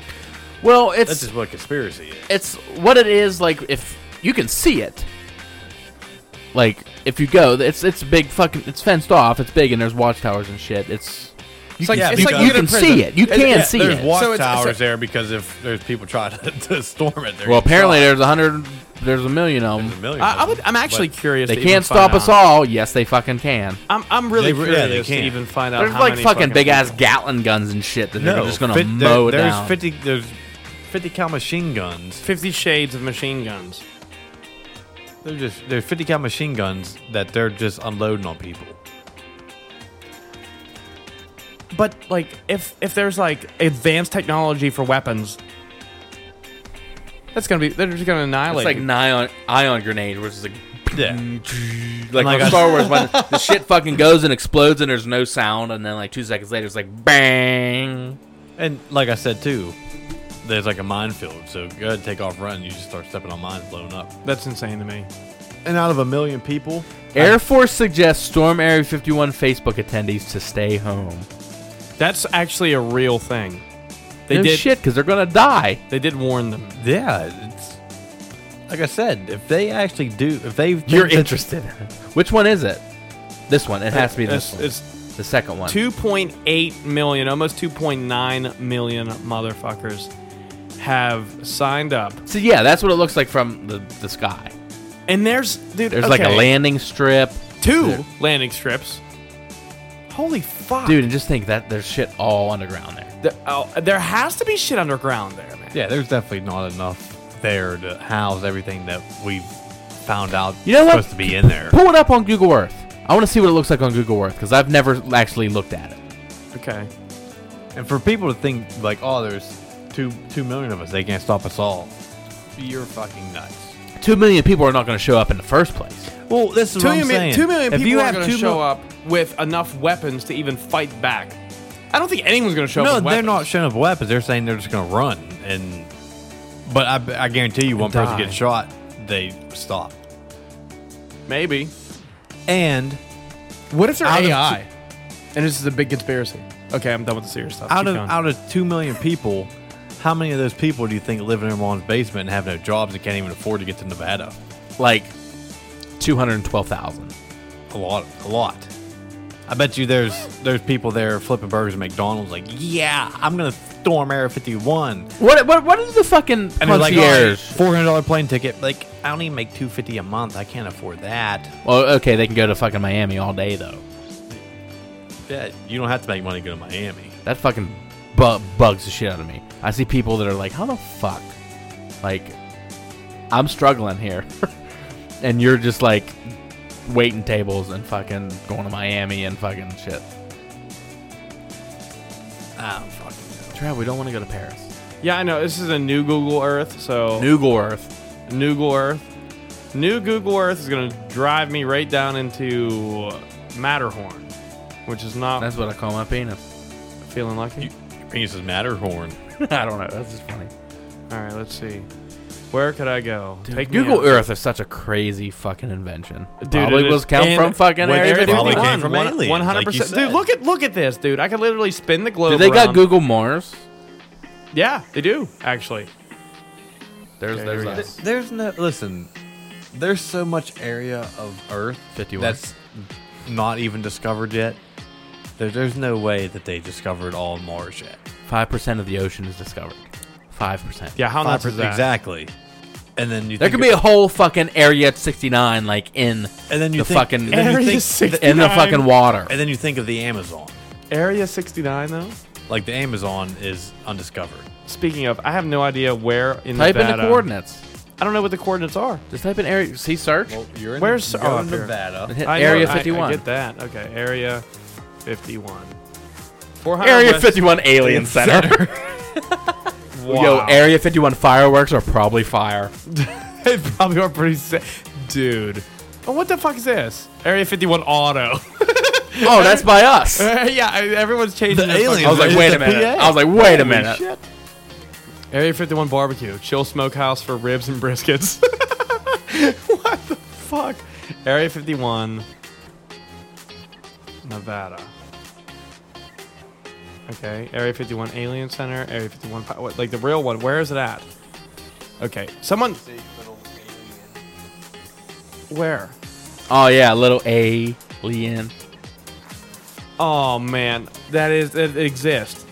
Speaker 3: Well,
Speaker 2: That's
Speaker 3: it's
Speaker 2: just what a conspiracy is.
Speaker 3: it's what it is. Like if you can see it, like if you go, it's it's big fucking. It's fenced off. It's big and there's watchtowers and shit. It's
Speaker 1: It's like,
Speaker 2: yeah,
Speaker 1: it's like
Speaker 2: because-
Speaker 1: being
Speaker 3: you
Speaker 1: in
Speaker 3: can
Speaker 1: prison.
Speaker 3: see it. You
Speaker 1: It's-
Speaker 3: can
Speaker 1: yeah,
Speaker 3: see
Speaker 2: there's
Speaker 3: it.
Speaker 1: So
Speaker 2: watchtowers
Speaker 1: it's- it's-
Speaker 2: there because if there's people trying to, to storm it, they're
Speaker 3: Well,
Speaker 2: gonna
Speaker 3: apparently
Speaker 2: stop.
Speaker 3: there's a hundred. There's a million of
Speaker 2: There's a
Speaker 3: them.
Speaker 2: million
Speaker 1: I, I
Speaker 2: of
Speaker 1: would,
Speaker 2: them,
Speaker 1: I'm actually
Speaker 2: but
Speaker 1: curious.
Speaker 3: They
Speaker 1: to even
Speaker 3: can't stop
Speaker 1: find
Speaker 3: us
Speaker 1: out.
Speaker 3: all. Yes, they fucking can.
Speaker 1: I'm, I'm really
Speaker 2: They- yeah,
Speaker 1: curious
Speaker 2: they
Speaker 1: to
Speaker 2: can.
Speaker 1: even find out.
Speaker 3: There's
Speaker 1: how
Speaker 3: like
Speaker 1: many
Speaker 3: fucking big ass
Speaker 1: people-
Speaker 3: Gatlin guns and shit that
Speaker 2: No,
Speaker 3: they're just gonna
Speaker 2: fit- there-
Speaker 3: mow
Speaker 2: there's
Speaker 3: down.
Speaker 2: fifty. There's fifty cal machine guns.
Speaker 1: Fifty Shades of machine guns.
Speaker 2: They're just there's fifty cal machine guns that they're just unloading on people.
Speaker 1: But like, if if there's like advanced technology for weapons, that's gonna be. They're just gonna
Speaker 3: It's
Speaker 1: annihilate.
Speaker 3: like
Speaker 1: you.
Speaker 3: ion ion grenade, which is like
Speaker 2: Yeah, Like
Speaker 3: like, like
Speaker 2: a-
Speaker 3: Star Wars when the shit fucking goes and explodes and there's no sound, and then like two seconds later it's like bang.
Speaker 2: and like I said too, there's like a minefield. So go ahead, take off, run. You just start stepping on mines, blowing up.
Speaker 1: that's insane to me.
Speaker 2: And out of a million people,
Speaker 3: Air Force suggests Storm Area 51 Facebook attendees to stay home.
Speaker 1: That's actually a real thing. They
Speaker 3: no
Speaker 1: did.
Speaker 3: shit because they're gonna die.
Speaker 1: They did warn them.
Speaker 2: yeah, it's like I said. If they actually do, if they
Speaker 3: You're interested. Which one is it? This one. It has to be this
Speaker 1: It's,
Speaker 3: one.
Speaker 1: it's
Speaker 3: the second one.
Speaker 1: 2.8 million, almost 2.9 million motherfuckers have signed up.
Speaker 3: So yeah, that's what it looks like from the, the sky.
Speaker 1: And there's dude,
Speaker 3: There's like a
Speaker 1: okay,
Speaker 3: landing strip,
Speaker 1: two
Speaker 3: there.
Speaker 1: landing strips. Holy fuck,
Speaker 3: dude. And just think that there's shit all underground there.
Speaker 1: The- oh, there has to be shit underground there, man.
Speaker 2: Yeah, there's definitely not enough there to house everything that we found out
Speaker 3: You know what?
Speaker 2: supposed to be in there.
Speaker 3: Pull it up on Google Earth. I want to see what it looks like on Google Earth because I've never actually looked at it.
Speaker 1: Okay,
Speaker 2: And for people to think like, oh, there's two two million of us, they can't stop us all. You're fucking nuts.
Speaker 3: Two million people are not going to show up in the first place.
Speaker 2: Well, this is
Speaker 1: two
Speaker 2: what I'm
Speaker 1: million,
Speaker 2: saying.
Speaker 1: two million
Speaker 2: If
Speaker 1: people
Speaker 2: you
Speaker 1: are
Speaker 2: have
Speaker 1: going
Speaker 2: two
Speaker 1: to show
Speaker 2: mil-
Speaker 1: up with enough weapons to even fight back. I don't think anyone's going to show
Speaker 2: No,
Speaker 1: up.
Speaker 2: they're
Speaker 1: with weapons.
Speaker 2: not showing up with weapons. They're saying they're just going to run. And but I, I guarantee you, one person
Speaker 1: die.
Speaker 2: gets shot, they stop.
Speaker 1: Maybe.
Speaker 2: And
Speaker 1: What if they're
Speaker 2: Out of
Speaker 1: AI? and this is a big conspiracy. Okay, I'm done with the serious stuff.
Speaker 2: out
Speaker 1: Keep
Speaker 2: of
Speaker 1: going.
Speaker 2: out of two million people, how many of those people do you think live in their mom's basement and have no jobs and can't even afford to get to Nevada?
Speaker 3: Like two hundred twelve thousand.
Speaker 2: A lot, a lot. I bet you there's there's people there flipping burgers at McDonald's. Like, yeah, I'm gonna storm Area 51.
Speaker 3: What what what is the fucking
Speaker 2: And they're like, "Oh,
Speaker 3: concierge?
Speaker 2: four hundred dollar plane ticket. Like, I only make two fifty a month. I can't afford that.
Speaker 3: well, okay, they can go to fucking Miami all day though.
Speaker 2: Yeah, you don't have to make money to go to Miami.
Speaker 3: That fucking bu- bugs the shit out of me. I see people that are like, "How the fuck?" Like, I'm struggling here, and you're just like waiting tables and fucking going to Miami and fucking shit.
Speaker 2: I don't fucking know.
Speaker 3: Trav, we don't want to go to Paris.
Speaker 1: Yeah, I know. This is a new Google Earth, so new,
Speaker 3: New Earth.
Speaker 1: Google Earth. New Google Earth is going to drive me right down into Matterhorn, which is not
Speaker 3: That's what I call my penis.
Speaker 1: feeling lucky.
Speaker 2: penis is Matterhorn.
Speaker 3: I don't know. That's just funny.
Speaker 1: All right, let's see. Where could I go? Take me
Speaker 3: Google
Speaker 1: out.
Speaker 3: Earth is such a crazy fucking invention.
Speaker 1: Dude,
Speaker 3: probably
Speaker 1: it
Speaker 3: was
Speaker 1: is-
Speaker 3: come
Speaker 1: and
Speaker 3: from fucking
Speaker 2: when
Speaker 3: Area
Speaker 2: they're
Speaker 3: 51.
Speaker 2: Probably
Speaker 1: Probably
Speaker 2: came from aliens,
Speaker 1: One hundred
Speaker 2: like you
Speaker 1: percent,
Speaker 2: said.
Speaker 1: dude. Look at look at this, dude. I could literally spin the globe.
Speaker 3: Dude, they got
Speaker 1: around.
Speaker 3: Google Mars.
Speaker 1: Yeah, they do actually.
Speaker 3: There's
Speaker 1: here
Speaker 3: there's
Speaker 1: we go.
Speaker 3: us.
Speaker 2: There's no listen. There's so much area of Earth
Speaker 3: 51.
Speaker 2: that's not even discovered yet. There, there's no way that they discovered all Mars yet.
Speaker 3: Five percent of the ocean is discovered. Five percent.
Speaker 1: Yeah, how nuts
Speaker 2: Five
Speaker 1: is
Speaker 2: percent-
Speaker 1: that?
Speaker 2: Exactly. And then you
Speaker 3: There
Speaker 2: think
Speaker 3: could be a whole fucking Area 69 like in
Speaker 2: and then you
Speaker 3: the
Speaker 2: think,
Speaker 3: fucking-
Speaker 2: and then, you
Speaker 1: Area
Speaker 2: think,
Speaker 1: 69.
Speaker 3: in the fucking water.
Speaker 2: and then you think of the Amazon.
Speaker 1: Area sixty nine though.
Speaker 2: Like the Amazon is undiscovered.
Speaker 1: Speaking of, I have no idea where in
Speaker 3: Type in
Speaker 1: Nevada-
Speaker 3: the coordinates.
Speaker 1: I don't know what the coordinates are.
Speaker 3: Just type in area. See search.
Speaker 2: you're
Speaker 1: in- Where's- you're oh, in up here.
Speaker 2: Nevada?
Speaker 3: Hit
Speaker 1: I know-
Speaker 3: area
Speaker 1: I-
Speaker 3: fifty
Speaker 1: I,
Speaker 3: one.
Speaker 1: get that. Okay, area fifty one.
Speaker 3: Area fifty one alien center.
Speaker 1: Wow.
Speaker 3: Yo, Area fifty one fireworks are probably fire.
Speaker 1: they probably are pretty sick, dude. Oh, what the fuck is this? Area fifty one auto.
Speaker 3: Oh, that's by us. I
Speaker 1: yeah, I- everyone's changing.
Speaker 2: The
Speaker 1: their fucking-
Speaker 2: aliens
Speaker 3: was like,
Speaker 2: It's
Speaker 3: wait
Speaker 2: the
Speaker 3: a minute.
Speaker 2: PA.
Speaker 3: I was like, wait a minute.
Speaker 1: Area 51 barbecue, chill smokehouse for ribs and briskets. what the fuck? Area 51, Nevada. Okay, Area 51 Alien Center, Area 51, po- what, like the real one. Where is it at? Okay, someone. Where?
Speaker 3: Oh yeah, little alien.
Speaker 1: Oh man, that is it exists.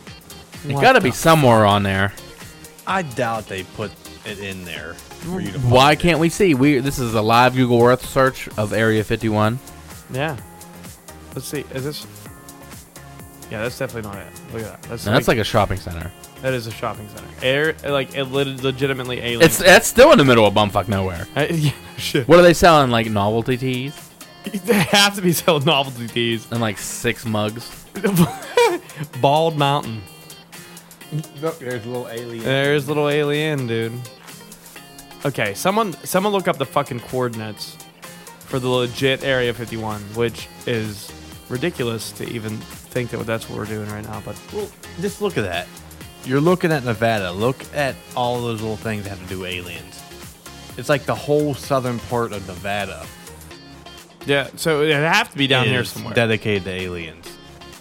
Speaker 3: It gotta be somewhere on there.
Speaker 2: I doubt they put it in there. For you to
Speaker 3: Why can't we see? We this is a live Google Earth search of Area 51.
Speaker 1: Yeah. Let's see. Is this? Yeah, that's definitely not it. Look at that. That's,
Speaker 3: No, that's like a shopping center.
Speaker 1: that is a shopping center. Air like it lit- legitimately alien.
Speaker 3: It's that's still in the middle of bumfuck nowhere.
Speaker 1: I- yeah, shit.
Speaker 3: What are they selling? Like novelty teas
Speaker 1: They have to be selling novelty teas.
Speaker 3: and like six mugs.
Speaker 1: Bald Mountain.
Speaker 2: Look, there's a little alien.
Speaker 1: There's little alien, dude. Okay, someone someone look up the fucking coordinates for the legit Area 51, which is ridiculous to even think that that's what we're doing right now. But
Speaker 2: Well, just look at that. You're looking at Nevada. Look at all those little things that have to do with aliens. It's like the whole southern part of Nevada.
Speaker 1: yeah, so it'd have to be down here
Speaker 2: is
Speaker 1: somewhere.
Speaker 2: Dedicated to aliens.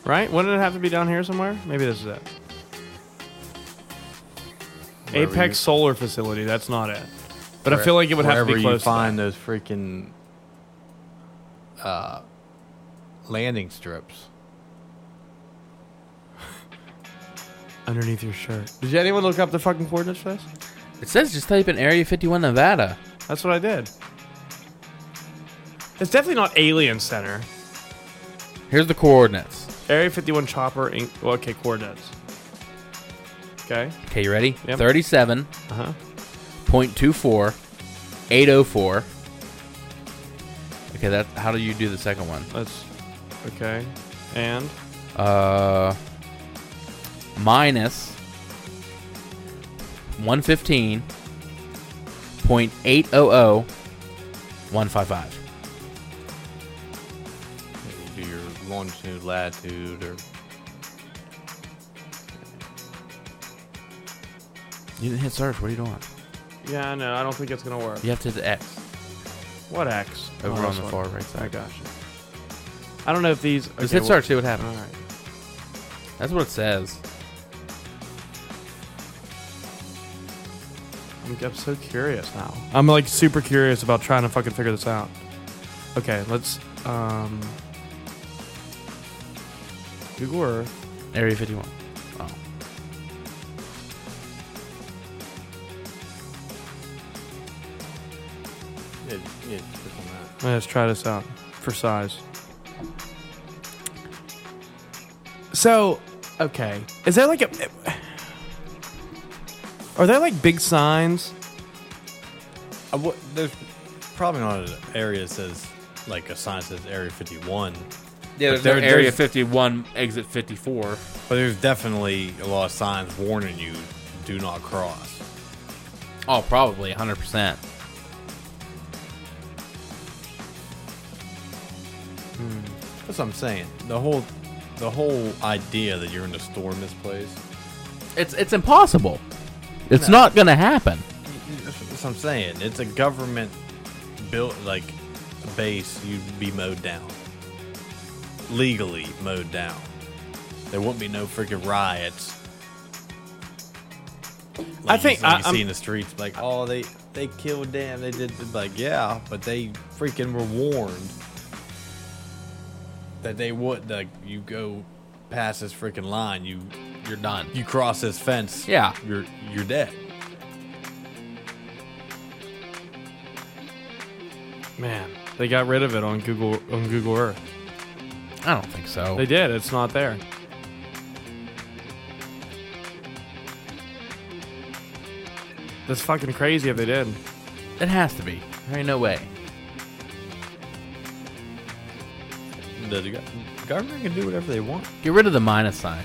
Speaker 1: Right? Wouldn't it have to be down here somewhere? Maybe this is it. Apex Solar Facility. That's not it. But I feel like it would have to
Speaker 2: Wherever
Speaker 1: be close.
Speaker 2: you
Speaker 1: to
Speaker 2: find those freaking uh, landing strips.
Speaker 1: that. underneath your shirt. Did anyone look up the fucking coordinates for this?
Speaker 3: It says just type in Area 51 Nevada.
Speaker 1: That's what I did. It's definitely not Alien Center.
Speaker 3: Here's the coordinates.
Speaker 1: Area 51 Chopper. Inc. Well, okay, coordinates. Okay.
Speaker 3: Okay, you ready?
Speaker 1: Yep.
Speaker 3: 37.24,
Speaker 1: Uh huh.
Speaker 3: 804. Okay, that. How do you do the second one?
Speaker 1: That's okay. And
Speaker 3: Uh, minus 115.800.155.
Speaker 2: You do your longitude, latitude, or
Speaker 3: You didn't hit search. What are you doing?
Speaker 1: yeah, no, I don't think it's gonna work.
Speaker 3: You have to hit the X
Speaker 1: What X?
Speaker 3: over
Speaker 1: Oh,
Speaker 3: on
Speaker 1: this
Speaker 3: the
Speaker 1: one.
Speaker 3: far right
Speaker 1: I
Speaker 3: side.
Speaker 1: gotcha. I don't know if these. Okay,
Speaker 3: Just hit
Speaker 1: well-
Speaker 3: search. See what
Speaker 1: All
Speaker 3: happens.
Speaker 1: right.
Speaker 3: That's what it says.
Speaker 1: I'm, I'm so curious now. I'm like super curious about trying to fucking figure this out. Okay, let's um Google Earth.
Speaker 3: Area 51. Oh.
Speaker 2: yeah, yeah, click on that.
Speaker 1: Let's try this out for size. So, okay, is there like a? Are there like big signs?
Speaker 2: Uh, what, there's probably not an area that says like a sign that says Area 51,
Speaker 3: Yeah,
Speaker 2: there's no there- Area there's-
Speaker 3: 51, exit 54.
Speaker 2: but there's definitely a lot of signs warning you do not cross.
Speaker 3: Oh, probably 100%.
Speaker 2: That's what I'm saying. The whole, the whole idea that you're in a storm this place
Speaker 3: It's it's impossible. It's not gonna happen.
Speaker 2: That's what I'm saying. It's a government built like base. You'd be mowed down legally, mowed down. There wouldn't be no freaking riots. Like,
Speaker 1: think
Speaker 2: you, like
Speaker 1: I-
Speaker 2: you
Speaker 1: I'm-
Speaker 2: see in the streets, like oh they they killed Dan. They did it's like yeah, but they freaking were warned that they would like you go past this freaking line, you
Speaker 3: You're done.
Speaker 2: you cross this fence,
Speaker 3: Yeah.
Speaker 2: you're you're dead.
Speaker 1: Man, they got rid of it on Google on Google Earth.
Speaker 3: I don't think so.
Speaker 1: They did. It's not there. That's fucking crazy if they did.
Speaker 3: It has to be. There ain't no way.
Speaker 2: The the government can do whatever they want.
Speaker 3: Get rid of the minus sign.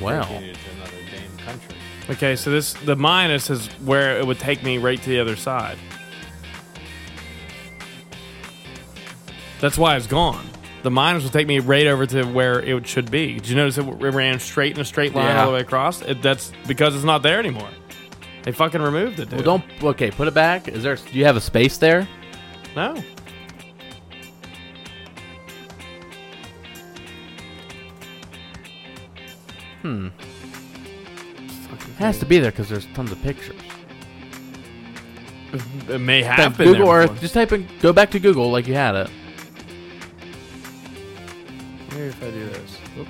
Speaker 3: Wow.
Speaker 2: Continue to another damn country.
Speaker 1: Okay, so this the minus is where it would take me right to the other side. That's why it's gone. The minus will take me right over to where it should be. Did you notice it w- ran straight in a straight line
Speaker 3: Yeah.
Speaker 1: all the way across? It, that's because it's not there anymore. They fucking removed it. Dude.
Speaker 3: Well, don't. Okay, put it back. Is there? Do you have a space there?
Speaker 1: No.
Speaker 3: It has to be there because there's tons of pictures.
Speaker 1: It may have
Speaker 3: Type
Speaker 1: been
Speaker 3: Google
Speaker 1: there
Speaker 3: Earth.
Speaker 1: before.
Speaker 3: Just type in. Go back to Google like you had it.
Speaker 1: Maybe if I do this. Oop.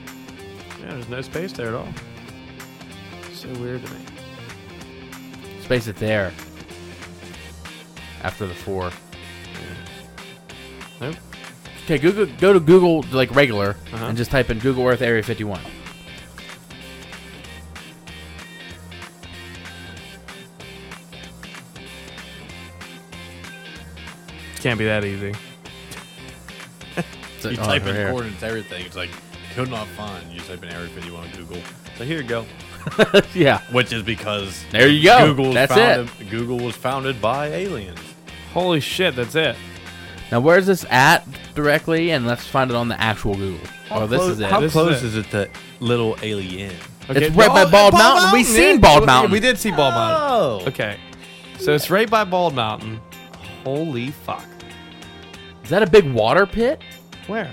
Speaker 1: Yeah, there's no space there at all. So weird to me.
Speaker 3: Space it there. After the four.
Speaker 1: Nope.
Speaker 3: Okay, Google. Go to Google like regular
Speaker 1: Uh-huh.
Speaker 3: and just type in Google Earth Area 51.
Speaker 1: Can't be that easy.
Speaker 3: It's like,
Speaker 2: You
Speaker 3: oh,
Speaker 2: type
Speaker 3: over
Speaker 2: in
Speaker 3: here.
Speaker 2: coordinates, everything. It's like could not find. You type in Area 51 on Google. So here you go.
Speaker 3: Yeah.
Speaker 2: Which is because
Speaker 3: There you go.
Speaker 2: Google was
Speaker 3: That's
Speaker 2: founded, Google was founded by aliens.
Speaker 1: Holy shit, that's it.
Speaker 3: Now where's this at directly? And let's find it on the actual Google. Oh, this
Speaker 2: Close-
Speaker 3: is it.
Speaker 2: How
Speaker 1: This is
Speaker 2: close
Speaker 1: it.
Speaker 2: is it. to Little Alien?
Speaker 3: It's right by Bald Mountain. We seen
Speaker 1: yeah.
Speaker 3: Bald
Speaker 1: Yeah,
Speaker 3: Mountain.
Speaker 1: We did see Bald Mountain.
Speaker 2: Oh,
Speaker 1: Okay. So it's right by Bald Mountain. Holy fuck.
Speaker 3: Is that a big water pit?
Speaker 1: Where?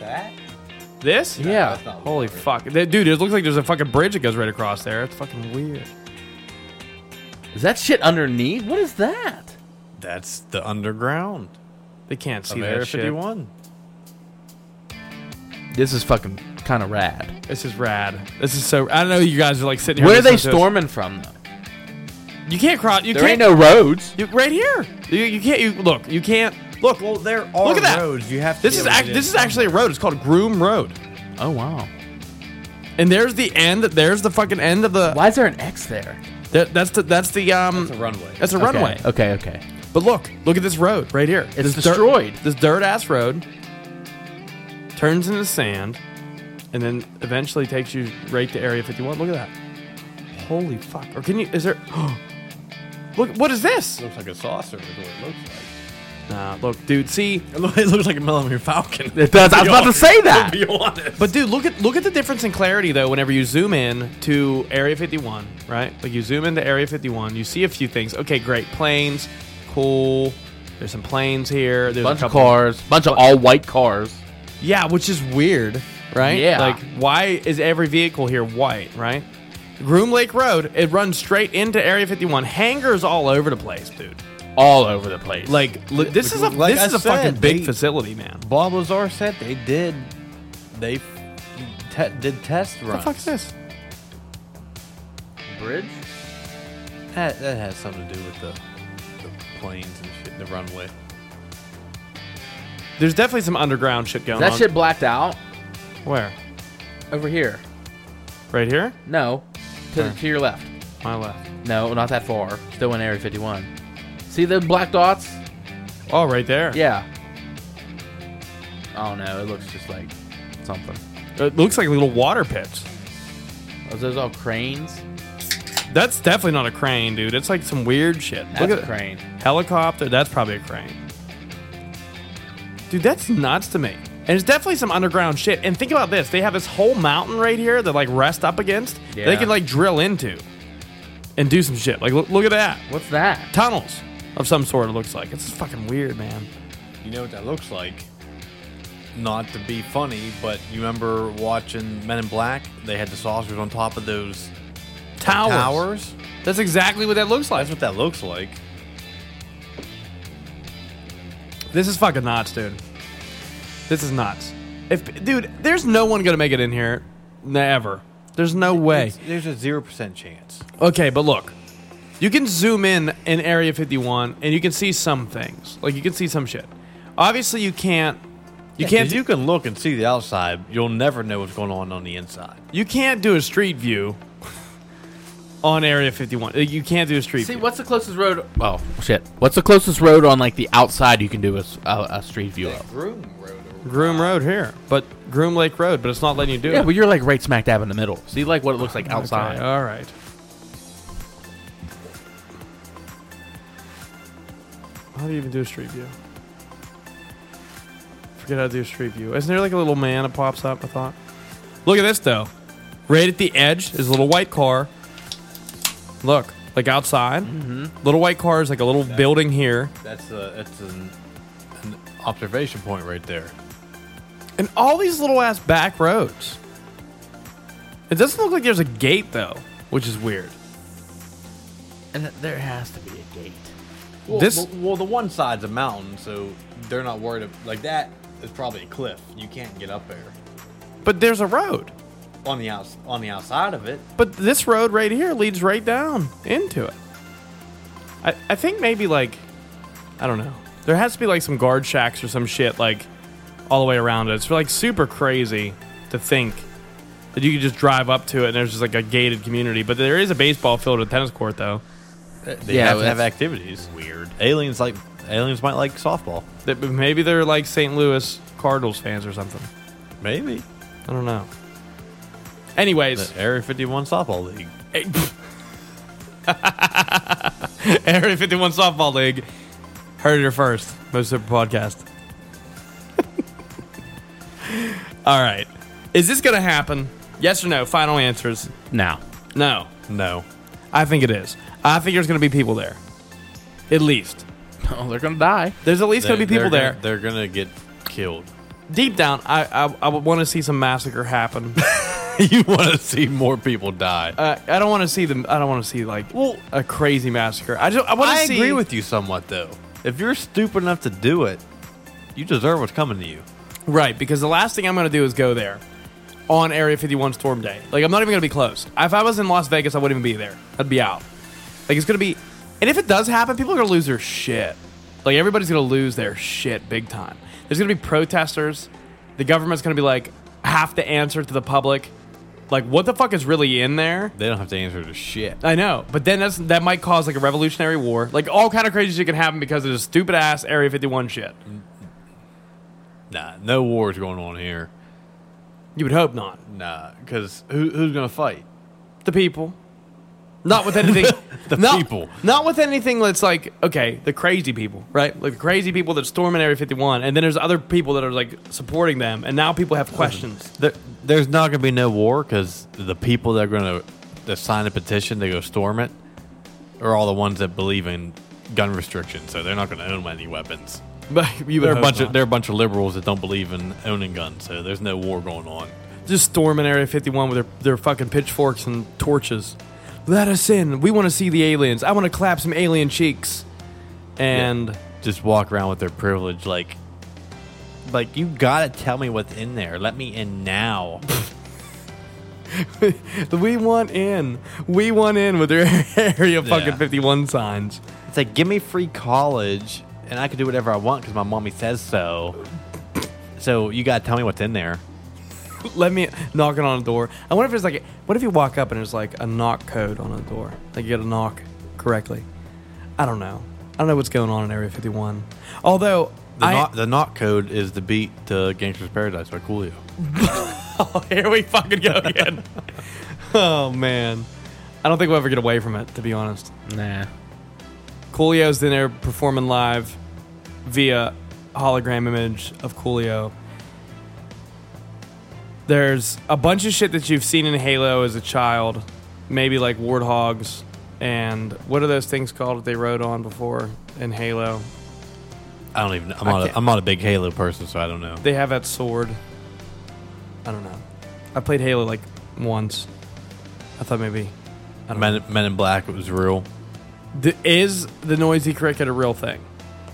Speaker 2: that
Speaker 1: This?
Speaker 3: yeah.
Speaker 2: that's not
Speaker 1: Holy
Speaker 2: water.
Speaker 1: fuck. That- Dude, it looks like there's a fucking bridge that goes right across there. It's fucking weird.
Speaker 3: Is that shit underneath? What is that?
Speaker 2: That's the underground
Speaker 1: They can't see
Speaker 2: of
Speaker 1: that
Speaker 2: Area
Speaker 1: shit.
Speaker 2: 51.
Speaker 3: This is fucking kind of rad.
Speaker 1: This is rad. This is so. I know you guys are like sitting here.
Speaker 3: Where are they
Speaker 1: listening to us.
Speaker 3: storming from though?
Speaker 1: You can't cross. You
Speaker 3: There
Speaker 1: can't.
Speaker 3: ain't no roads.
Speaker 1: You, right here. You, you can't. You look. You can't. Look.
Speaker 2: Well, there are
Speaker 1: Look at that.
Speaker 2: roads. You have to.
Speaker 1: This
Speaker 2: be
Speaker 1: is
Speaker 2: able to
Speaker 1: act,
Speaker 2: get
Speaker 1: this is
Speaker 2: in.
Speaker 1: actually a road. It's called Groom Road.
Speaker 3: Oh wow.
Speaker 1: And there's the end. There's the fucking end of the.
Speaker 3: Why is there an X there?
Speaker 1: that- that's the. That's the. Um.
Speaker 2: It's a runway.
Speaker 1: That's a
Speaker 3: Okay,
Speaker 1: runway.
Speaker 3: Okay, okay.
Speaker 1: But look. Look at this road right here. this
Speaker 3: It's destroyed.
Speaker 1: Dirt, this dirt ass road turns into sand, and then eventually takes you right to Area 51. Look at that. Holy fuck. Or can you? Is there? look. What is this?
Speaker 2: looks like a saucer. Is what it looks like.
Speaker 1: Nah. Look, dude. See.
Speaker 2: It loo- It looks like a Millennium Falcon.
Speaker 3: It does. I was about to say that.
Speaker 2: Be honest.
Speaker 1: But dude, look at look at the difference in clarity though. Whenever you zoom in to Area 51, right? Like you zoom into Area 51, you see a few things. Okay, great, planes, cool. There's some planes here. There's
Speaker 3: Bunch
Speaker 1: a
Speaker 3: of
Speaker 1: couple,
Speaker 3: cars. Bunch of all white cars.
Speaker 1: Yeah, which is weird, right?
Speaker 3: Yeah.
Speaker 1: Like, why is every vehicle here white, right? Groom Lake Road, it runs straight into Area 51. Hangars all over the place, dude.
Speaker 3: All over the place.
Speaker 1: Like, li- this is a
Speaker 2: Like
Speaker 1: this
Speaker 2: I
Speaker 1: is a
Speaker 2: said,
Speaker 1: fucking big
Speaker 2: they-
Speaker 1: facility, man.
Speaker 2: Bob Lazar said they did. They f- te- did test
Speaker 1: What the
Speaker 2: runs.
Speaker 1: fuck is this?
Speaker 3: bridge?
Speaker 2: That, that has something to do with the, the planes and shit, the runway.
Speaker 1: There's definitely some underground shit going
Speaker 3: That
Speaker 1: on.
Speaker 3: shit blacked out
Speaker 1: Where?
Speaker 3: over here.
Speaker 1: Right here?
Speaker 3: No. To, the,
Speaker 1: Huh.
Speaker 3: to your left.
Speaker 1: My left.
Speaker 3: No, not that far. Still in Area 51. See the black dots?
Speaker 1: Oh, right there.
Speaker 3: Yeah. Oh no, it looks just like something.
Speaker 1: It looks like little water pits.
Speaker 3: Are those all cranes?
Speaker 1: That's definitely not a crane, dude. It's like some weird shit.
Speaker 5: That's a crane.
Speaker 1: Helicopter. That's probably a crane. Dude, that's nuts to me. And it's definitely some underground shit. And think about this: they have this whole mountain right here that like rest up against. that They
Speaker 5: Yeah.
Speaker 1: can like drill into and do some shit. Like look, look at that
Speaker 5: What's that?
Speaker 1: tunnels of some sort. It looks like it's fucking weird, man.
Speaker 2: You know what that looks like? Not to be funny, but you remember watching Men in Black? They had the saucers on top of those
Speaker 1: Towers.
Speaker 2: towers.
Speaker 1: That's exactly what that looks like.
Speaker 2: That's what that looks like.
Speaker 1: This is fucking nuts, dude. This is nuts. If dude, there's no one gonna make it in here, never. There's no way.
Speaker 2: It's- There's a zero percent chance.
Speaker 1: Okay, but look, you can zoom in in Area 51, and you can see some things. Like you can see some shit. Obviously, you can't. You
Speaker 2: Because
Speaker 1: can't.
Speaker 2: you
Speaker 1: You,
Speaker 2: can look and see the outside. You'll never know what's going on on the inside.
Speaker 1: you can't do a street view on Area 51. Uh, You can't do a street
Speaker 3: See,
Speaker 1: view.
Speaker 3: what's the closest road? Oh shit! What's the closest road on like the outside you can do a, s- a- a street view of?
Speaker 1: Groom Road here, but Groom Lake Road, but it's not letting you do
Speaker 3: Yeah,
Speaker 1: it.
Speaker 3: but you're like right smack dab in the middle. See, like what it looks like outside.
Speaker 1: Okay, all right. How do you even do a street view? Forget how to do a street view. Isn't there like a little man that pops up? I thought. Look at this though. Right at the edge is a little white car. Look, like outside. Little white car is like a little building here.
Speaker 2: That's a that's an, an observation point right there.
Speaker 1: And all these little ass back roads. It doesn't look like there's a gate though, which is weird.
Speaker 5: And there has to be a gate.
Speaker 2: Well,
Speaker 1: This-
Speaker 2: the, well, the one side's a mountain, so they're not worried. Of, like that is probably a cliff. You can't get up there.
Speaker 1: But there's a road.
Speaker 2: On the outs on the outside of it,
Speaker 1: But this road right here leads right down into it. I, I think maybe like I don't know. There has to be like some guard shacks or some shit like all the way around it. It's like super crazy to think that you could just drive up to it and there's just like a gated community. But there is a baseball field and tennis court though.
Speaker 2: they
Speaker 3: Yeah,
Speaker 2: have to
Speaker 3: that's-
Speaker 2: have activities. Weird. Aliens like aliens might like softball.
Speaker 1: That maybe they're like St. Louis Cardinals fans or something.
Speaker 2: Maybe
Speaker 1: I don't know. Anyways,
Speaker 2: the Area 51 softball league.
Speaker 1: Hey, pff. Area 51 Softball League. Heard it here first. Most Super Podcast. All right. Is this going to happen? Yes or no? Final answers.
Speaker 3: Now,
Speaker 1: No.
Speaker 2: No,
Speaker 1: I think it is. I think there's going to be people there. At least.
Speaker 3: oh, they're gonna die.
Speaker 1: There's at least going to be people there.
Speaker 2: They're gonna get killed.
Speaker 1: Deep down, I, I, I want to see some massacre happen.
Speaker 2: you want to see more people die?
Speaker 1: uh, I don't want to see them. I don't want to see like
Speaker 2: Well,
Speaker 1: a crazy massacre. I just I want to
Speaker 2: I
Speaker 1: see.
Speaker 2: agree with you somewhat, though. If you're stupid enough to do it, you deserve what's coming to you.
Speaker 1: Right, because the last thing I'm going to do is go there on Area 51 storm day. Like, I'm not even going to be close. If I was in Las Vegas, I wouldn't even be there. I'd be out. Like, it's going to be. And if it does happen, people are going to lose their shit. Like, everybody's going to lose their shit big time. There's going to be protesters. The government's going to be like, have to answer to the public. Like, what the fuck is really in there?
Speaker 2: They don't have to answer to shit.
Speaker 1: I know, but then that's, that might cause like a revolutionary war. Like, all kind of crazy shit can happen because of this stupid ass Area 51 shit.
Speaker 2: Nah, no wars going on here.
Speaker 1: You would hope not.
Speaker 2: Nah, because who, who's gonna fight?
Speaker 1: the people. Not with anything.
Speaker 2: The
Speaker 1: not,
Speaker 2: people.
Speaker 1: Not with anything that's like, okay, the crazy people, right? Like the crazy people that storm in Area 51, and then there's other people that are like supporting them, and now people have questions.
Speaker 2: There, there's not gonna be no war because the people that are gonna that sign a petition to go storm it are all the ones that believe in gun restrictions. So they're not gonna own any weapons.
Speaker 1: But you would
Speaker 2: They're a
Speaker 1: hope
Speaker 2: bunch
Speaker 1: not.
Speaker 2: of they're a bunch of liberals that don't believe in owning guns. So there's no war going on.
Speaker 1: just storming Area 51 with their, their fucking pitchforks and torches. Let us in. We want to see the aliens. I want to clap some alien cheeks. And
Speaker 2: Just walk around with their privilege, like. Like you gotta tell me what's in there. Let me in now.
Speaker 1: we want in. We want in with their Area fucking
Speaker 2: Yeah.
Speaker 1: 51 signs.
Speaker 2: It's like, give me free college, and I can do whatever I want because my mommy says so. So you gotta tell me what's in there.
Speaker 1: let me knocking on a door. I wonder if it's like, what if you walk up and there's like a knock code on a door? Like you got to knock correctly. I don't know. I don't know what's going on in Area 51. Although,
Speaker 2: The,
Speaker 1: I,
Speaker 2: not, the not code is the beat to Gangster's Paradise by Coolio.
Speaker 1: here we fucking go again. oh man. I don't think we'll ever get away from it, to be honest.
Speaker 5: Nah.
Speaker 1: Coolio's in there performing live via hologram image of Coolio. There's a bunch of shit that you've seen in Halo as a child, maybe like warthogs and what are those things called that they rode on before in Halo?
Speaker 2: I don't even. I'm
Speaker 1: I
Speaker 2: not. A,
Speaker 1: can't-
Speaker 2: I'm not a big Halo person, so I don't know.
Speaker 1: They have that sword. I don't know. I played Halo like once. I thought maybe
Speaker 2: Men, Men in Black it was real.
Speaker 1: Th- is the noisy cricket a real thing?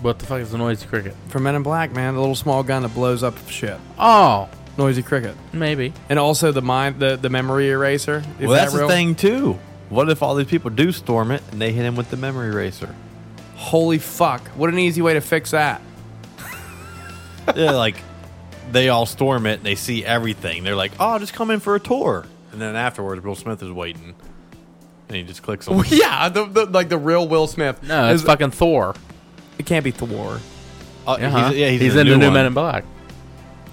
Speaker 3: What the fuck is a noisy cricket?
Speaker 1: For Men in Black, man, the little small gun that blows up shit.
Speaker 3: Oh,
Speaker 1: Noisy cricket.
Speaker 3: maybe.
Speaker 1: And also the mind, the, the memory eraser. Is
Speaker 2: well, that's
Speaker 1: that real?
Speaker 2: the thing too. What if all these people do storm it and they hit him with the memory eraser?
Speaker 1: Holy fuck! What an easy way to fix that.
Speaker 2: yeah, like they all storm it and they see everything. They're like, "Oh, just come in for a tour." And then afterwards, Will Smith is waiting, and he just clicks on.
Speaker 1: yeah, the, the, like the real Will Smith.
Speaker 3: No, it's fucking Thor.
Speaker 1: It can't be Thor.
Speaker 2: Uh,
Speaker 3: Uh-huh.
Speaker 2: he's, yeah, he's,
Speaker 3: in, the new
Speaker 2: one.
Speaker 3: Men in Black.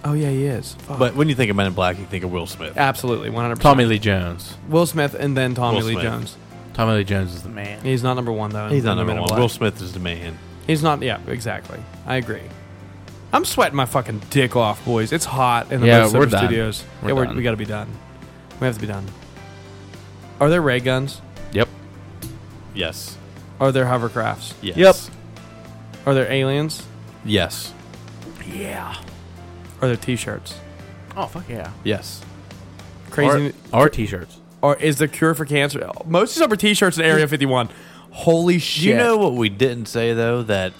Speaker 1: Oh yeah, he is. Fuck.
Speaker 2: But when you think of Men in Black, you think of Will Smith.
Speaker 1: Ah, absolutely, one hundred percent.
Speaker 3: Tommy Lee Jones.
Speaker 1: Will Smith, and then Tommy
Speaker 2: Will
Speaker 1: Lee
Speaker 2: Smith.
Speaker 1: Jones.
Speaker 3: Tommy Lee Jones is the man.
Speaker 1: He's not number one though.
Speaker 2: He's not
Speaker 1: in
Speaker 2: number
Speaker 1: Men in
Speaker 2: one.
Speaker 1: Black.
Speaker 2: Will Smith is the man.
Speaker 1: He's not. Yeah, exactly. I agree. I'm sweating my fucking dick off, boys. It's hot in the
Speaker 3: Yeah,
Speaker 1: Most
Speaker 3: we're
Speaker 1: Sober
Speaker 3: done.
Speaker 1: studios.
Speaker 3: We're
Speaker 1: yeah,
Speaker 3: done.
Speaker 1: we got to be done. We have to be done. Are there ray guns?
Speaker 3: Yep.
Speaker 2: Yes.
Speaker 1: Are there hovercrafts?
Speaker 2: Yes.
Speaker 1: Are there aliens?
Speaker 2: Yes.
Speaker 1: Are there t-shirts?
Speaker 3: Oh fuck yeah.
Speaker 2: Yes.
Speaker 1: Crazy.
Speaker 3: Or, or t-shirts.
Speaker 1: Or, is the cure for cancer? Most sober t-shirts in Area 51. Holy shit!
Speaker 2: Do you know what we didn't say though? That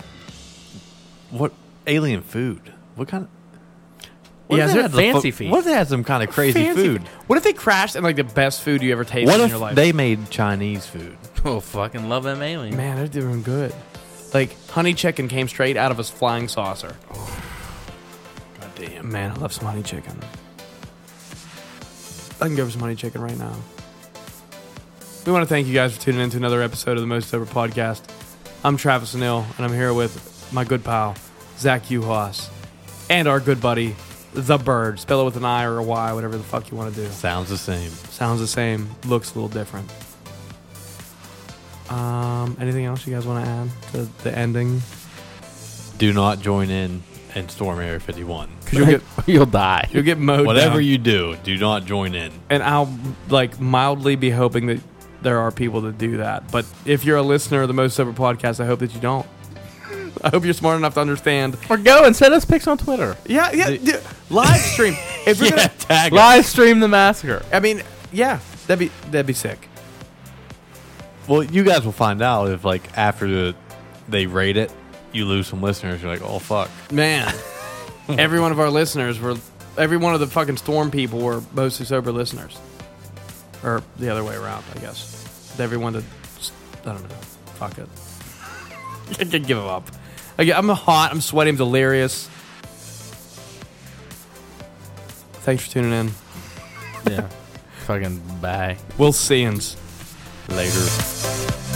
Speaker 2: what alien food? What kind? of... What
Speaker 1: Yeah,
Speaker 2: if
Speaker 1: is
Speaker 2: they
Speaker 1: it
Speaker 2: had the
Speaker 1: fancy
Speaker 2: fu-
Speaker 1: feed?
Speaker 2: What if they had some kind of crazy
Speaker 1: Fancy-
Speaker 2: food?
Speaker 1: What if they crashed and like the best food you ever tasted
Speaker 2: What
Speaker 1: in
Speaker 2: if
Speaker 1: your life?
Speaker 2: they made Chinese food?
Speaker 3: Oh fucking love them aliens.
Speaker 1: Man, they're doing good. Like honey chicken came straight out of a flying saucer. God damn, man, I love some honey chicken. I can go for some honey chicken right now. We want to thank you guys for tuning in to another episode of the Most Sober Podcast. I'm Travis Anil, and I'm here with my good pal Zach Uhas and our good buddy the Bird. Spell it with an I or a Y, whatever the fuck you want to do.
Speaker 2: Sounds the same.
Speaker 1: Sounds the same, looks a little different. Um, anything else you guys want to add to the ending?
Speaker 2: Do not join in and storm Area 51.
Speaker 1: Because you'll get
Speaker 3: You'll die.
Speaker 1: you'll get mowed.
Speaker 2: Whatever
Speaker 1: down.
Speaker 2: you do, do not join in.
Speaker 1: and I'll like mildly be hoping that there are people that do that. But if you're a listener of the Most Sober Podcast, I hope that you don't. I hope you're smart enough to understand.
Speaker 3: Or go and send us pics on Twitter.
Speaker 1: Yeah, yeah. d- live stream. If you're gonna,
Speaker 2: tag us.
Speaker 3: Live stream the massacre.
Speaker 1: I mean, yeah, that'd be that'd be sick.
Speaker 2: Well, you guys will find out if like after the, they rate it, you lose some listeners. You're like, oh fuck.
Speaker 1: Man, every one of our listeners were, every one of the fucking storm people were mostly sober listeners, or the other way around, I guess. Everyone that, I don't know, fuck it. I can give up. I- I'm hot. I'm sweaty. I'm delirious. Thanks for tuning in.
Speaker 3: Yeah. fucking bye.
Speaker 1: We'll see yous.
Speaker 2: Later.